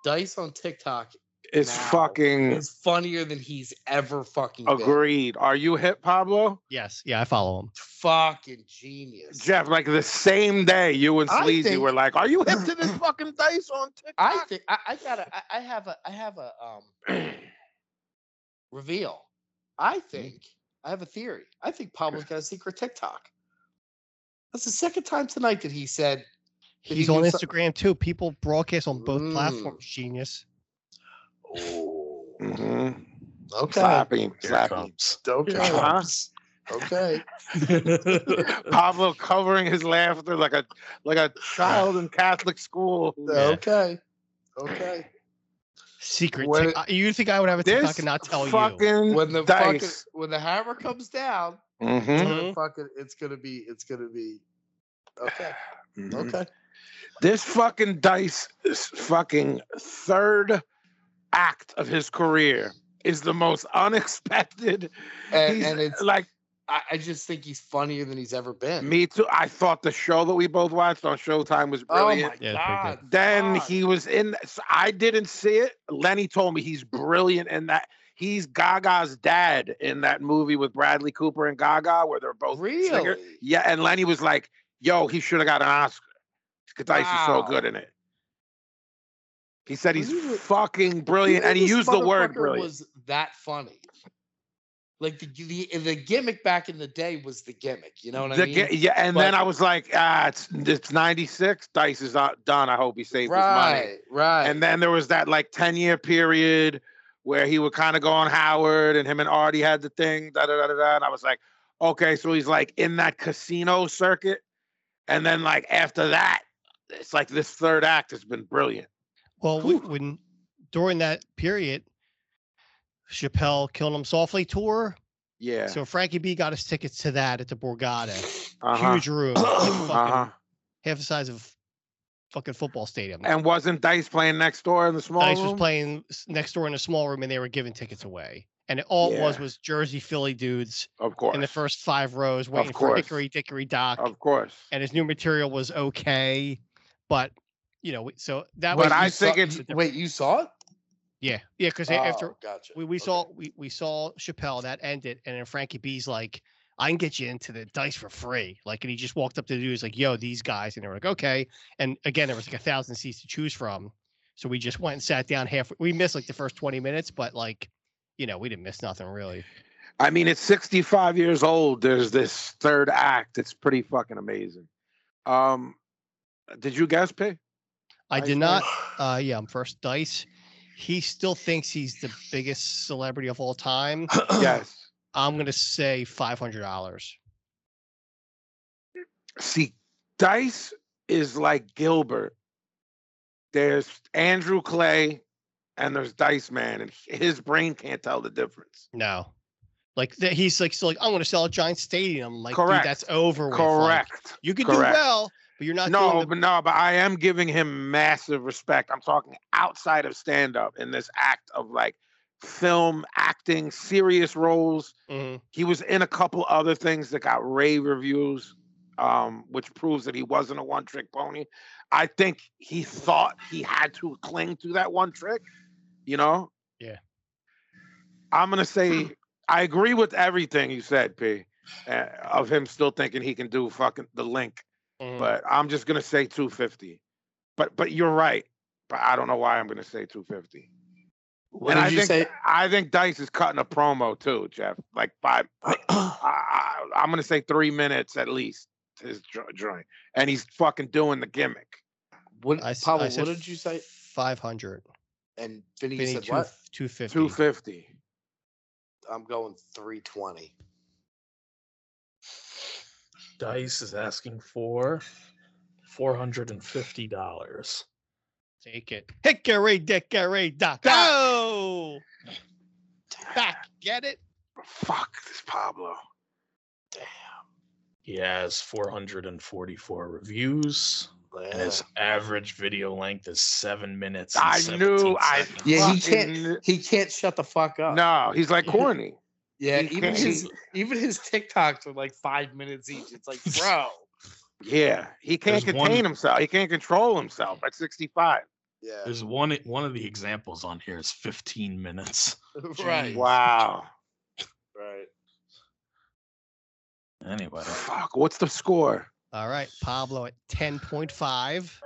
Dice on TikTok Oh, It's now fucking is funnier than he's ever fucking been. agreed. Are you hip, Pablo? Yes. Yeah, I follow him. Fucking genius. Jeff, like the same day you and I Sleazy think- were like, "Are you hip to this fucking dice on TikTok?" I think I, I gotta. I, I have a. I have a um reveal. I think I have a theory. I think Pablo's got a secret TikTok. That's the second time tonight that he said Did he He's do on some- Instagram too. People broadcast on both Mm. platforms. Genius. "Oh, Mhm. okay, Slap him, Here slap him. comes. okay, Huh? okay." Pablo covering his laughter like a like a child in Catholic school. Okay. Okay. Secret. When- TikTok. You think I would have a TikTok This and not tell you? fucking When the fucking dice. when the hammer comes down, Mhm, it's gonna Mhm. fucking it's gonna be it's gonna be okay. mhm. Okay. This fucking dice is fucking third act of his career is the most unexpected. and, He's- and it's Like I, I just think he's funnier than he's ever been. me too. I thought the show that we both watched on Showtime was oh brilliant. my Yeah, it's pretty god! then God. he was in. so I didn't see it. Lenny told me he's brilliant in that. He's Gaga's dad in that movie with Bradley Cooper and Gaga, where they're both really. singer- Yeah, and Lenny was like, "Yo, he should have got an Oscar. Dice is so Wow. good in it." He said he's Really? fucking Who brilliant, knew and he this used the word motherfucker brilliant. Was that funny? Like the, the the gimmick back in the day was the gimmick. You know what I The mean? ga- yeah, and then But- I was like, "Ah, it's it's '96. Dice is not done. I hope he saved his money." right, right. And then there was that like 10 year period where he would kind of go on Howard and him and Artie had the thing, da da da da da. And I was like, okay, so he's like in that casino circuit. And then like after that, it's like this third act has been brilliant. Well, we, when during that period, Chappelle Killing 'Em Softly tour. Yeah. So Frankie B got us tickets to that at the Borgata. uh-huh. Huge room, like fucking uh-huh. half the size of fucking football stadium. And wasn't Dice playing next door in the small Dice room? was playing s- next door in a small room, and they were giving tickets away. And it, all it was Yeah. was Jersey Philly dudes of course. in the first five rows waiting for course. Hickory Dickory Doc. of course. and his new material was okay, but you know, so that But was I you saw- think it's- you- wait, you saw it? yeah, yeah, because after Oh, gotcha. we, we Okay. saw we, we saw Chappelle that ended, and then Frankie B's like, I can get you into the dice for free. Like, and he just walked up to the dudes like, yo, these guys, and they were like, okay. And again, there was like a thousand seats to choose from. So we just went and sat down halfway. We missed like the first 20 minutes, but like, you know, we didn't miss nothing really. I mean, at 65 years old, there's this third act. It's pretty fucking amazing. Um, did you guess, P? I Dice did Man? not. Uh, yeah, I'm first dice. He still thinks he's the biggest celebrity of all time. yes. I'm gonna say five hundred dollars. See, Dice is like Gilbert. There's Andrew Clay, and there's Dice Man, and his brain can't tell the difference. No, like th- he's like still like I'm gonna sell a giant stadium. Like dude, that's Correct. over. With. Like, Correct. you could do Correct. well, but you're not. No, doing the- but no, but I am giving him massive respect. I'm talking outside of stand up in this act of like film acting, serious roles. Mhm. He was in a couple other things that got rave reviews, um, which proves that he wasn't a one trick pony. I think he thought he had to cling to that one trick, you know? Yeah. I'm going to say, I agree with everything you said, P, uh, of him still thinking he can do fucking the link, Mhm. Mm. but I'm just going to say 250. But but you're right. But I don't know why I'm going to say 250. What and did I you think say? I think Dice is cutting a promo too, Jeff. Like five. like, I, I, I'm gonna say three minutes at least. to His jo- joint, and he's fucking doing the gimmick. What, I s- I Pablo, said what did you say? Five hundred. And Vinny, Vinny said two what? two fifty. Two fifty. I'm going 320. Dice is asking for four hundred and fifty dollars. Take it. Hickory dickory dock. Go back. Get it. Fuck this Pablo. He has four hundred and forty-four reviews, and Yeah, his average video length is seven minutes. and I 17 knew. I seconds. yeah he fucking can't. Uh, He can't shut the fuck up. kn- No, he's like corny. yeah, he even can't- his even his TikToks are like five minutes each. It's like, bro. yeah, he can't There's contain one- himself. He can't control himself at sixty five. yeah, There's one. One of the examples on here is fifteen minutes. right, Wow. right. Anyway, Fuck. What's the score? All right, Pablo at ten point five.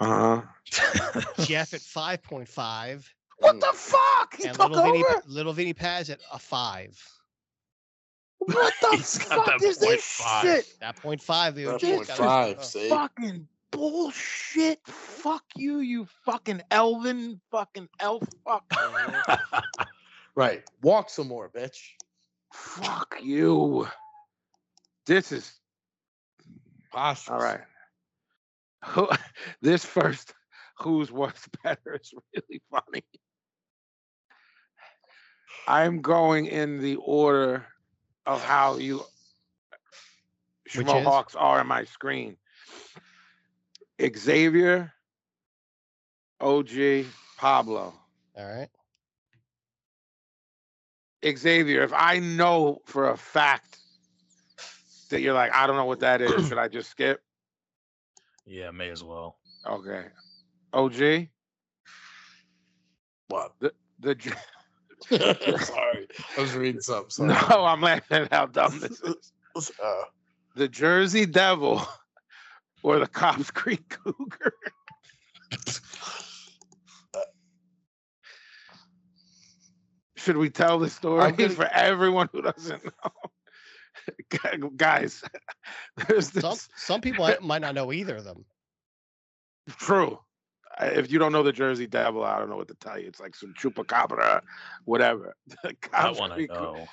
Uh huh. Jeff at five point five. What the fuck? He and took little Vinny, over. little Vinny Paz at a five. What the He's got fuck that is this 0.5. shit? That point five. The OGs got us- uh, 4.5, see? fucking bullshit. Fuck you, you fucking Elvin, fucking elf. Fuck, Uh-huh. Right. Walk some more, bitch. fuck you. This is Posture. all right. Who, this first, whose was better is really funny. I'm going in the order of how you is? Schmohawks are on my screen. Xavier, OG, Pablo. All right. Xavier, if I know for a fact that you're like, I don't know what that is, should I just skip? Yeah, may as well. Okay. OG, What? the dr- sorry, I was reading something. Sorry. no, I'm laughing at how dumb this is. Uh, The Jersey Devil or the Cops Creek Cougar. Should we tell the story I'm gonna- for everyone who doesn't know? Guys, there's this Some some people might- might not know either of them. True. I- If you don't know the Jersey Devil, I don't know what to tell you. It's like some chupacabra, whatever. The That cops one I freak- know.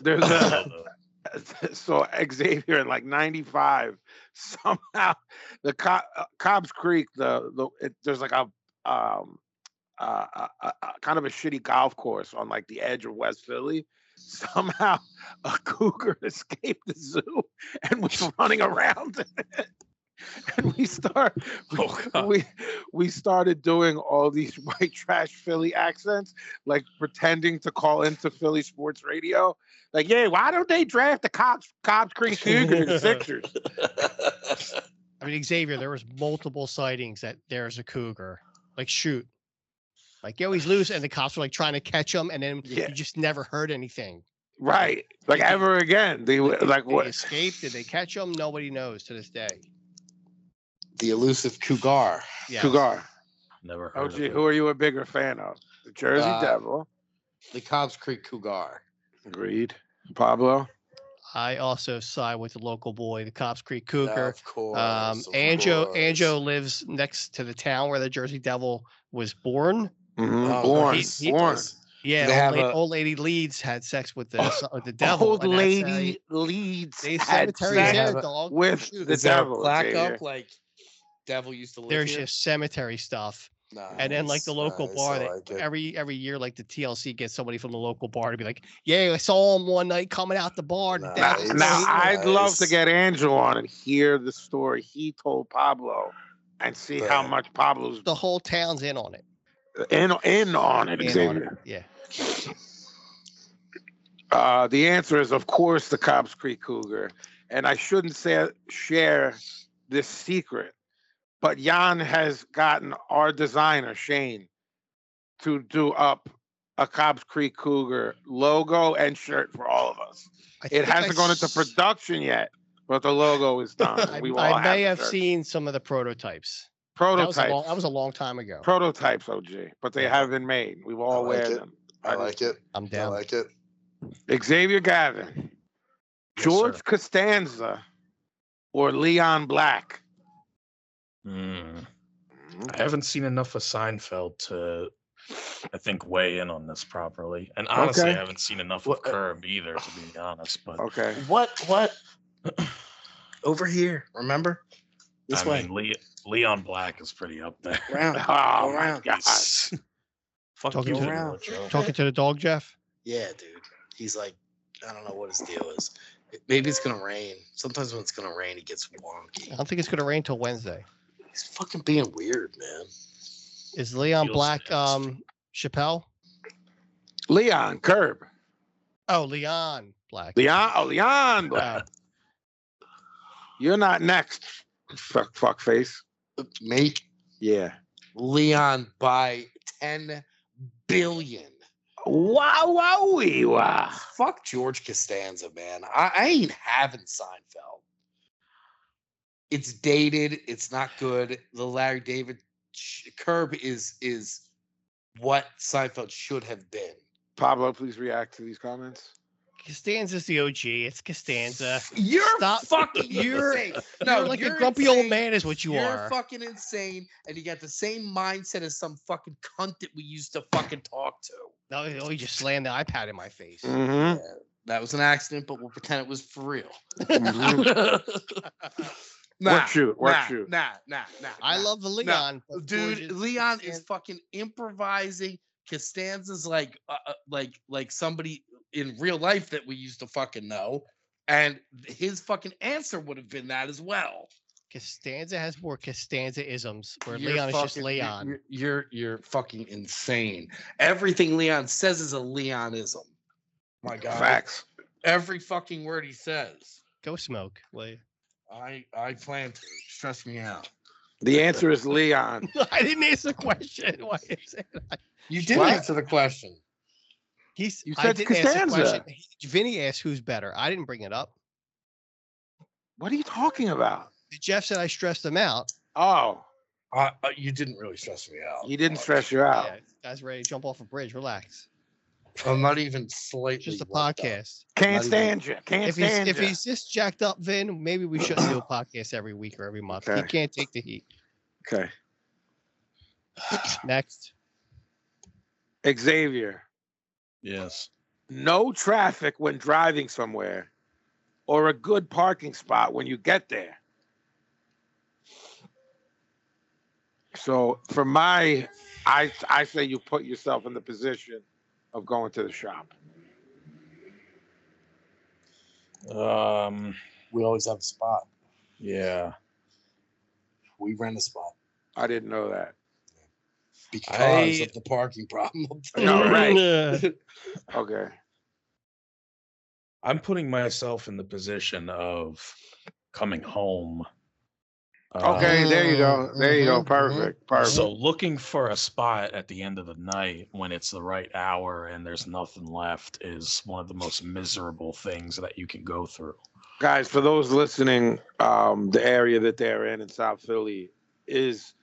There's I a, know though. so Xavier in like '95 somehow the Co- uh, Cobb's Creek the the it, there's like a um uh, a, a, a kind of a shitty golf course on like the edge of West Philly. Somehow a cougar escaped the zoo and was running around in it. And we start we- Oh, God. we we started doing all these white trash Philly accents, like pretending to call into Philly sports radio. Like, yeah, why don't they draft the cops cops Creek Cougars Sixers? I mean, Xavier, there was multiple sightings that there's a cougar. Like, shoot. Like, yo, he's loose, and the cops were like trying to catch him, and then Yeah. you just never heard anything. Right. Like ever again. They were like They what escaped? Did they catch him? Nobody knows to this day. the elusive Cougar. Yeah. Cougar. Never heard OG, of it. who are you a bigger fan of? The Jersey Uh, Devil. The Cobbs Creek Cougar. Agreed. Pablo. I also side with the local boy, the Cops Creek Cougar. Of course. um, of Anjo course. Anjo lives next to the town where the Jersey Devil was born. Mhm. Oh, Born. he- he Born. does. Yeah, They have old, la- a- old lady Leeds had sex with the son- with the devil. Old and that's how lady he- leads They had cemetery sex have there, a- dog. with Shoot. the Is there devil, a plaque Xavier. up like Devil used to live there's here? just cemetery stuff. And then like the Nice, local nice, bar I that like it. every every year, like the TLC gets somebody from the local bar to be like, "Yeah, I saw him one night coming out the bar." The Nah, Now, devil." Nice, now I'd love to nice. get Andrew on and hear the story he told Pablo and see how Yeah. much Pablo's the whole town's in on it. in, in on it, In on Xavier. it. Yeah, Uh, the answer is, of course, the Cobbs Creek Cougar. And I shouldn't say share this secret, but Jan has gotten our designer Shane to do up a Cobbs Creek Cougar logo and shirt for all of us. I It think I hasn't gone into s- production yet, but the logo is done. and I, we will I all may the have shirt. seen some of the prototypes. That was, a long, prototypes. that was a long time ago. prototypes, OG, but they have been made. We've all like wear it. them. I like it. I'm I down. like it. Xavier Gavin, Yes, George sir. Costanza, or Leon Black. Mm. I haven't seen enough of Seinfeld to, I think, weigh in on this properly. And honestly, Okay. oh, I haven't seen enough Well, of uh, Curb either, to be honest. But Okay. What? What? Over here. Remember? This I way. mean, Le- Leon Black is pretty up there. Round. Oh Go my around. God. He's- Fuck Talking you, to- Lord Joe. Talking to the dog, Jeff. Yeah, dude. He's like, I don't know what his deal is. Maybe it's gonna rain. Sometimes when it's gonna rain, he gets I wonky. don't think it's gonna rain till Wednesday. He's fucking being weird, man. Is Leon Feels Black bad. um Chappelle? Leon Curb. Oh, Leon Black. Leon. Oh, Leon Uh, Black. You're not next. Fuck, fuck face. Make Yeah. Leon buy ten billion. Wow, wow, wee, wow. Fuck George Costanza, man. I, I ain't having Seinfeld. It's dated. It's not good. The Larry David sh- curb is is what Seinfeld should have been. Pablo, please react to these comments. Costanza's the OG. It's Costanza. You're Uh, Stop. fucking You're- insane. No, you're like a grumpy old insane. man is what you You're are. fucking insane, and you got the same mindset as some fucking cunt that we used to fucking talk to. No, oh, you just slammed the iPad in my face. Mm-hmm. That was an accident, but we'll pretend it was for real. Mhm. Nah, Work shoot. Work nah, shoot. Nah, nah, nah. I nah. love the Leon. but dude. George's- Leon is Costanza- fucking improvising. Costanza's like, uh, uh, like, like somebody in real life that we used to fucking know, and his fucking answer would have been that as well. Costanza has more Costanza isms, where You're Leon is just fucking- you're- Leon. You're, you're you're fucking insane. Everything Leon says is a Leonism. My God. Facts. Every fucking word he says. Go smoke. will ya? I I plan to. Stress me out. The answer is Leon. I didn't answer the question. Why is it? You did What? answer the question. He's, You I said didn't answer the Costanza. question. Vinny asked who's better. I didn't bring it up. What are you talking about? Jeff said I stressed him out. Oh, Uh, uh, you didn't really stress me out. he didn't stress you out. Yeah, guys, ready to jump off a bridge. Relax. I'm not even slightly. It's just a worked up. podcast. Can't Not even- stand you. Can't If he's stand if you. he's just jacked up, Vin, maybe we shouldn't do a podcast every week or every month. He Okay. can't take the heat. Okay. Next, Xavier, Yes. no traffic when driving somewhere or a good parking spot when you get there. So for my I I say you put yourself in the position of going to the shop. Um. We always have a spot. Yeah. We rent a spot I didn't know that. because I- of the parking problem. up there. No, right. Uh, Okay. I'm putting myself in the position of coming home. Okay, there you go. There you go. Mhm, mhm. Perfect. Um, Perfect. so looking for a spot at the end of the night when it's the right hour and there's nothing left is one of the most miserable things that you can go through. guys for those listening um the area that they're in in south philly is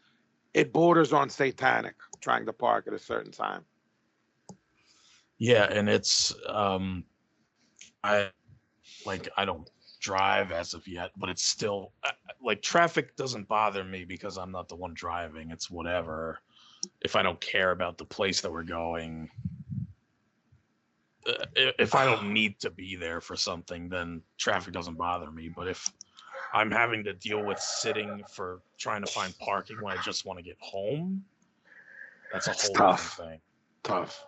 it borders on satanic trying to park at a certain time Yeah, and it's um I like I don't drive as of yet, but it's still I- I- like traffic doesn't bother me because I'm not the one driving. It's whatever. If I don't care about the place that we're going, uh, i- if I don't need to be there for something, then traffic doesn't bother me. But if I'm having to deal with sitting for trying to find parking when I just want to get home, that's a It's whole different tough. thing. tough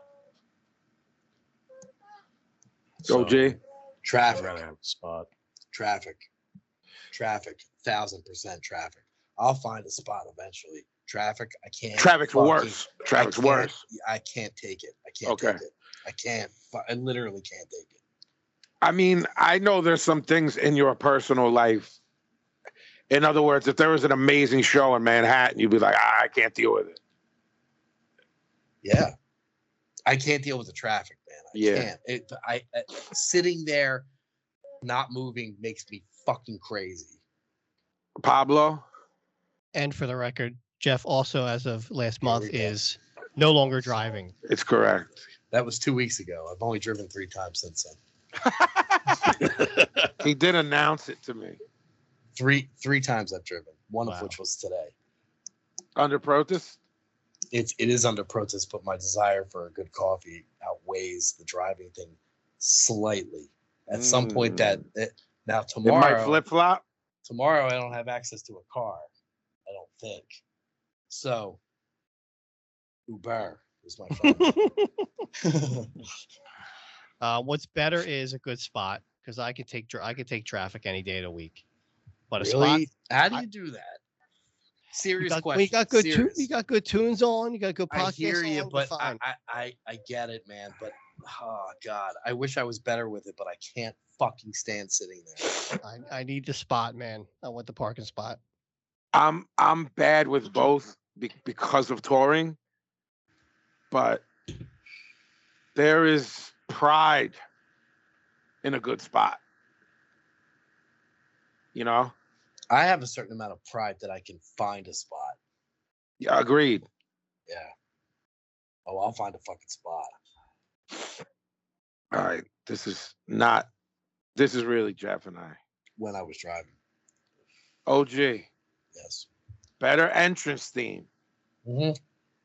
So, go jay I'd Traffic. rather have a spot. traffic, traffic, thousand percent traffic. I'll find a spot eventually. Traffic, I can't. traffic's fucking- worse I traffic's can't- worse I can't take it. I can't Okay. take it. I can't. fu- I literally can't take it. i mean i know there's some things in your personal life in other words if there was an amazing show in manhattan you'd be like "Ah, i can't deal with it Yeah, I can't deal with the traffic, man. I Yeah. can't. It, I, I sitting there, not moving makes me fucking crazy. pablo and for the record, Jeff also, as of last Here month, we go. is no longer driving. it's correct That was two weeks ago. I've only driven three times since then. he did announce it to me Three three times I've driven. One of Wow. which was today. under protest it's it is under protest, but my desire for a good coffee outweighs the driving thing slightly. At some point, that it, now it tomorrow, might flip-flop tomorrow I don't have access to a car. I don't think so. Uber is my friend. Uh, what's better is a good spot because I can take dr- I can take traffic any day of the week. But a spot really? How do I- you do that? you Serious got, question. when you got good tu- serious. you got good tunes on, you got good podcasts I hear you, on, we're but I, fine. I, I, I get it, man. But oh god, I wish I was better with it, but I can't fucking stand sitting there. I, I need the spot, man. I want the parking spot. I'm I'm bad with both be- because of touring, but there is pride in a good spot. You know, I have a certain amount of pride that I can find a spot. yeah, agreed. Yeah. Oh, I'll find a fucking spot. All right, this is not. This is really Jeff and I. When I was driving, OG, yes. better entrance theme.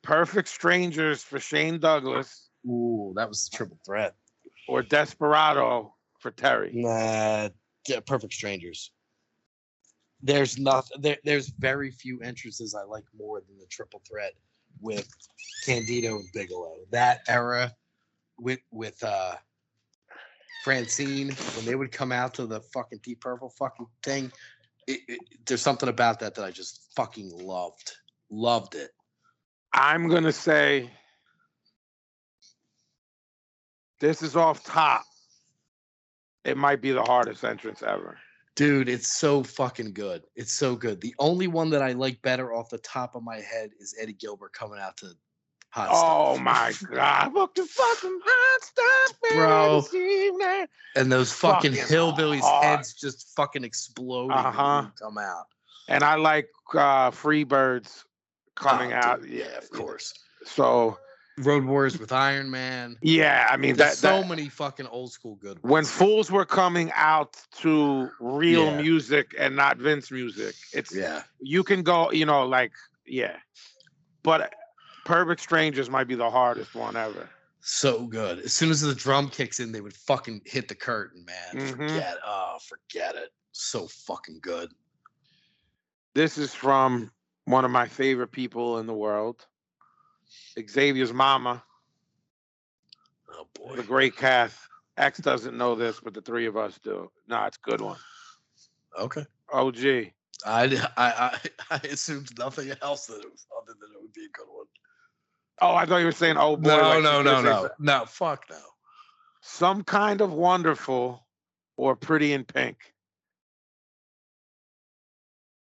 Perfect strangers for Shane Douglas Ooh, that was the triple threat. or Desperado for Terry. Nah, yeah, perfect strangers. There's nothing. There, there's very few entrances I like more than the triple threat with Candido and Bigelow. That era with with uh Francine when they would come out to the fucking Deep Purple fucking thing. It, it, there's something about that that I just fucking loved. Loved it. I'm gonna say this is off top, it might be the hardest entrance ever. Dude, it's so fucking good. It's so good. The only one that I like better off the top of my head is Eddie Gilbert coming out to hot Oh Stuff. my god! What the fucking hot stuff, man, Bro. this evening. And those fucking, Fucking hillbillies' hard. heads just fucking explode when Uh-huh. they come out. And I like uh, Freebirds coming Oh, dude, out. Yeah, of course. So Road Warriors with Iron Man. yeah, I mean There's that. so that many fucking old school good ones. when fools were coming out to real Yeah. music and not Vince music, it's Yeah. you can go, you know, like yeah, but Perfect Strangers might be the hardest one ever. So good. As soon as the drum kicks in, they would fucking hit the curtain, man. Mhm. Forget. Oh, forget it. So fucking good. This is from one of my favorite people in the world, Xavier's mama, Oh the boy. great Kath. X doesn't know this, but the three of us do. No, it's a good one. Okay. OG. I I I, I assumed nothing else that it was other than it would be a good one. Oh, I thought you were saying oh boy. No, like you no, were no, gonna say no. No, fuck no. Some kind of wonderful or pretty in pink.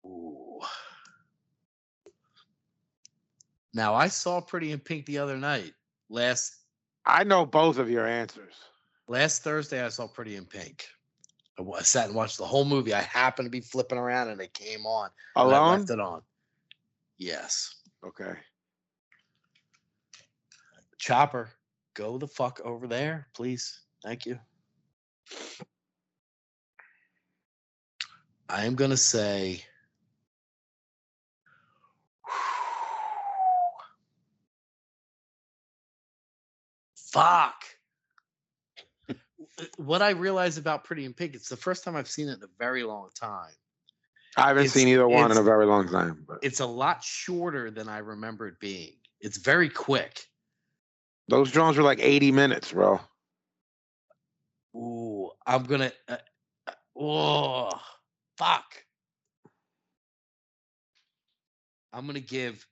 Ooh. Now I saw Pretty in Pink the other night. Last I know both of your answers. Last Thursday, I saw Pretty in Pink. I wa- sat and watched the whole movie. I happened to be flipping around and it came on. and I Alone? left it on. Yes. Okay. Chopper, go the fuck over there, please. Thank you. I am going to say. Fuck. What I realize about Pretty in Pink, it's the first time I've seen it in a very long time. I haven't It's- seen either one in a it's- very long time. But It's a lot shorter than I remember it being. It's very quick. those drones were like 80 minutes, bro. Ooh, I'm gonna. Uh, uh, oh, fuck. I'm gonna give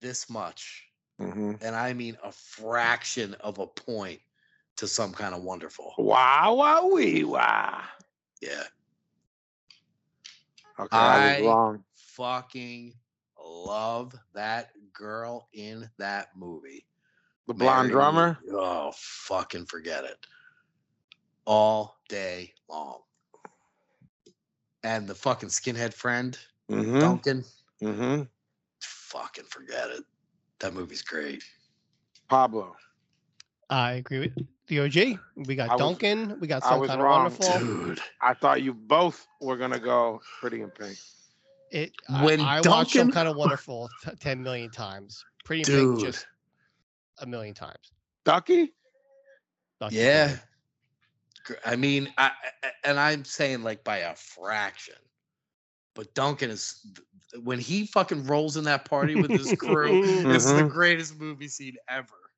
this much, hmm and I mean a fraction of a point to some kind of wonderful. Wow, wow, wee, wow. Yeah, Okay, I, I- was wrong. fucking love that girl in that movie. The blonde Mary- drummer. Oh, fucking forget it. All day long. And the fucking skinhead friend, Mm-hmm. Duncan. Mm-hmm. fucking forget it. That movie's great. Pablo. I agree with the OG. We got I was- Duncan. we got I some was kind wrong. of wonderful. Dude. I thought you both were gonna go pretty in pink. It. I- When I, watched some Duncan- kind of wonderful t- ten million times. Pretty Dude. big, just a million times. Ducky? Duncan Yeah. Trussell. Gr- I mean, I, I- and I'm saying like by a fraction. But Duncan is when he fucking rolls in that party with his crew, this is the Mhm. greatest movie scene ever.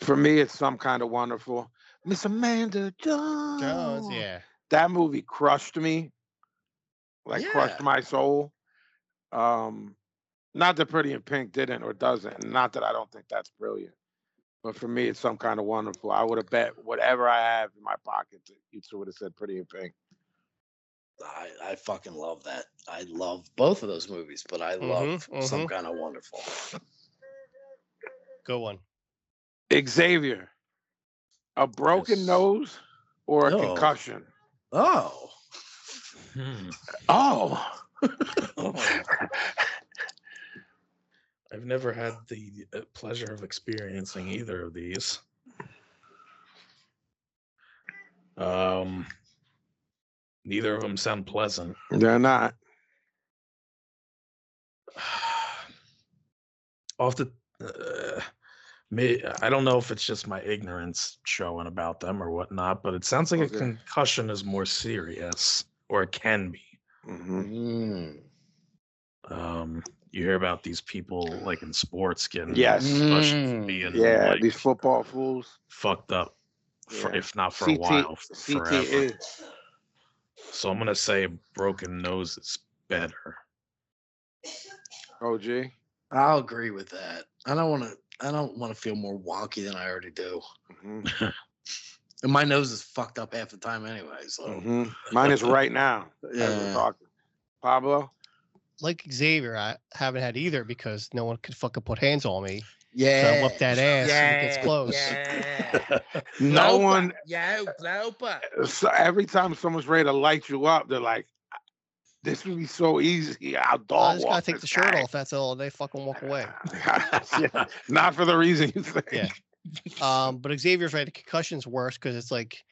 For me, it's some kind of wonderful. Miss Amanda Jones. Jones. Yeah. That movie crushed me. Like crushed Yeah. my soul. Um not that Pretty in Pink didn't or doesn't. and Not that I don't think that's brilliant. But for me, it's some kind of wonderful. I would have bet whatever I have in my pocket, that you two would have said Pretty in Pink. I, I fucking love that. I love both of those movies, but I love Mhm, some kind of wonderful. Good one. Xavier, a broken Yes. nose or a No. concussion? Oh. Hmm. Oh. I've never had the uh, pleasure of experiencing either of these. Um, neither of them sound pleasant. They're not. Off the, uh, may, I don't know if it's just my ignorance showing about them or whatnot, but it sounds like Okay. a concussion is more serious, or it can be. Mhm. Um, you hear about these people like in sports getting Yes. concussions Mm. being Yeah, like, these football fools. fucked up for Yeah. if not for a CT while f- forever. CTE. So I'm gonna say broken nose is better. OG. I'll agree with Mm-hmm. that. I don't want to. I don't want to feel more wonky than I already do. Mhm. And my nose is fucked up half the time anyway. So Mhm. Mine is right now. as we're Yeah. talking. Pablo. Like Xavier, I haven't had either because no one could fucking put hands on me. So I yeah, whooped that ass when it gets Yeah. close. yeah. No Blopa. one. Yo, blopa. So every time someone's ready to light you up, they're like, "This would be so easy. I'll I dog just walk gotta take this the shirt guy." off. That's all. They fucking walk away. Yeah, Not for the reason you think. Yeah. Um, but Xavier's right. The concussion's worse because it's like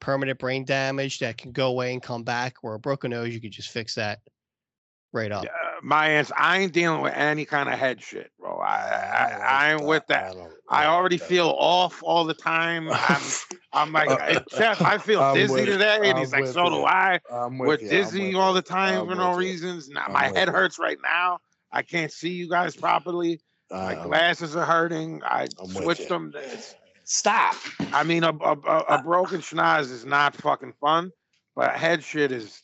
permanent brain damage that can go away and come back. Or a broken nose, you could just fix that right up. Uh, my answer. I ain't dealing with any kind of head shit, bro. I I, I, ain't with that. I already feel off all the time. I'm I'm like, "Hey, Chef, I feel I'm dizzy with- today, I'm and he's like, with so do you. I. I'm We're with you. I'm dizzy with all you. the time I'm for no with you. reasons. Now I'm my with head you. hurts right now. I can't see you guys properly. My I'm- glasses are hurting. I Uh, with you. switched them. It's- Stop. I mean, a, a, a, Uh, a broken schnoz is not fucking fun, but head shit is.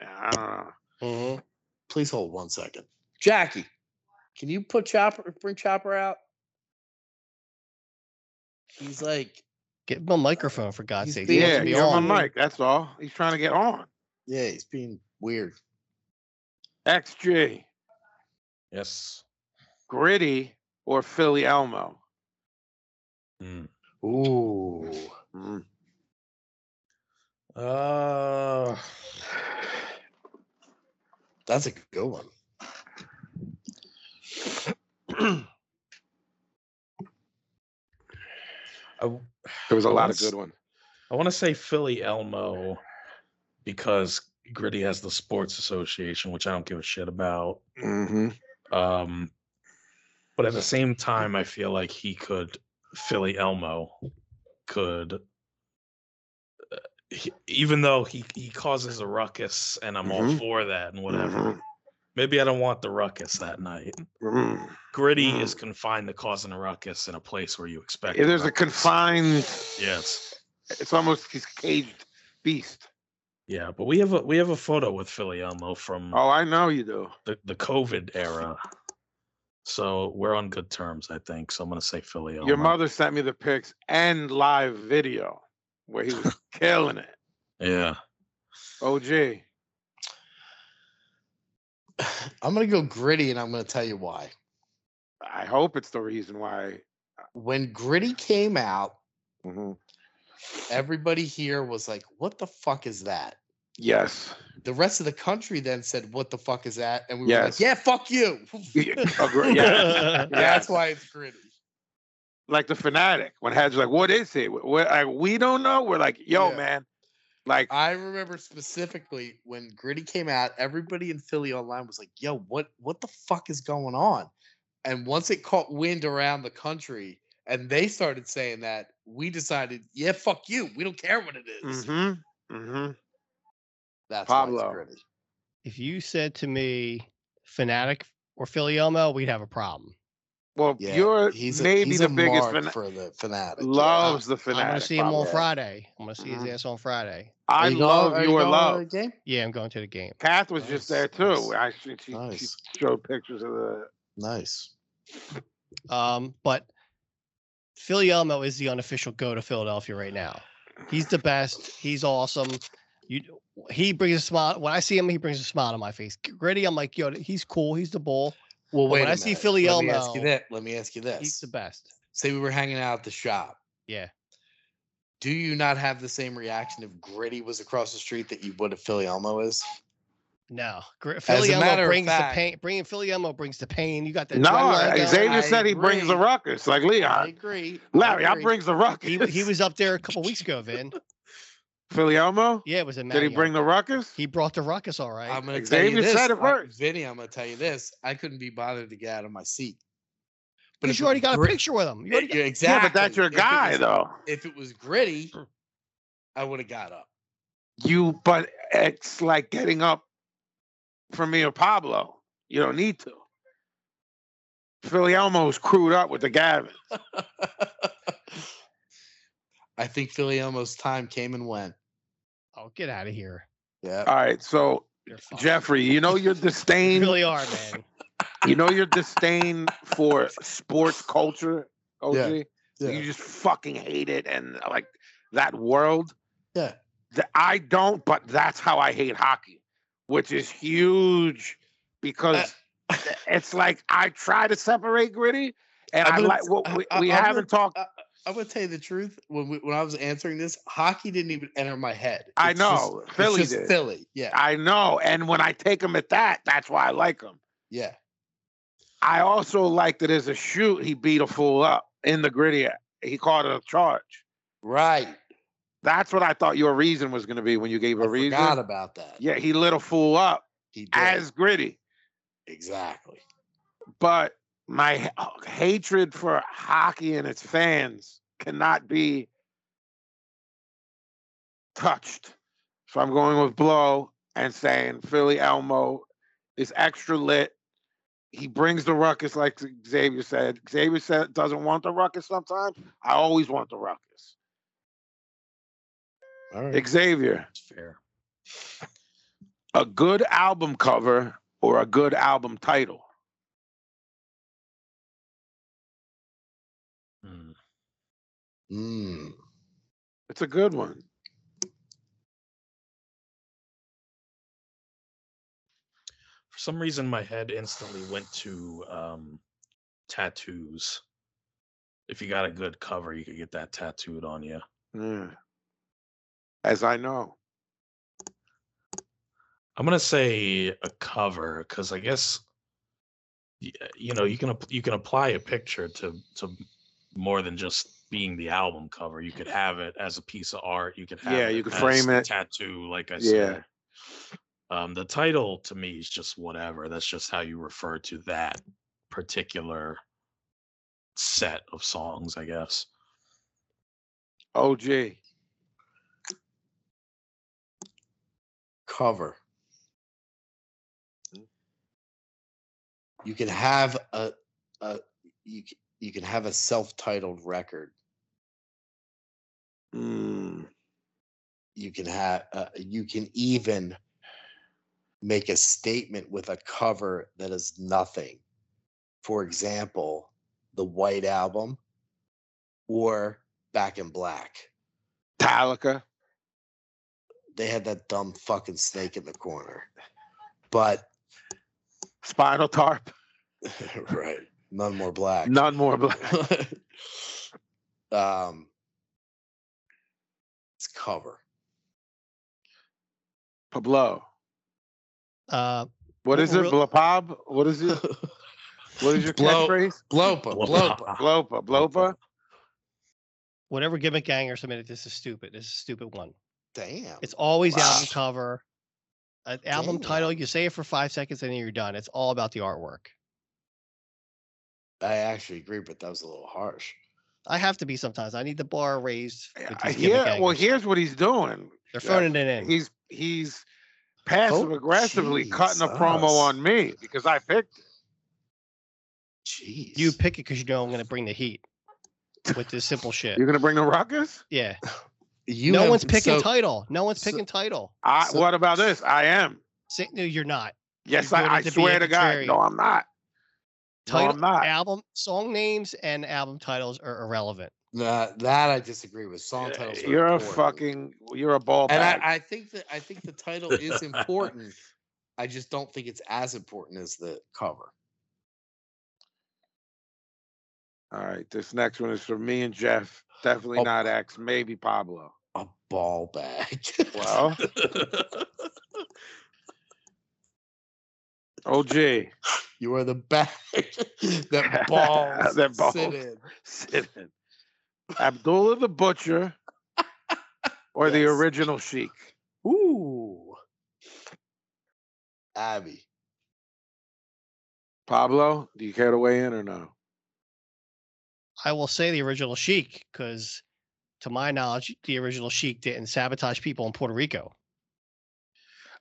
I don't know. Mhm. Please hold one second. Jackie, can you put Chopper bring Chopper out? He's like, Get him a microphone for God's He's sake. being- He wants Yeah, to be give him on. a mic. That's all. He's trying to get on. yeah, he's being weird. XG, Yes. Gritty, or Philly Elmo. Mm. Ooh. Mm. Uh, That's a good one. I, w- There was a lot of Let's- good ones. I want to say Philly Elmo because Gritty has the Sports Association, which I don't give a shit about. Mm-hmm. Um, but at the same time, I feel like he could Philly Elmo could, uh, he- even though he he causes a ruckus, and I'm all Mhm. for that and whatever. Mm-hmm. Maybe I don't want the ruckus that night. Mm-hmm. Gritty is confined to causing a ruckus in a place where you expect. Mm. There's a ruckus. confined. Yes. It's almost he's caged beast. Yeah, but we have a we have a photo with Philly Elmo from Oh, I know you do. the, the COVID era. So we're on good terms, I think. So I'm gonna say Philly Elmo. Your mother sent me the pics and live video where he was killing it. Yeah. OG. I'm gonna go gritty and I'm gonna tell you why. I hope it's the reason why. When gritty came out, Mm-hmm. Mhm. everybody here was like, what the fuck is that? Yes. The rest of the country then said, What the fuck is that? And we were like, Yes. Yeah, fuck you. Yeah, agree- yes. That's Yes. why it's gritty. Like the fanatic when Had's like, "What is it?" We're like, "We don't know." We're like, "Yo, Yeah. man!" Like, I remember specifically when Gritty came out, everybody in Philly online was like, "Yo, what what the fuck is going on?" And once it caught wind around the country and they started saying that, we decided, "Yeah, fuck you. We don't care what it is." mm-hmm, mm-hmm. That's Why Pablo. it's gritty. If you said to me, Fanatic or Philly Elmo, we'd have a problem. Well, Yeah, you're he's a- maybe he's the a biggest mark fanatic. for the fanatic. yeah. Loves the I'm fanatic. gonna see him Pablo. on Friday. I'm gonna see his Mhm. ass on Friday. I Are you going- love are you your going to love. the Game? Yeah, I'm going to the game. Kath was just there Nice, too. nice, Actually, she, she Nice, showed pictures of the. nice. Um, but Philly Elmo is the unofficial go to Philadelphia right now. He's the best. He's awesome. You, he brings a smile. When I see him, he brings a smile to my face. Gritty, I'm like, yo, he's cool. He's the bull. Well, But wait. when I I see Philly Let me ask Elmo, you that. Let me ask you this. He's the best. Say we were hanging out at the shop. Yeah. Do you not have the same reaction if Gritty was across the street that you would if Philly Elmo is? No, Gr- Philly a matter Elmo of brings the fact- pain. Bringing Philly Elmo brings the pain. You got that. adrenaline No, going. Xavier I said he brings the agree. ruckus, like I Leon. agree. Larry, I agree. brings the ruckus. He, he was up there a couple weeks ago, Vin. Philly Elmo. Yeah, it was a Did he bring the ruckus? He brought the ruckus, all right. I'm gonna tell Xavier you this, said it I- first. Vinny. I'm gonna tell you this. I couldn't be bothered to get out of my seat. but if you it already was got a Grit- picture with him. You Yeah, already got- yeah, exactly. Yeah, but that's your If it guy, was- though. If it was Gritty, I would have got up. You, but it's like getting up for me or Pablo. You don't need to. Philly Elmo's crewed up with the Gavin. I think Philly Elmo's time came and went. oh, get out of here. Yeah. All right, so You're fucked. Jeffrey, you know your you disdain. really are, man. you know your disdain for sports culture, OG. Yeah, You just fucking hate it, and like that world. Yeah. Th- I don't, but that's how I hate hockey, which is huge because Uh, it's like I try to separate gritty, and I'm I gonna- like what we, I- we I'm gonna- haven't talked. I'm gonna tell you the truth. When we, when I was answering this, hockey didn't even enter my head. I It's just- know, it's Philly just did. Philly. Yeah, I know, and when I take him at that, that's why I like him. yeah. I also like that as a shoot, he beat a fool up in the gritty. He caught a charge. Right. That's what I thought your reason was going to be when you gave a I reason. forgot about that. Yeah, he lit a fool up He did. as gritty. exactly. But my h- hatred for hockey and its fans cannot be touched. So I'm going with Blow and saying Philly Elmo is extra lit. He brings the ruckus, like Xavier said. Xavier said doesn't want the ruckus sometimes. I always want the ruckus. All right. Xavier, It's fair. a good album cover or a good album title? Hmm. Mm. It's a good one. For some reason, my head instantly went to um, tattoos. If you got a good cover, you could get that tattooed on you. Yeah. As I know. I'm gonna say a cover because I guess y- uh, you know you can app- you can apply a picture to to more than just being the album cover. You could have it as a piece of art. You could have Yeah, it you could as frame a it. tattoo, like I Yeah. said. Um, the title to me is just whatever. That's just how you refer to that particular set of songs, I guess. OG. Cover. Mm. You can have a a you c- you can have a self-titled record. Mm, You can have uh, you can even make a statement with a cover that is nothing. For example, the White Album or Back in Black. Metallica. they had that dumb fucking snake in the corner. But Spinal Tarp. right, none more black. None more black. um, it's cover. Pablo. Uh, What is it? Real- Blapab? What is it? What is your Blow- catchphrase? Blopa, Ah. blopa. Blopa. Blopa. whatever gimmick ganger submitted, this is stupid. This is a stupid one. Damn. It's always the Wow. album cover, an album Damn. title. You say it for five seconds and then you're done. It's all about the artwork. I actually agree, but that was a little harsh. I have to be sometimes. I need the bar raised. with I these gimmick hear- well, uh, gangers. here's what he's doing. they're phoning it in. He's he's passive aggressively cutting a promo Jesus. on me because I picked. Jeez. you pick it because you know I'm going to bring the heat with this simple shit. You're gonna bring the ruckus? Yeah. you no have one's been picking so- title. No one's so- picking title. I, So- what about this? I am. Say, no, you're not. Yes, You're I, doing I it to be swear to God. contrarian. No, I'm not. Title, no, I'm not. album, song names, and album titles are irrelevant. Nah, that I disagree with. Song Yeah, titles. are You're a important. fucking. You're a ball And bag. I, I think that I think the title is important. I just don't think it's as important as the cover. All right, this next one is for me and Jeff. Definitely Oh. not X. Maybe Pablo. A ball bag. Well, OG, You are the bag that balls That balls. sit in. sit in. Abdullah the Butcher or the Yes. original Sheik? Ooh. Abby. Pablo, do you care to weigh in or no? I will say the original Sheik because, to my knowledge, the original Sheik didn't sabotage people in Puerto Rico.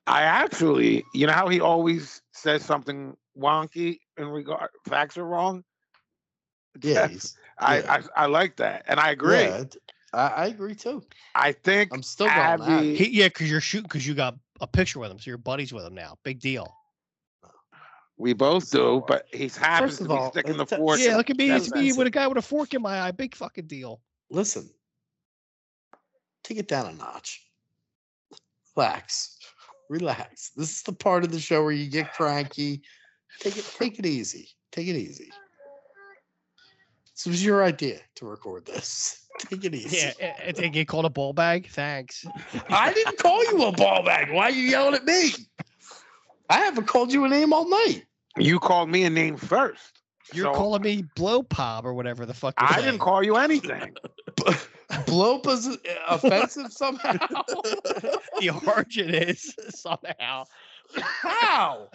I actually, you know how he always says something wonky in regard facts are wrong? Yeah, he's- I, Yeah. I I like that. And I agree. yeah, d- I, I agree too. I think I'm still going Abby. Abby- He, yeah, because you're shooting because you got a picture with him, so you're buddies with him now. Big deal. we both do, but he's happy First to of be all, sticking the it's a- fork. Yeah, in- look at me. that's It's me offensive. with a guy with a fork in my eye. Big fucking deal. Listen, take it down a notch. Relax. Relax. This is the part of the show where you get cranky. Take it take it easy. Take it easy. This was your idea to record this. Take it easy. Yeah, it, it, they get called a ball bag. Thanks. I didn't call you a ball bag. Why are you yelling at me? I haven't called you a name all night. You called me a name first. You're So, calling me blow pop or whatever the fuck. you're I saying. didn't call you anything. Blope is uh, offensive somehow. the orange it is somehow. How?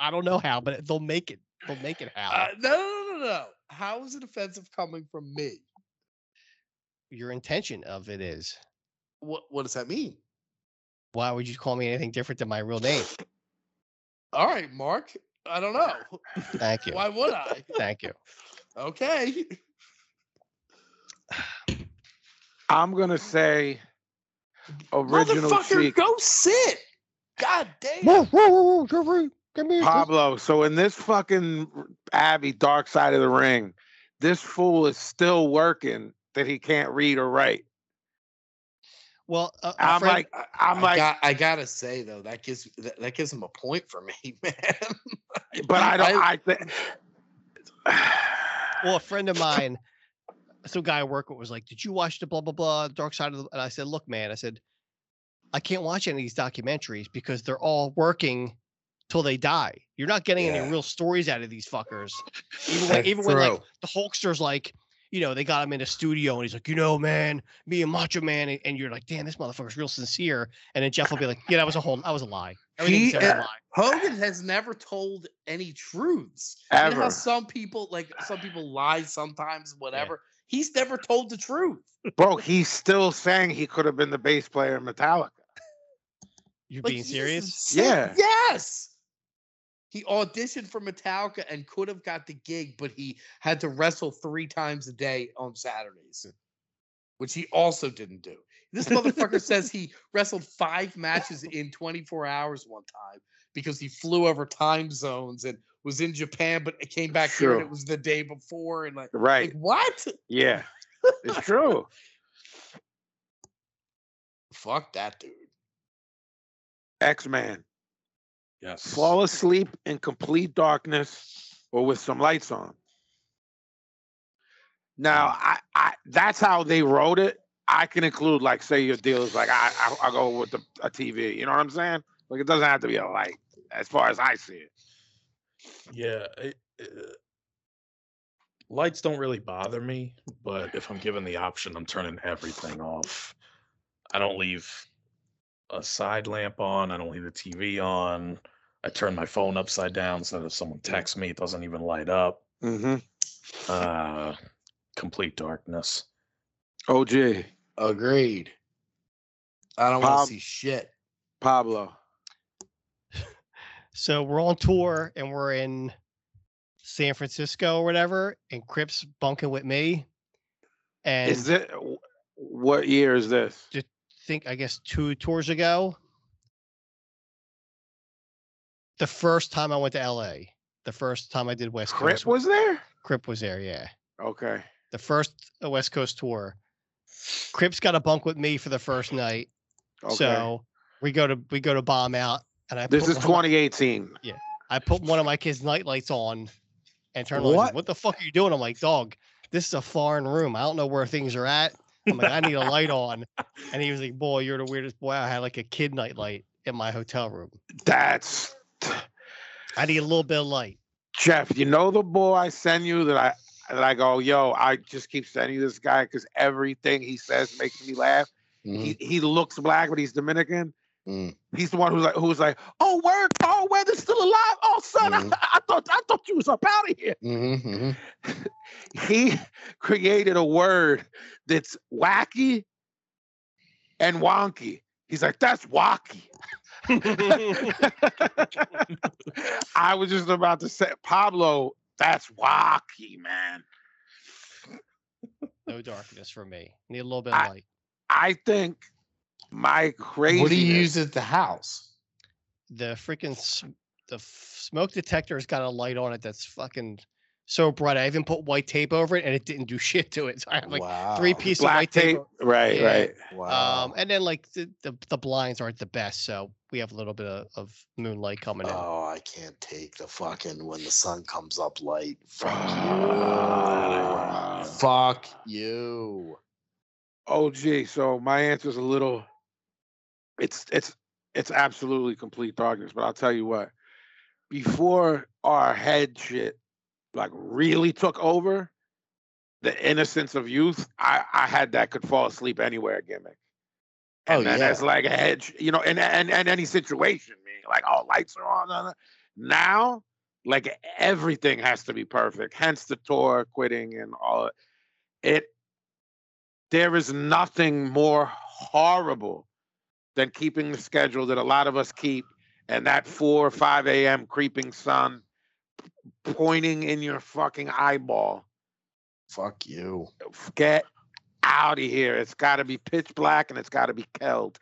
I don't know how, but they'll make it. They'll make it how. Uh, no, no, no, no. How is it offensive coming from me? Your intention of it is. What What does that mean? Why would you call me anything different than my real name? All right, Mark. I don't know. Thank you. Why would I? Thank you. Okay. I'm gonna say original Motherfucker, Sheik go sit. God damn. Whoa, whoa, whoa, whoa, Jeffrey, give me a- Pablo. So in this fucking Abby Dark Side of the Ring, this fool is still working that he can't read or write. Well, a, a I'm friend- like, I'm I like, got, I gotta say though, that gives that, that gives him a point for me, man. but I don't. I- I, think. well, a friend ah. of mine, some guy I work with was like, "Did you watch the blah blah blah Dark Side of?" the And I said, "Look, man, I said, I can't watch any of these documentaries because they're all working till they die. You're not getting Yeah. any real stories out of these fuckers. Even when, even when like True. the Hulkster's like, you know, they got him in a studio and he's like, you know, man, me and Macho Man, and, and you're like, damn, this motherfucker's real sincere. And then Jeff will be like, yeah, that was a whole, that was a lie. Everything he He- said was a lie. Hogan has never told any truths. You know how Ever. some people like some people lie sometimes, whatever. He's never told the truth. Bro, he's still saying he could have been the bass player in Metallica. You're Like, being he is serious? insane. Yeah. Yes. He auditioned for Metallica and could have got the gig, but he had to wrestle three times a day on Saturdays, which he also didn't do. This motherfucker says he wrestled five matches in 24 hours one time because he flew over time zones and was in Japan, but it came back here and True. it was the day before. And like, like Right. what? Yeah. It's true. Fuck that dude. X Man. Yes. Fall asleep in complete darkness or with some lights on. Now, I, I that's how they wrote it. I can include, like, say your deal is like, I, I, I'll go with the, a TV. You know what I'm saying? Like, it doesn't have to be a light as far as I see it. Yeah. I- uh, lights don't really bother me, but if I'm given the option, I'm turning everything off. I don't leave a side lamp on. I don't leave the TV on. I turn my phone upside down so that if someone texts me, it doesn't even light up. Mm-hmm. Uh, complete darkness. OG, Agreed. I don't want Bob- to see shit. Pablo. So we're on tour and we're in San Francisco or whatever, and Crips bunking with me. And Is it, what year is this? think I guess two tours ago. The first time I went to LA, the first time I did West Chris Coast, was there? Crip was there. Yeah, Okay. the first uh, West Coast tour. Crip's got a bunk with me for the first night, Okay. so we go to we go to bomb out, and I this put is one of my- 2018. I put one of my kids' nightlights on, and turned on. What? What? what the fuck are you doing? I'm like, dog, this is a foreign room. I don't know where things are at. I'm like, I need a light on, and he was like, boy, you're the weirdest boy. I had like a kid nightlight in my hotel room. That's I need a little bit of light. Jeff, you know the boy I send you that I that I go, yo, I just keep sending this guy because everything he says makes me laugh. He he looks black, but he's Dominican. Mm. He's the one who's like who was like, oh word, oh weather's still alive. Oh son, Mhm. I, I thought I thought you was up out of here. Mm-hmm, mm-hmm. He created a word that's wacky and wonky. He's like, that's wacky. I was just about to say, Pablo, that's wacky, man. No darkness for me. Need a little bit of I- light. I think my crazy. What do you use at the house? The freaking s- the f- smoke detector's got a light on it that's fucking so bright. I even put white tape over it, and it didn't do shit to it. So I have like wow. three pieces of Black white tape. tape. Right, Yeah. right. Wow. Um, and then like the, the the blinds aren't the best, so we have a little bit of, of moonlight coming in. Oh, I can't take the fucking when the sun comes up light. Fuck. Fuck you. Oh gee, so my answer's a little it's it's it's absolutely complete darkness, but I'll tell you what. Before our head shit like really took over, the innocence of youth, I I had that could fall asleep anywhere gimmick. And Oh, then yeah. that's like a hedge, you know, and and and any situation, meaning like all lights are on. uh, Now, like everything has to be perfect. Hence the tour quitting and all it there is nothing more horrible than keeping the schedule that a lot of us keep and that 4 or 5 a.m. creeping sun p- pointing in your fucking eyeball. Fuck you. Get out of here. It's got to be pitch black and it's got to be killed.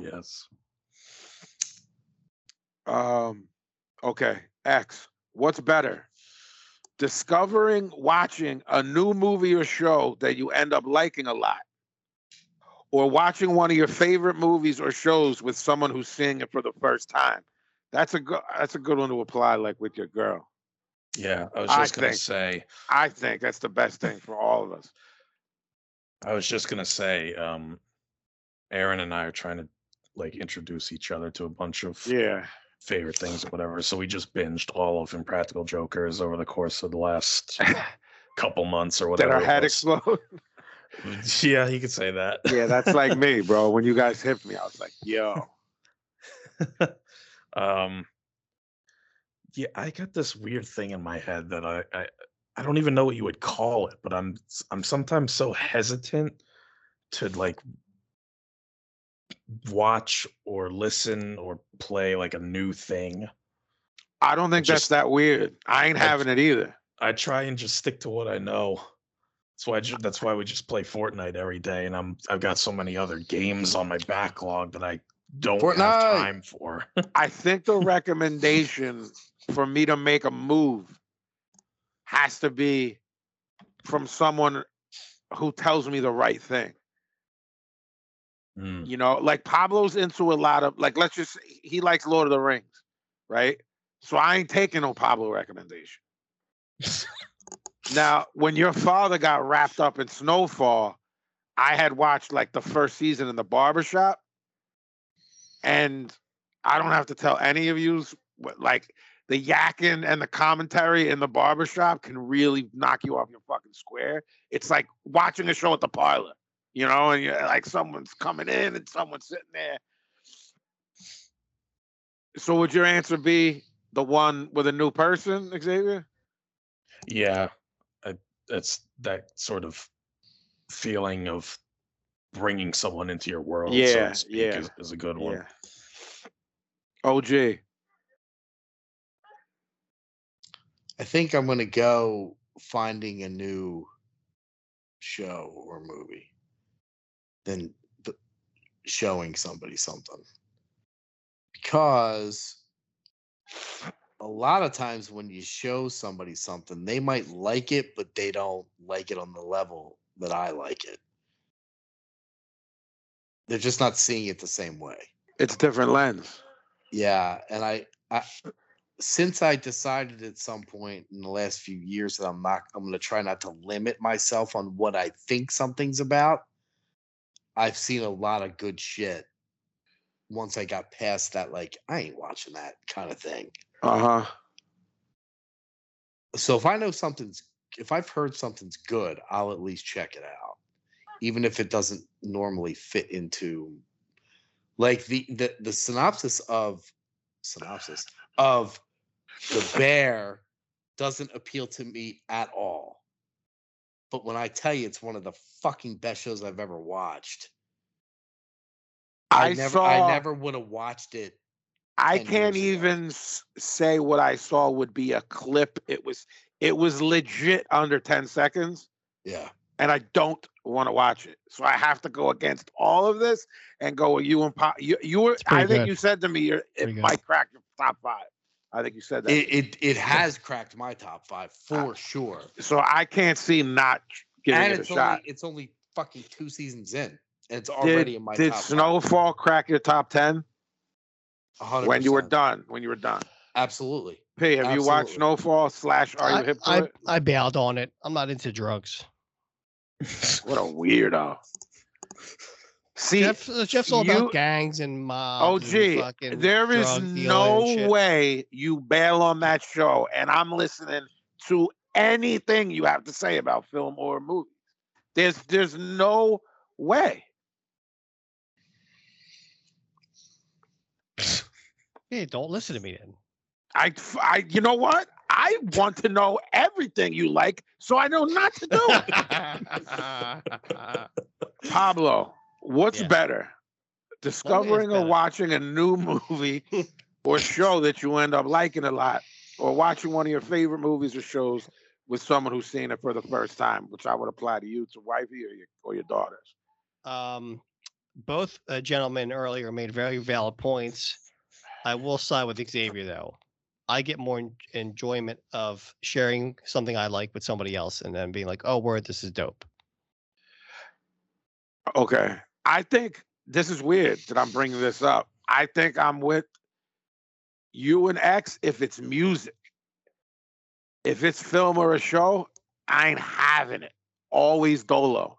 Yes. Um, okay, X. What's better, discovering watching a new movie or show that you end up liking a lot, or watching one of your favorite movies or shows with someone who's seeing it for the first time? That's a good. That's a good one to apply, like with your girl. Yeah. I was I just gonna think- say. I think that's the best thing for all of us. I was just gonna say. Um, Aaron and I are trying to like introduce each other to a bunch of Yeah. favorite things or whatever. So we just binged all of Impractical Jokers over the course of the last couple months or that whatever. our it head was. explode. yeah, you could say that. yeah, that's like me, bro. When you guys hit me, I was like, "Yo, um yeah i got this weird thing in my head that I, I i don't even know what you would call it but i'm s- i'm sometimes so hesitant to like watch or listen or play like a new thing I don't think Just- that's that weird. I ain't I- having it either." i try and just stick to what i know that's why I Uh, ju- that's why we just play fortnite every day and i'm i've got so many other games on my backlog that i don't have Fortnite! time for I think the recommendation for me to make a move has to be from someone who tells me the right thing. Mm, You know, like Pablo's into a lot of like let's just he likes Lord of the Rings, right? So I ain't taking no Pablo recommendation. now, when your father got wrapped up in Snowfall, I had watched like the first season in the barbershop. And I don't have to tell any of you like the yakking and the commentary in the barbershop can really knock you off your fucking square. It's like watching a show at the parlor you know, and you're like someone's coming in and someone's sitting there. So would your answer be the one with a new person, Xavier? Yeah, I, that's that sort of feeling of bringing someone into your world. so to Yeah, speak, yeah, is, is a good one. OG. I think I'm gonna go finding a new show or movie than th- showing somebody something. Because a lot of times when you show somebody something, they might like it, but they don't like it on the level that I like it. They're just not seeing it the same way. It's different lens. Yeah, and I, I since I decided at some point in the last few years that I'm not I'm going to try not to limit myself on what I think something's about. I've seen a lot of good shit once I got past that like I ain't watching that kind of thing. Uh-huh. So if I know something's if I've heard something's good, I'll at least check it out. Even if it doesn't normally fit into like the the, the synopsis of synopsis of the bear doesn't appeal to me at all. But when I tell you it's one of the fucking best shows I've ever watched, I, I, never saw I never would have watched it. I 10 can't years ago. even s- say what I saw would be a clip. It was it was legit under 10 seconds. Yeah. and I don't want to watch it. So I have to go against all of this and go with you and Pop. You, you were, It's pretty I think good. you said to me, you're, Pretty it good. might crack your top five. I think you said that. It, it it has cracked my top five for sure. so I can't see not giving and it a it's only shot. it's only fucking two seasons in, and it's Did, already in my did top. Snowfall crack your top ten 100 when you were done? When you were done. absolutely. P, have you watched Absolutely. Snowfall slash Are I, You Hip to I, It? I bailed on it. I'm not into drugs. What a weirdo. See, Jeff, uh, Jeff's all you- about gangs and Oh, mobs. gee, there is no way you bail on that show, and I'm listening to anything you have to say about film or movies. There's there's no way. Hey, don't listen to me then. I, f- I- you know what? I want to know everything you like, so I know not to do it. Pablo, what's Yeah. better, discovering or better. watching a new movie or show that you end up liking a lot, or watching one of your favorite movies or shows with someone who's seen it for the first time, which I would apply to you, to wifey, or your or your daughters. um, both uh, gentlemen earlier made very valid points. I will side with Xavier though. I get more en- enjoyment of sharing something I like with somebody else and then being like, "Oh, word, this is dope." Okay, I think this is weird that I'm bringing this up. I think I'm with you and X if it's music. If it's film or a show, I ain't having it. Always Dolo.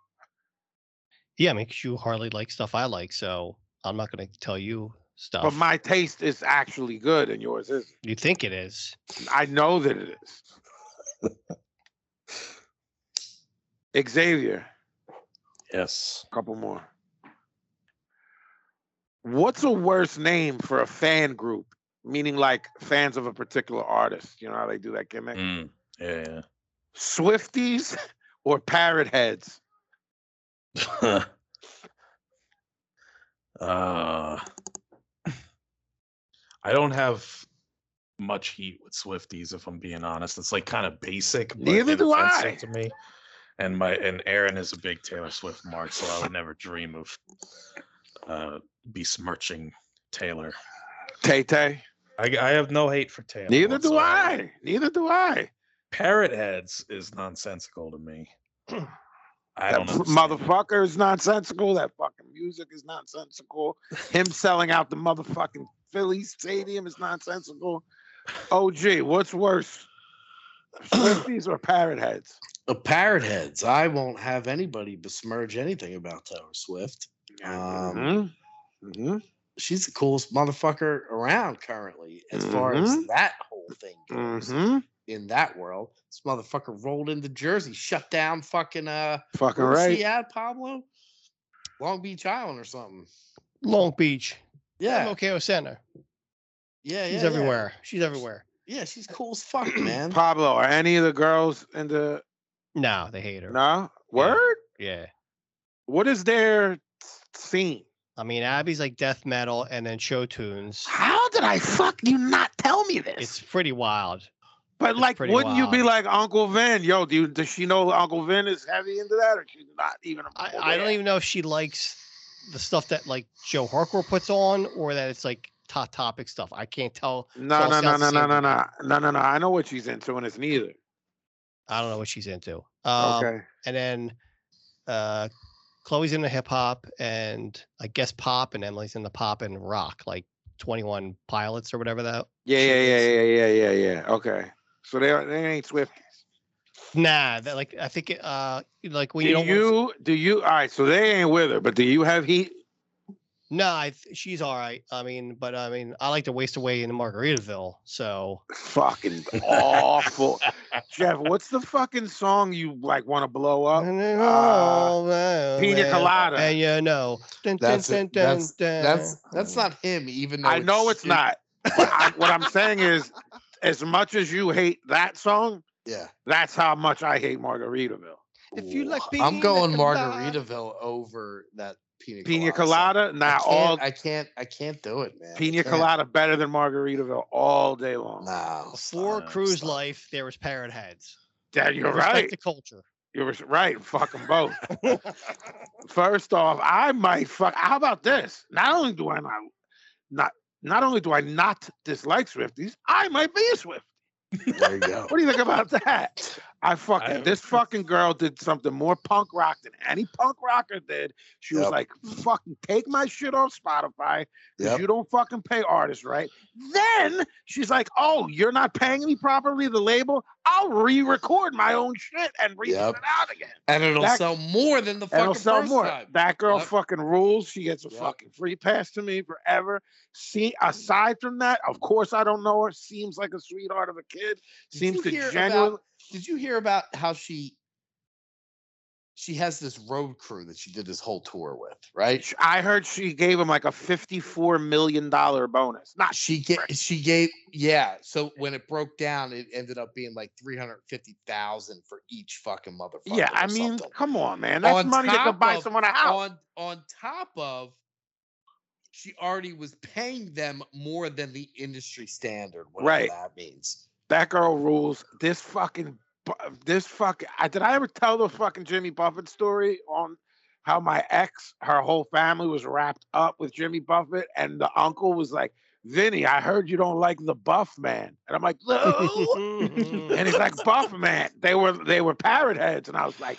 Yeah, I mean, 'cause you hardly like stuff I like, so I'm not going to tell you stuff. But my taste is actually good and yours is. you think it is? I know that it is. Xavier, Yes. a couple more. What's a worse name for a fan group? Meaning like fans of a particular artist. You know how they do that gimmick? Mm, yeah. Swifties or parrot heads? yeah. uh, I don't have much heat with Swifties, if I'm being honest. It's like kind of basic, but Neither do inoffensive I. to me. And my and Aaron is a big Taylor Swift mark, so I would never dream of uh, besmirching Taylor. Tay Tay. I, I have no hate for Taylor. Neither do whatsoever. I. Neither do I. Parrot heads is nonsensical to me. I That don't f- understand it. motherfucker is nonsensical. That fucking music is nonsensical. Him selling out the motherfucking Philly Stadium is nonsensical. OG, what's worse? Swifties or parrot heads? The parrot heads. I won't have anybody besmirch anything about Taylor Swift. Um, Mhm. Mhm. She's the coolest motherfucker around currently, as far as Mhm. that whole thing goes Mhm. in that world. This motherfucker rolled into Jersey, shut down fucking uh Fucking where was right. he at, Pablo? Long Beach Island or something. Long Beach, Yeah. MOKO Center. Yeah, yeah. She's yeah. everywhere. She's everywhere. Yeah, she's cool as fuck, man. Pablo, are any of the girls in the No, they hate her. no word? Yeah, What is their scene? I mean, Abby's like death metal and then show tunes. How did I fuck you not tell me this? It's pretty wild. But It's like, pretty wouldn't you be wild. like Uncle Vin? Yo, do you, does she know Uncle Vin is heavy into that, or she's not even? I, aware? I don't even know if she likes the stuff that like Joe Harcourt puts on or that it's like top topic stuff. I can't tell. No, all no, no, sounds no, the no, same to no, me. no, no, no, no. I know what she's into, and it's neither. I don't know what she's into. Um, okay. And then uh, Chloe's into hip hop and I guess pop, and Emily's into pop and rock, like Twenty One Pilots or whatever that. Yeah, yeah, yeah, yeah, yeah, yeah, yeah. Okay. So they are, they ain't Swift. Nah, that like I think it, uh like when do you you, don't. want- do you? All right. So they ain't with her, but do you have heat? No, I th- she's all right. I mean, but I mean, I like to waste away in Margaritaville, so Fucking awful, Jeff. What's the fucking song you like want to blow up? Uh, Oh, ah, Pina and- Colada. And you know, dun, dun, That's dun, it. dun, That's dun. that's that's not him, even though I know it's shit. not. But I, what I'm saying is, as much as you hate that song, Yeah. That's how much I hate Margaritaville. If you like I'm pina going colada. Margaritaville over that pina colada. Pina song. colada, I nah, can't, all I can't. I can't do it, man. I pina can't. colada better than Margaritaville all day long. No. Before Stop, cruise stop. life, there was parrot heads. Dad, you're Respect right. The culture. You're s- right. Fuck 'em both. First off, I might fuck. How about this? Not only do I not, not Not only do I not dislike Swifties, I might be a Swift. There you go. What do you think about that? I fucking I- this fucking girl did something more punk rock than any punk rocker did. She was Yep. like, "Fucking take my shit off Spotify because Yep. you don't fucking pay artists right." Then she's like, "Oh, you're not paying me properly, the label. I'll re-record my own shit and re Yep. it out again, and it'll That- sell more than the and it'll fucking sell first more." time. That girl Yep. fucking rules. She gets a Yep. fucking free pass to me forever. See, aside from that, of course, I don't know her. Seems like a sweetheart of a kid. Did Seems you to hear about- genuinely. Did you hear about how she she has this road crew that she did this whole tour with, right? Sh- I heard she gave him like a fifty-four million dollar bonus. Not She get she gave yeah. So when it broke down, it ended up being like three hundred fifty thousand for each fucking motherfucker. yeah. I or mean, something. come on, man. That's On money that top could buy of- someone a house. on on top of she already was paying them more than the industry standard, whatever Right. that means. that girl rules. This fucking, bu- this fucking. I, did I ever tell the fucking Jimmy Buffett story on how my ex, her whole family was wrapped up with Jimmy Buffett, and the uncle was like, "Vinny, I heard you don't like the Buff Man," and I'm like, "No." and he's like buff man they were they were parrot heads and i was like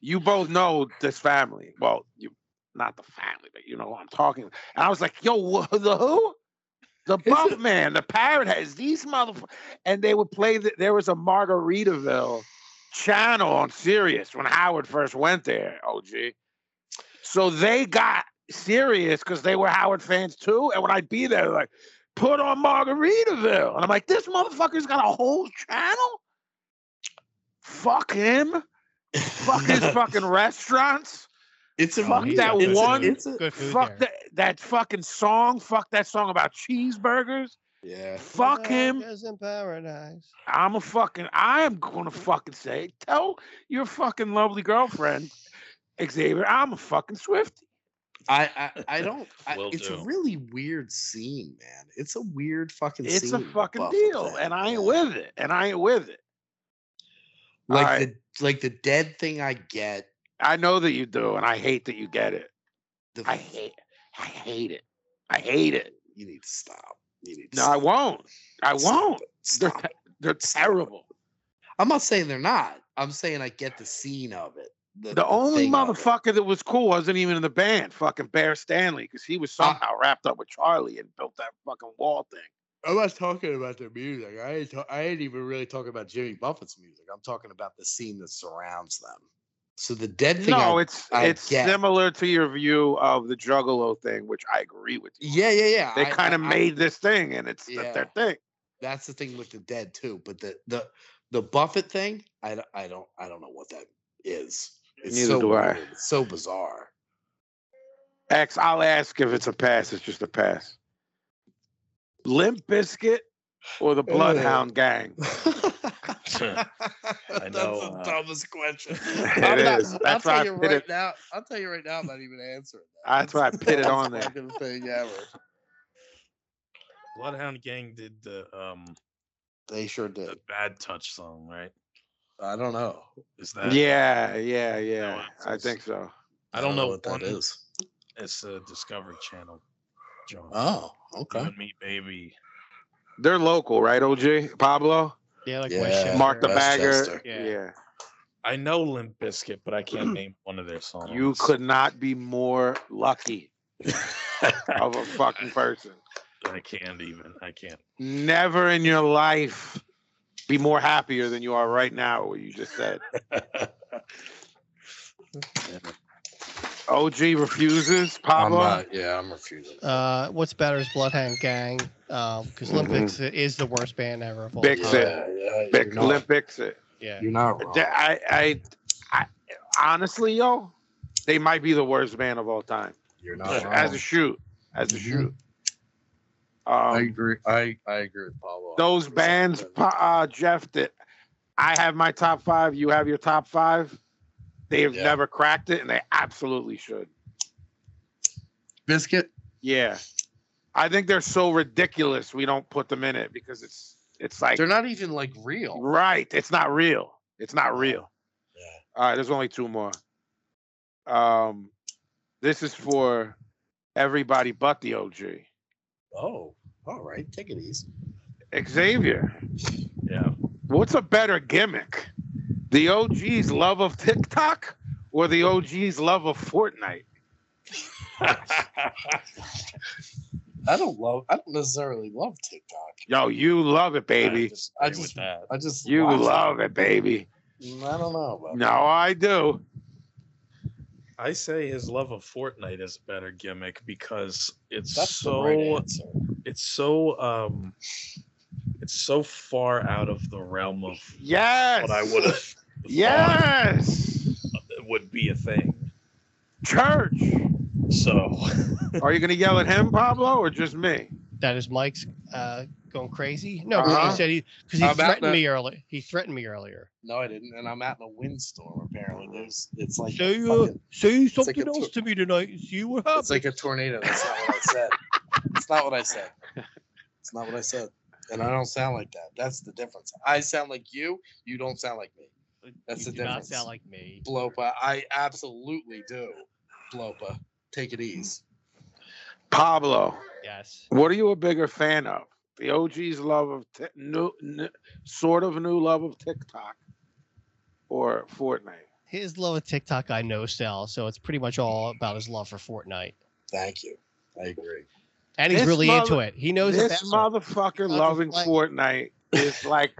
you both know this family well you not the family but you know what i'm talking and i was like yo wha- the who the buff man the parrot heads these motherfuckers and they would play the, there was a margaritaville channel on sirius when howard first went there og so they got serious because they were howard fans too and when i'd be there like put on Margaritaville. And I'm like, this motherfucker's got a whole channel? Fuck him. Fuck his fucking restaurants. It's a Fuck real- that it's a- one- it's a- Good food Fuck there. that, that fucking song. Fuck that song about cheeseburgers. Yeah. Fuck him. America's In paradise. I'm a fucking, I am going to fucking say, tell your fucking lovely girlfriend, Xavier, I'm a fucking Swifty. I I, I don't. I, Will it's do. a really weird scene, man. It's a weird fucking. It's scene a with fucking Buffett deal. thing, And I ain't yeah. with it. And I ain't with it. Like Alright. the like the dead thing. I get. I know that you do. And I hate that you get it. The, I hate, I hate it. I hate it. You need to stop. You need to No, I stop. won't. I Stop won't. it. They're, Stop. te- they're Stop. terrible. I'm not saying they're not. I'm saying I get the scene of it. The only thing of it. motherfucker that was cool wasn't even in the band, fucking Bear Stanley, because he was Uh, somehow wrapped up with Charlie and built that fucking wall thing. I'm not talking about their music. I ain't, ta- I ain't even really talking about Jimmy Buffett's music. I'm talking about the scene that surrounds them. So the dead thing. No, I- it's I it's get. similar to your view of the Juggalo thing, which I agree with you. yeah, yeah, yeah. They I- kind of I- I- made this thing, and it's Yeah. th- their thing. that's the thing with the dead too. But the the the Buffett thing, I, d- I don't I don't know what that is. It's Neither so do I. weird, It's so bizarre. X, I'll ask if it's a pass. It's just a pass. Limp Biscuit or the Bloodhound Gang? know, I That's the uh, dumbest question. It I'm not- is. I'll That's why I tell you put right it- now. I'll tell you right now. I'm not even answering. That. That's why I put it on there. Fucking thing ever. Bloodhound Gang did the um They sure the did. Bad Touch song, right? I don't know. Is that? yeah, yeah, yeah. I it's- think so. I don't know what that one- is. It's a Discovery Channel. John. Oh, You okay. and me, baby. They're local, right, OG? Pablo? Yeah, like Yeah. Westchester. Mark the Westchester. Bagger. Yeah. Yeah. I know Limp Biscuit, but I can't name one of their songs. You could not be more lucky of a fucking person. I can't even. I can't. Never in your life be more happier than you are right now, what you just said. OG refuses, I'm Pablo. not. Yeah, I'm refusing. Uh, what's better is Bloodhound Gang, because Mhm. Olympics is the worst band ever. of all Big time. Sid. yeah, yeah, Bic- you're, not, Limp Bizkit. Yeah. you're not wrong. I, I, I, honestly, yo, they might be the worst band of all time. You're not wrong. As a shoot. As a Mhm. shoot. I Um, agree. I, I agree with Pablo. those bands, pa- uh, Jeff, that I have my top five, you have your top five. They have Yeah. never cracked it, and they absolutely should. Biscuit. Yeah, I think they're so ridiculous. We don't put them in it because it's it's like They're not even like real. right. It's not real. It's not real. Yeah. All right, there's only two more. Um, this is for everybody but the OG. Oh, all right, take it easy. Xavier. Yeah. What's a better gimmick? The OG's love of TikTok or the OG's love of Fortnite? I don't love. I don't necessarily love TikTok. Yo, you love it, baby. I Agree just, with that. I just. You watch love it, baby. it. Mm, I don't know. About No, I do. I say his love of Fortnite is a better gimmick because it's That's so the right answer. it's so um it's so far out of the realm of Yes. what I would have Yes. would be a thing. Church. So Are you going to yell at him, Pablo, or just me? That is Mike's uh, going crazy. No, 'cause Uh-huh. he said he because he How about threatened that? me earlier. He threatened me earlier. No, I didn't. And I'm out in a windstorm. Apparently, there's. It's like. Say, a uh, fucking- say like a something tor- else to me tonight. and See what it's happens. like a tornado. That's not what I said. it's not what I said. It's not what I said. And I don't sound like that. That's the difference. I sound like you. You don't sound like me. that's you the do not difference. sound like me. Blopa, I absolutely do. Blopa, take it easy. Pablo, Yes. what are you a bigger fan of? The OG's love of t- new, n- sort of new love of TikTok or Fortnite? His love of TikTok I know sell, so it's pretty much all about his love for Fortnite. Thank you. I agree. And he's This really into mother- it. He knows this it's motherfucker Fucking loving play. Fortnite is like,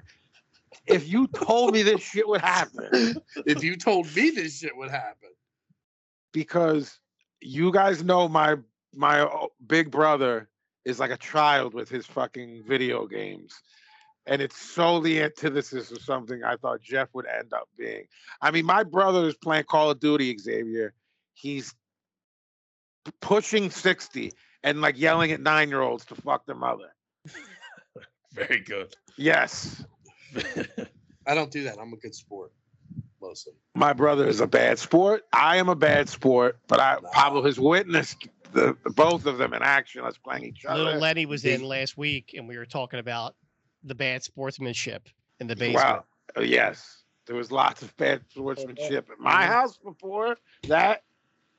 if you told me this shit would happen, if you told me this shit would happen, because you guys know my my o- big brother is like a child with his fucking video games, and it's so the antithesis of something I thought Jeff would end up being. I mean, my brother is playing Call of Duty, Xavier. He's p- pushing sixty and like yelling at nine year olds to fuck their mother. very good. Yes. I don't do that. I'm a good sport, mostly. my brother is a bad sport. I am a bad sport, but I Pablo has witnessed the, the both of them in action. Us playing each other. Little Lenny was Big- in last week, and we were talking about the bad sportsmanship in the basement. wow. Oh, yes, there was lots of bad sportsmanship at Mm-hmm. my house before that.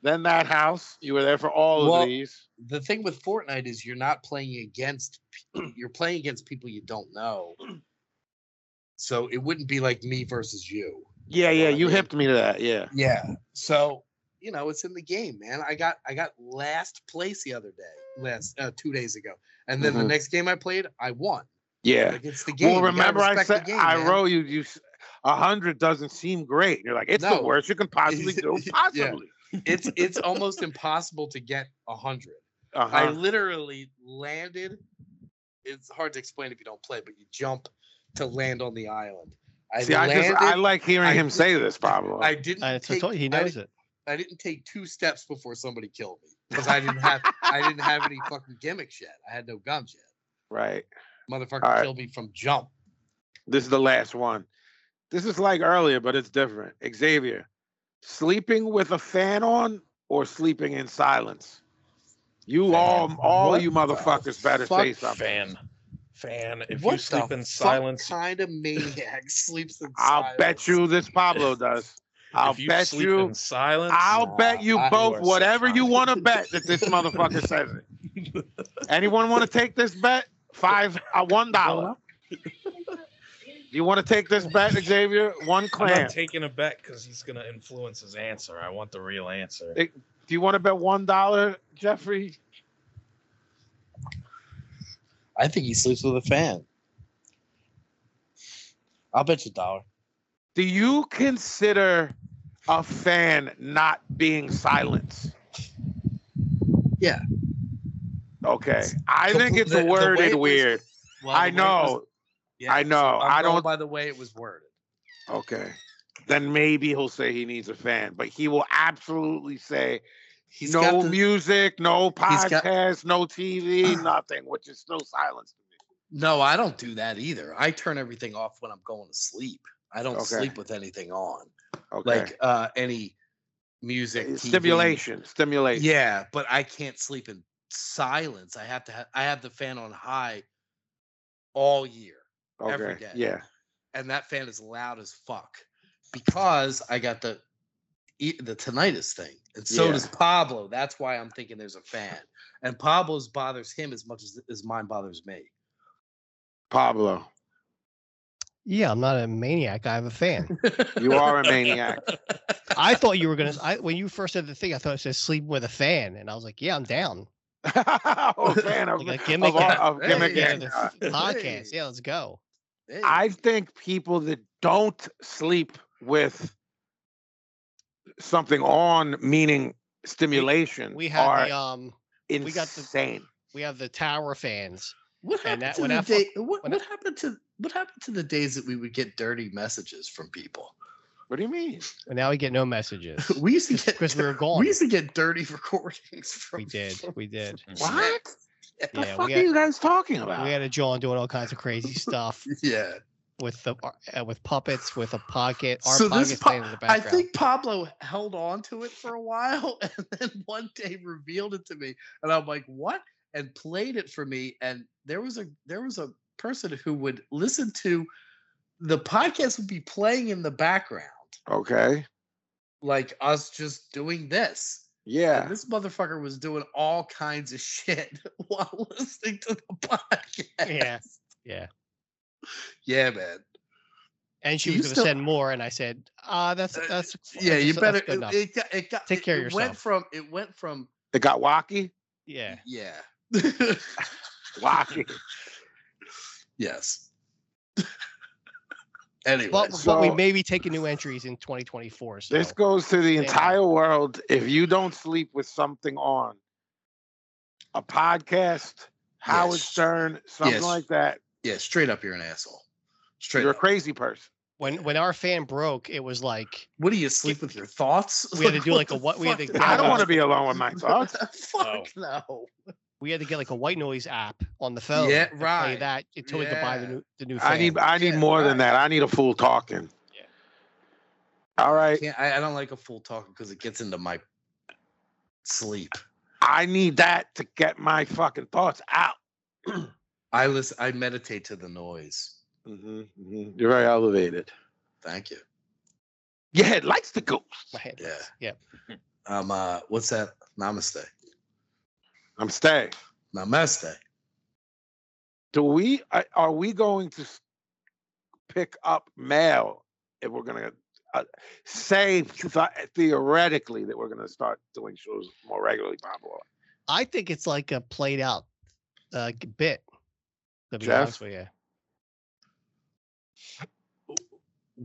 Then that house. You were there for all Well- of these. The thing with Fortnite is you're not playing against pe- you're playing against people you don't know. So it wouldn't be like me versus you. Yeah, yeah. You Right. hipped me to that. Yeah. Yeah. So you know it's in the game, man. I got I got last place the other day, last uh, two days ago, and then the Mhm. next game I played, I won. Yeah. Like it's the game. Well, You gotta remember I respect the said game, I man. wrote you. You s- a hundred doesn't seem great. You're like it's No. the worst you can possibly do. Yeah. Possibly. It's it's almost impossible to get a hundred. Uh-huh. I literally landed. It's hard to explain if you don't play, but you jump to land on the island. I See, I landed. just I like hearing I him did- say this, Pablo. I didn't. And so I take- told you, he I knows di- it. I didn't take two steps before somebody killed me because I didn't have I didn't have any fucking gimmicks yet. I had no guns yet. right. Motherfucker All right. killed me from jump. This is the last one. This is like earlier, but it's different. Xavier, sleeping with a fan on or sleeping in silence? You all, all What you the motherfuckers better fuck say something. Fan. Fan. If What you the sleep in fuck silence, kind of maniac sleeps in I'll bet silence? you this Pablo does. I'll if you bet sleep you. in silence, I'll Nah, bet you I- both you are so whatever you funny. want to bet that this motherfucker says it. Anyone want to take this bet? Five, uh, one dollar. You want to take this bet, Xavier? One I'm clam. not taking a bet because he's gonna influence his answer. I want the real answer. It- Do you want to bet one dollar, Jeffrey? I think he sleeps with a fan. I'll bet you a dollar. Do you consider a fan not being silenced? Yeah. Okay. I think it's The- the way worded it was- weird. Well, I the way it was- know. yeah, I know. I'm I going don't. By the way, it was worded. Okay. Then maybe he'll say he needs a fan, but he will absolutely say He's no got the, music, no He's got- podcast, no TV, nothing, which is still silence. no. I don't do that either. I turn everything off when I'm going to sleep. I don't Okay. sleep with anything on, Okay. Eh, like uh any music, TV. stimulation, stimulation. Yeah, but I can't sleep in silence. I have to. Ha- I have the fan on high all year. Okay. every day. Yeah. and that fan is loud as fuck because I got the e- the tinnitus thing, and so Yeah. does Pablo. That's why I'm thinking there's a fan, and Pablo's bothers him as much as, as mine bothers me. Pablo, Yeah, I'm not a maniac. I have a fan. you are a maniac. I thought you were gonna. I, when you first said the thing, I thought it said sleep with a fan, and I was like, yeah, I'm down. oh, fan of, Like a of, gimmick. all- of Hey, gimmick yeah, and, the uh, podcast. Yeah, let's go. Hey, I think people that don't sleep with something on, meaning stimulation, We had are the um, we got the- insane. we have the tower fans. what and happened that- to when the I fu- day? What, when I- what happened to what happened to the days that we would get dirty messages from people? what do you mean? And now we get no messages We used to get because we were gone. we used to get dirty recordings from. We did. We did. Mm. What? The Yeah, fuck we are had, you guys talking about? we had a John doing all kinds of crazy stuff Yeah. with the uh, with puppets with a pocket. Our So this pockets po- playing in the I background. think Pablo held on to it for a while and then one day revealed it to me. And I'm like, what? And played it for me. And there was a there was a person who would listen to the podcast would be playing in the background, Okay. like us just doing this. And Yeah. this motherfucker was doing all kinds of shit while listening to the podcast. Yeah. Yeah. Yeah, man. And she you was going to still- send more, and I said, "Ah, that's Uh, that's Yeah, you that's- that's better. good It, enough. it got, it got, Take it- care of it Went yourself. from it went from It got wacky. yeah." yeah. Wacky. yes. anyway, But, but we so- may be taking new entries in 2024. So This goes to the Yeah. entire world. If you don't sleep with something on, a podcast, Howard Yes. Stern, something Yes. like that, yeah, straight up, you're an asshole. Straight you're a up. crazy person. when when our fan broke, it was like What do you sleep with your thoughts? We had to do like a what- we had fuck to Oh. did Yeah, I don't well- want to be alone with my thoughts. fuck no. we had to get like a white noise app on the phone. Yeah, to play right. that until we could buy the Yeah. new the new. Fan. I need I need Yeah, more than right. that. I need a fool talking. All right. Can't- I, I don't like a full talker because it gets into my sleep. I need that to get my fucking thoughts out. I listen. I meditate to the noise. Mm-hmm, You're very elevated. Thank you. Your head likes to go. My head. Yeah. Yeah. Um. Uh. What's that? Namaste. I'm staying. Namaste. Do we are- are we going to s- pick up mail if we're gonna uh, say th- theoretically that we're gonna start doing shows more regularly, Pablo? I think it's like a played out uh, g- bit. To be Jeff? honest with you,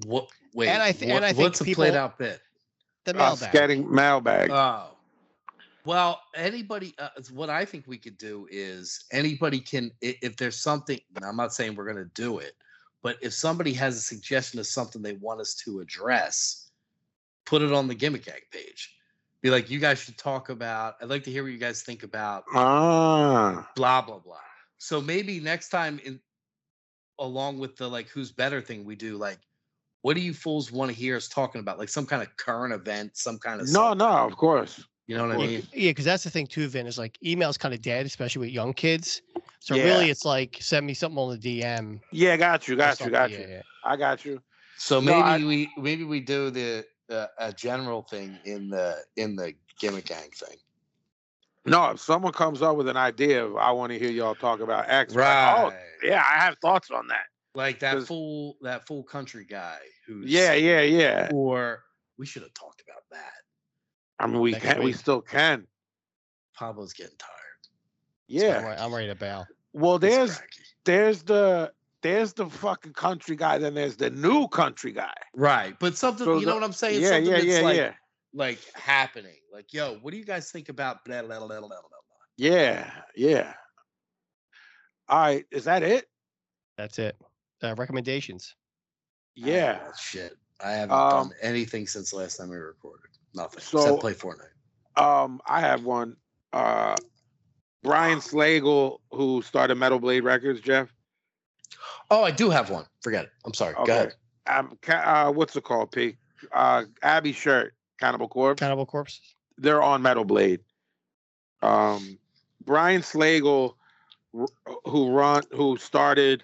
What? Wait. And I thi- what- and I think what's a played people- out bit? Uh, the Us mailbag. getting mailbag. Oh. Well, anybody. Uh, it's what I think we could do is anybody can i- if there's something. and I'm not saying we're going to do it, but if somebody has a suggestion of something they want us to address, put it on the gimmick egg page. Be like, you guys should talk about. I'd like to hear what you guys think about ah, blah blah blah. So maybe next time in along with the like who's better thing we do like what do you fools want to hear us talking about? Like some kind of current event, some kind of no, something, no, of course. you know what I Well, mean? Yeah, because that's the thing too, Vin, is like email's kind of dead, especially with young kids. So Yeah. really it's like send me something on the DM. or Yeah, got you, got you, something. got Yeah, you. yeah. I got you. So No, maybe I- we maybe we do the uh, a general thing in the in the gimmick gang thing. No, if someone comes up with an idea of I want to hear y'all talk about X, like, Right. oh, yeah, I have thoughts on that. Like that 'Cause- fool that fool country guy who's Yeah, yeah, yeah. or we should have talked about that. I mean, we Next can, we week. still can. Pablo's getting tired. So I'm Yeah. re- I'm ready to bail. Well, He's there's cranky. there's the there's the fucking country guy, then there's the new country guy. right, but something So you know the- what I'm saying? Yeah, something yeah, that's yeah, like, yeah, like happening. Like, yo, what do you guys think about blah blah blah blah blah? blah? yeah, yeah. All right, is that it? That's it. Uh, recommendations. I don't know Yeah. about Shit, I haven't Um, done anything since last time we recorded. Nothing So- except play Fortnite. Um, I have one. Uh, Brian Slagle, who started Metal Blade Records, Jeff. Oh, I do have one. Forget it. I'm sorry. Go ahead. Um, ca- uh, what's it called, P? Uh, Abby Shirt, Cannibal Corpse. Cannibal Corpse. they're on Metal Blade. Um, Brian Slagle, r- who run, who started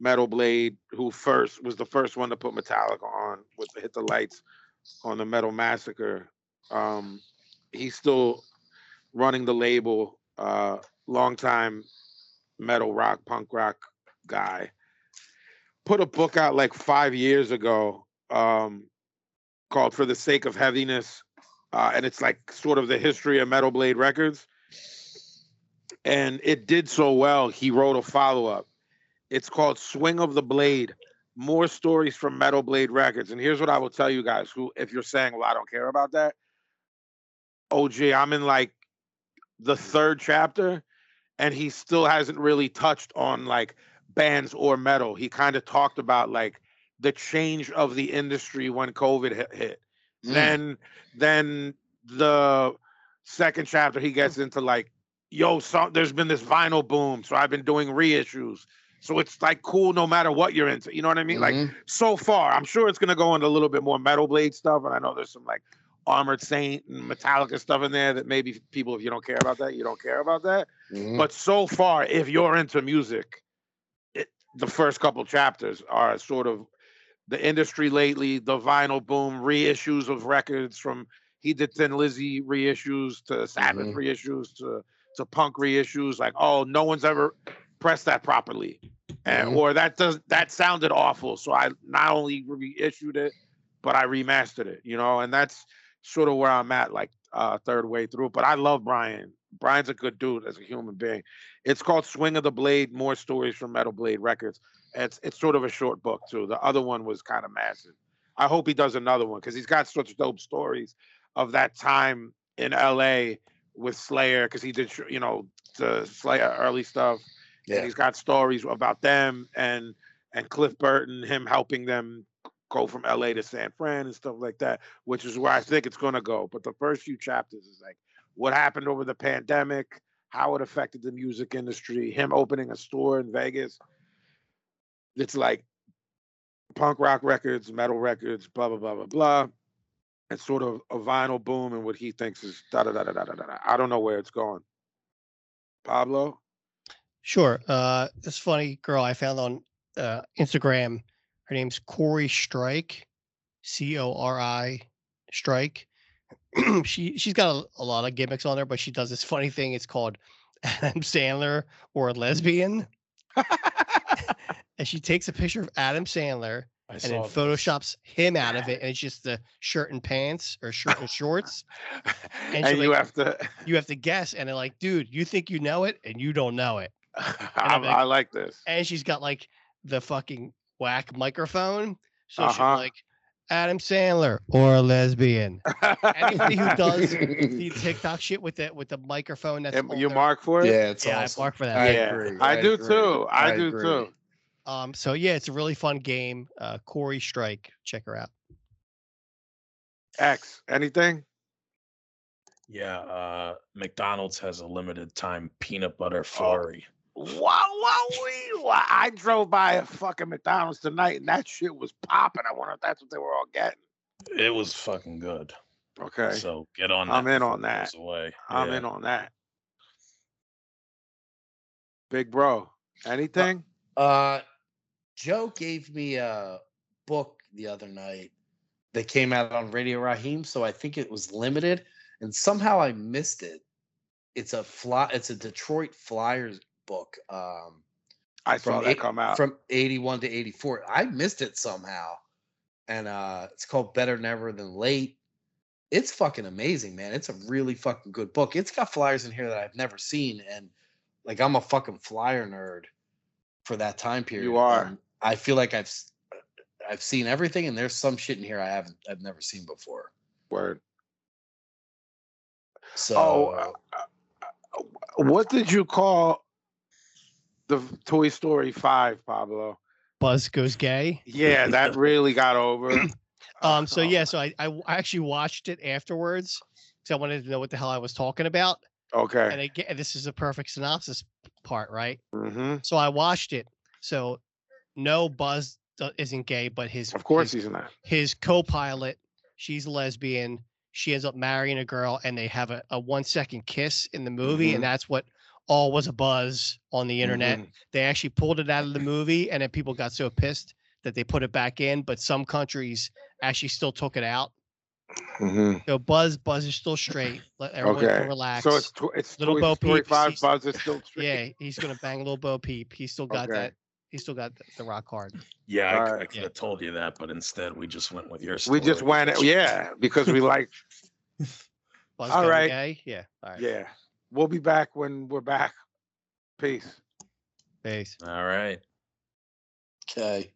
Metal Blade, who first was the first one to put Metallica on, was to hit the lights, on the Metal Massacre. Um, he's still running the label. Uh, longtime metal rock, punk rock guy. Put a book out like five years ago um, called "For the Sake of Heaviness," uh, and it's like sort of the history of Metal Blade Records. And it did so well, he wrote a follow up. It's called "Swing of the Blade." More stories from Metal Blade Records. And here's what I will tell you guys: who, if you're saying, "Well, I don't care about that," OG, I'm in like the third chapter, and he still hasn't really touched on like bands or metal. He kind of talked about like the change of the industry when COVID hit. hit. Mm. Then, then the second chapter he gets into like, yo, so there's been this vinyl boom, so I've been doing reissues. So it's like cool no matter what you're into. You know what I mean? Mm-hmm. Like so far, I'm sure it's gonna go into a little bit more metal blade stuff, and I know there's some like Armored Saint and Metallica stuff in there that maybe people, if you don't care about that, you don't care about that. mm-hmm. But so far, if you're into music, it, the first couple chapters are sort of the industry lately, the vinyl boom, reissues of records from he did Thin Lizzy reissues to Sabbath Mhm. reissues to to punk reissues. Like, oh, no one's ever pressed that properly, and Mhm. or that does that sounded awful. So I not only reissued it, but I remastered it. You know, and that's sort of where I'm at, like uh, third way through. But I love Brian. Brian's a good dude as a human being. It's called Swing of the Blade: More Stories from Metal Blade Records. It's it's sort of a short book too. The other one was kind of massive. I hope he does another one because he's got such dope stories of that time in L.A. with Slayer because he did sh- you know the Slayer early stuff. Yeah. And he's got stories about them and and Cliff Burton, him helping them go from LA to San Fran and stuff like that, which is where I think it's gonna go. But the first few chapters is like what happened over the pandemic, how it affected the music industry, him opening a store in Vegas. It's like punk rock records, metal records, blah blah blah blah blah. And sort of a vinyl boom and what he thinks is da da da da da da da. da. I don't know where it's going. Pablo? Sure. Uh, this funny girl I found on uh, Instagram. Her name's Corey Strike, C O R I Strike. she she's got a, a lot of gimmicks on her, but she does this funny thing. It's called Adam Sandler or a lesbian. and she takes a picture of Adam Sandler I and then saw photoshops him out of it, and it's just the shirt and pants or shirt and shorts. And, she's you like, have to you have to guess, and they're like, dude, you think you know it, and you don't know it. I, like- I like this. and she's got like the fucking whack microphone. So she's Uh-huh. like Adam Sandler or a lesbian. Anybody who does the TikTok shit with it with the microphone that's Am- on you their- mark for it? Yeah, it's yeah, awesome. I bark for that. I Yeah, agree, I, I do agree, too. I, I do agree. too. Um, so yeah, it's a really fun game. Uh, Corey Strike, check her out. X, anything? Yeah, uh, McDonald's has a limited time peanut Oh. butter flurry. Wow, wow, wee, wow. I drove by a fucking McDonald's tonight and that shit was popping. I wonder if that's what they were all getting. It was fucking good. Okay. So get on. I'm that in before on it goes that. Away. I'm Yeah. in on that. Big bro, anything? Uh, Joe gave me a book the other night that came out on Radio Raheem, so I think it was limited, and somehow I missed it. It's a fly. It's a Detroit Flyers book. Um, I saw that eight- come out. from eighty-one to eighty-four. I missed it somehow, and uh, it's called Better Never Than Late. It's fucking amazing, man. It's a really fucking good book. It's got flyers in here that I've never seen, and like I'm a fucking flyer nerd for that time period. are. and I feel like I've s- I've seen everything, and there's some shit in here I haven't I've never seen before. Oh, Word. So Oh, uh, What did you call the Toy Story 5, Pablo? Buzz goes gay. Yeah, that really got over. Um, so Oh, yeah, so I, I w- I actually watched it afterwards because I wanted to know what the hell I was talking about. And Okay. again, this is the perfect synopsis part, right? hmm So I watched it. So no, Buzz do- isn't gay, but his Of course his he's not. his co-pilot she's lesbian she ends up marrying a girl and they have a, a one second kiss in the movie Mhm. and that's what all was a buzz on the internet Mm-hmm. they actually pulled it out of the movie and then people got so pissed that they put it back in but some countries actually still took it out Mm-hmm. So Buzz, Buzz is still straight. Let everyone Okay. relax. So it's tw- it's Little tw- Bo Peep, twenty-five she's- buzz is still straight. yeah, he's gonna bang little Bo Peep. He's still got Okay. that. He's still got the, the rock hard. Yeah, I, Alright. could have told you that, but instead we just went with your. We just story. went it, yeah, because we like Buzz All got right. Gay. Yeah. All right. yeah. We'll be back when we're back. Peace. Peace. All right. Okay.